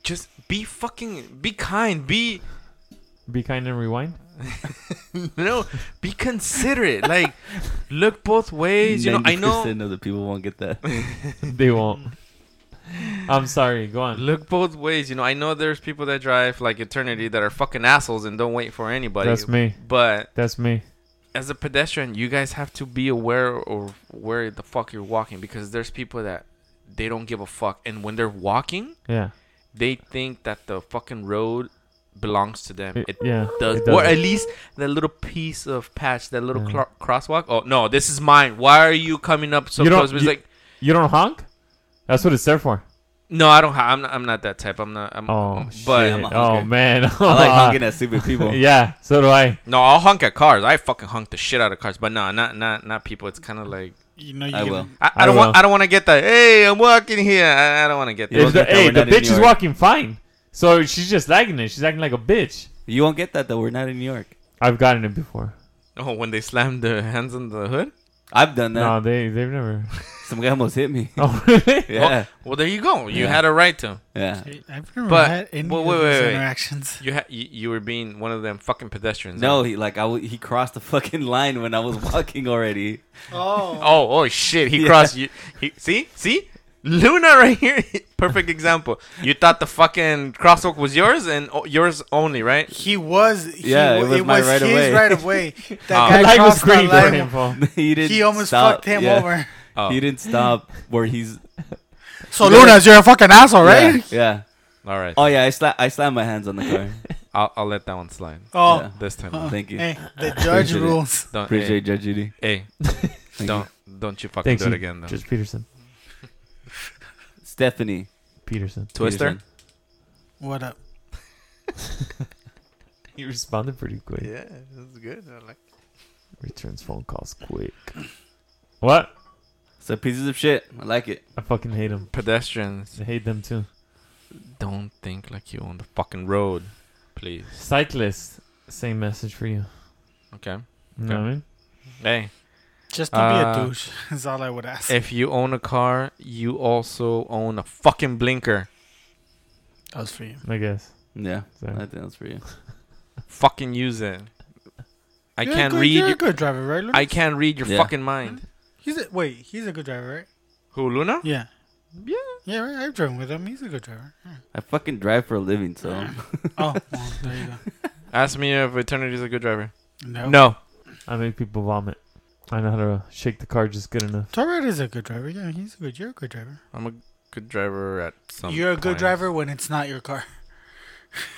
Speaker 2: just be fucking be kind be
Speaker 4: Be kind and rewind. [laughs]
Speaker 2: no be considerate like look both ways you know i know
Speaker 1: 90% of the people won't get that. [laughs]
Speaker 4: they won't. I'm sorry. Go on.
Speaker 2: look both ways you know i know there's people that drive like eternity that are fucking assholes and don't wait for anybody
Speaker 4: That's me.
Speaker 2: but
Speaker 4: That's me.
Speaker 2: as a pedestrian you guys have to be aware of where the fuck you're walking because there's people that they don't give a fuck and when they're walking
Speaker 4: Yeah.
Speaker 2: they think that the fucking road belongs to them
Speaker 4: It-
Speaker 2: it
Speaker 4: yeah.
Speaker 2: does,
Speaker 4: it
Speaker 2: or
Speaker 4: doesn't.
Speaker 2: at least that little piece of patch, that little clo
Speaker 4: Yeah.
Speaker 2: crosswalk. Oh no, this is mine. Why are you coming up so
Speaker 4: You don't-
Speaker 2: close? It's
Speaker 4: you-
Speaker 2: like,
Speaker 4: you don't honk. That's what it's there for.
Speaker 2: no, I don't. Ha- I'm not. I'm not that type. I'm not. I'm,
Speaker 4: Oh
Speaker 2: but
Speaker 4: shit.
Speaker 1: I'm a
Speaker 4: Oh
Speaker 1: honker.
Speaker 4: man.
Speaker 1: I
Speaker 4: [laughs]
Speaker 1: like honking at stupid people.
Speaker 4: yeah. So do I.
Speaker 2: no, I'll honk at cars. I fucking honk the shit out of cars. But no, not not not people. It's kind of like
Speaker 3: You know, you
Speaker 1: I
Speaker 3: can-
Speaker 1: will.
Speaker 2: I, I,
Speaker 4: I
Speaker 2: don't want.
Speaker 4: will.
Speaker 2: I don't want to get that. Hey, I'm walking here. I, I don't want to get
Speaker 1: You
Speaker 2: that.
Speaker 1: won't
Speaker 4: If the,
Speaker 1: get that,
Speaker 4: hey,
Speaker 1: we're
Speaker 4: the
Speaker 1: not in New
Speaker 4: bitch is
Speaker 1: York.
Speaker 4: walking fine. So she's just lagging it. She's acting like a bitch.
Speaker 1: You won't get that though. We're not in New York.
Speaker 4: I've gotten it before.
Speaker 2: [laughs] Oh, when they slam their hands on the hood.
Speaker 1: I've done that.
Speaker 4: No, they they've never.
Speaker 1: [laughs]
Speaker 4: [laughs]
Speaker 1: Some guy almost hit me.
Speaker 4: Oh really?
Speaker 1: [laughs] Yeah,
Speaker 2: Well, there you go. You
Speaker 1: Yeah.
Speaker 2: had a right to.
Speaker 1: yeah.
Speaker 3: I've never
Speaker 2: But-
Speaker 3: had any
Speaker 2: well,
Speaker 3: of
Speaker 2: wait,
Speaker 3: those
Speaker 2: wait, wait.
Speaker 3: interactions.
Speaker 2: You had. You, you were being one of them fucking pedestrians.
Speaker 1: No, he like I w- he crossed the fucking line when I was walking already. [laughs]
Speaker 3: Oh.
Speaker 2: Oh, oh shit! He
Speaker 1: Yeah.
Speaker 2: crossed you. He see, see, Luna right here. [laughs] Perfect example. You thought the fucking crosswalk was yours and o- yours only, right?
Speaker 3: He was, he,
Speaker 1: Yeah, it
Speaker 3: wa-
Speaker 1: was my right
Speaker 3: his
Speaker 1: away.
Speaker 3: right of way.
Speaker 2: Oh.
Speaker 3: That
Speaker 4: The
Speaker 3: guy
Speaker 4: lag was
Speaker 3: crossed
Speaker 4: green
Speaker 3: that
Speaker 4: for
Speaker 3: line.
Speaker 4: him, Paul.
Speaker 1: he didn't.
Speaker 3: He almost
Speaker 1: stop.
Speaker 3: fucked him
Speaker 1: Yeah.
Speaker 3: over.
Speaker 2: Oh,
Speaker 1: He didn't stop where he's.
Speaker 3: So Lunas, you're a fucking asshole, right?
Speaker 1: Yeah. yeah.
Speaker 2: all
Speaker 1: [laughs]
Speaker 2: right.
Speaker 1: Oh yeah, I sla- I slammed my hands on the car.
Speaker 2: I'll, I'll let that one slide
Speaker 3: Oh,
Speaker 1: Yeah.
Speaker 2: this
Speaker 1: [laughs]
Speaker 2: time.
Speaker 3: Uh-uh.
Speaker 1: Thank you.
Speaker 3: hey, the judge
Speaker 1: Appreciate it.
Speaker 3: rules.
Speaker 2: Don't,
Speaker 1: Appreciate Judge Judy.
Speaker 2: hey, hey
Speaker 1: Thank
Speaker 2: don't don't you fucking
Speaker 4: Thanks,
Speaker 2: do it
Speaker 4: you-
Speaker 2: again though.
Speaker 4: Just Peterson.
Speaker 1: you. Stephanie [laughs]
Speaker 4: Peterson. [laughs]
Speaker 2: Twister.
Speaker 1: Peterson.
Speaker 3: What up?
Speaker 4: He responded pretty quick.
Speaker 2: Yeah, that's good. I like.
Speaker 4: Returns phone calls quick. What?
Speaker 1: So pieces of shit. I like it.
Speaker 4: I fucking hate him.
Speaker 2: Pedestrians
Speaker 4: I hate them too.
Speaker 2: don't think like you on the fucking road, please.
Speaker 4: Cyclists. Same message for you.
Speaker 2: Okay.
Speaker 4: You know what I mean?
Speaker 2: Hey,
Speaker 3: Just don't be
Speaker 2: Uh,
Speaker 3: a douche. [laughs] Is all I would ask.
Speaker 2: if you own a car, you also own a fucking blinker.
Speaker 3: that was for you.
Speaker 4: I guess.
Speaker 1: Yeah,
Speaker 4: So.
Speaker 1: I think that's for you.
Speaker 2: Fucking use it. I
Speaker 3: You're a
Speaker 2: can't
Speaker 3: good-
Speaker 2: read.
Speaker 3: You're
Speaker 2: your-
Speaker 3: a good driver, right? Lunas?
Speaker 2: I can't read your
Speaker 1: Yeah.
Speaker 2: fucking mind.
Speaker 3: He's a, wait. He's a good driver, right?
Speaker 2: Who Luna?
Speaker 3: Yeah.
Speaker 2: Yeah.
Speaker 3: Yeah, right. I've driven with him. He's a good driver.
Speaker 1: I fucking drive for a living, so
Speaker 3: [laughs] Oh, well, there you go.
Speaker 2: Ask me if Eternity's a good driver.
Speaker 4: [laughs]
Speaker 3: No.
Speaker 2: No.
Speaker 4: I make people vomit. I know how to shake the car just good enough.
Speaker 3: Torred is a good driver. Yeah, he's a good. You're a good driver.
Speaker 2: I'm a good driver at some.
Speaker 3: you're a good
Speaker 2: point.
Speaker 3: driver when it's not your car.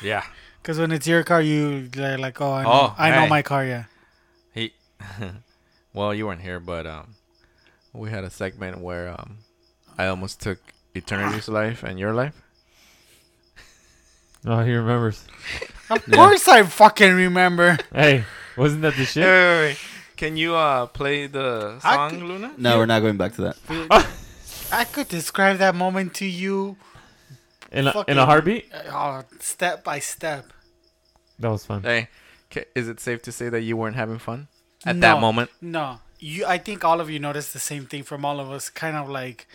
Speaker 2: Yeah.
Speaker 3: Because when it's your car, you are like, oh, I know,
Speaker 2: Oh,
Speaker 3: I know
Speaker 2: hey.
Speaker 3: my car.
Speaker 4: [laughs]
Speaker 3: Yeah.
Speaker 2: He. well, you weren't here, but um, we had a segment where um, I almost took Eternity's life and your life.
Speaker 4: Oh, he remembers.
Speaker 3: Of course, I fucking remember.
Speaker 4: hey, wasn't that the shit?
Speaker 2: wait, wait. Can you uh play the [laughs]
Speaker 3: I
Speaker 2: song,
Speaker 3: could-
Speaker 2: Luna?
Speaker 1: no, we're not going back to that.
Speaker 3: I could describe that moment to you
Speaker 4: in, a, in
Speaker 3: fucking-
Speaker 4: a heartbeat?
Speaker 3: uh, step by step.
Speaker 4: That was fun.
Speaker 2: Hey, ca- is it safe to say that you weren't having fun at
Speaker 3: No.
Speaker 2: that moment?
Speaker 3: No, you. I think all of you noticed the same thing from all of us. Kind of like,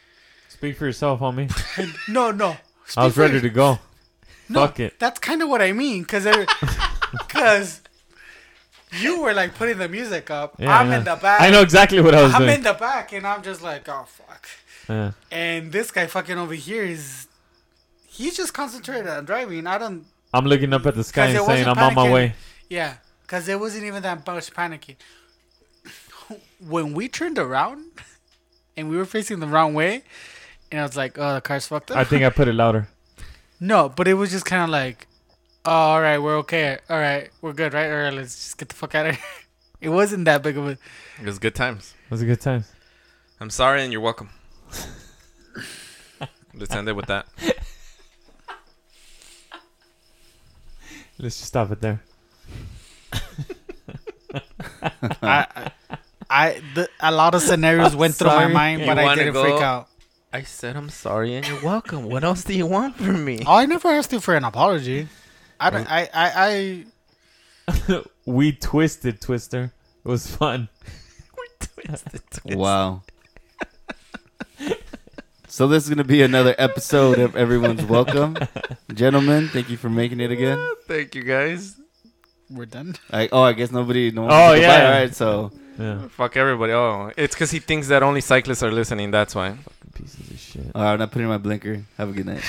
Speaker 3: [laughs]
Speaker 4: Speak for yourself, homie.
Speaker 3: no, no.
Speaker 4: I was ready
Speaker 3: [laughs]
Speaker 4: to go. Fuck it.
Speaker 3: That's kind of what I mean, because [laughs] because you were like putting the music up.
Speaker 4: Yeah,
Speaker 3: I'm
Speaker 4: yeah.
Speaker 3: in the back.
Speaker 4: I know exactly what I was
Speaker 3: I'm
Speaker 4: doing.
Speaker 3: in the back, and I'm just like, oh fuck.
Speaker 4: Yeah.
Speaker 3: And this guy fucking over here is, he's just concentrated on driving. I don't,
Speaker 4: I'm looking up at the sky
Speaker 3: 'Cause
Speaker 4: and
Speaker 3: it
Speaker 4: saying, I'm
Speaker 3: wasn't
Speaker 4: on my
Speaker 3: panicking.
Speaker 4: way.
Speaker 3: yeah, because there wasn't even that much panicking. [laughs] When we turned around, [laughs] and we were facing the wrong way, and I was like, oh, the car's fucked up.
Speaker 4: I think I put it louder.
Speaker 3: No, but it was just kind of like, oh, all right, we're okay. All right, we're good, right? All right, let's just get the fuck out of here. [laughs] It wasn't that big of a.
Speaker 2: It was good times.
Speaker 4: It was a good time.
Speaker 2: I'm sorry, and you're
Speaker 1: [laughs]
Speaker 2: welcome. Let's end it with that.
Speaker 4: Let's just stop it there.
Speaker 3: I, I the, a lot of scenarios went through my
Speaker 4: Sorry.
Speaker 3: mind,
Speaker 2: You
Speaker 3: but I
Speaker 2: wanna
Speaker 3: didn't
Speaker 2: go? [laughs]
Speaker 3: freak out.
Speaker 2: I said I'm sorry and you're welcome. What else do you want from [laughs] me?
Speaker 3: Oh, I never asked you for an apology. I don't. I. I. I
Speaker 4: we twisted Twister. It was fun.
Speaker 1: Wow. so this is gonna be another episode of Everyone's Welcome, gentlemen. Thank you for making it again.
Speaker 2: Thank you guys.
Speaker 3: we're done.
Speaker 1: I, oh, I guess nobody. No one
Speaker 4: Oh,
Speaker 1: said
Speaker 4: yeah.
Speaker 1: All right, so
Speaker 4: Yeah.
Speaker 2: Fuck everybody. Oh, it's because he thinks that only cyclists are listening. That's why.
Speaker 4: Pieces of shit.
Speaker 1: all right, I'm not putting in my blinker. Have a good night.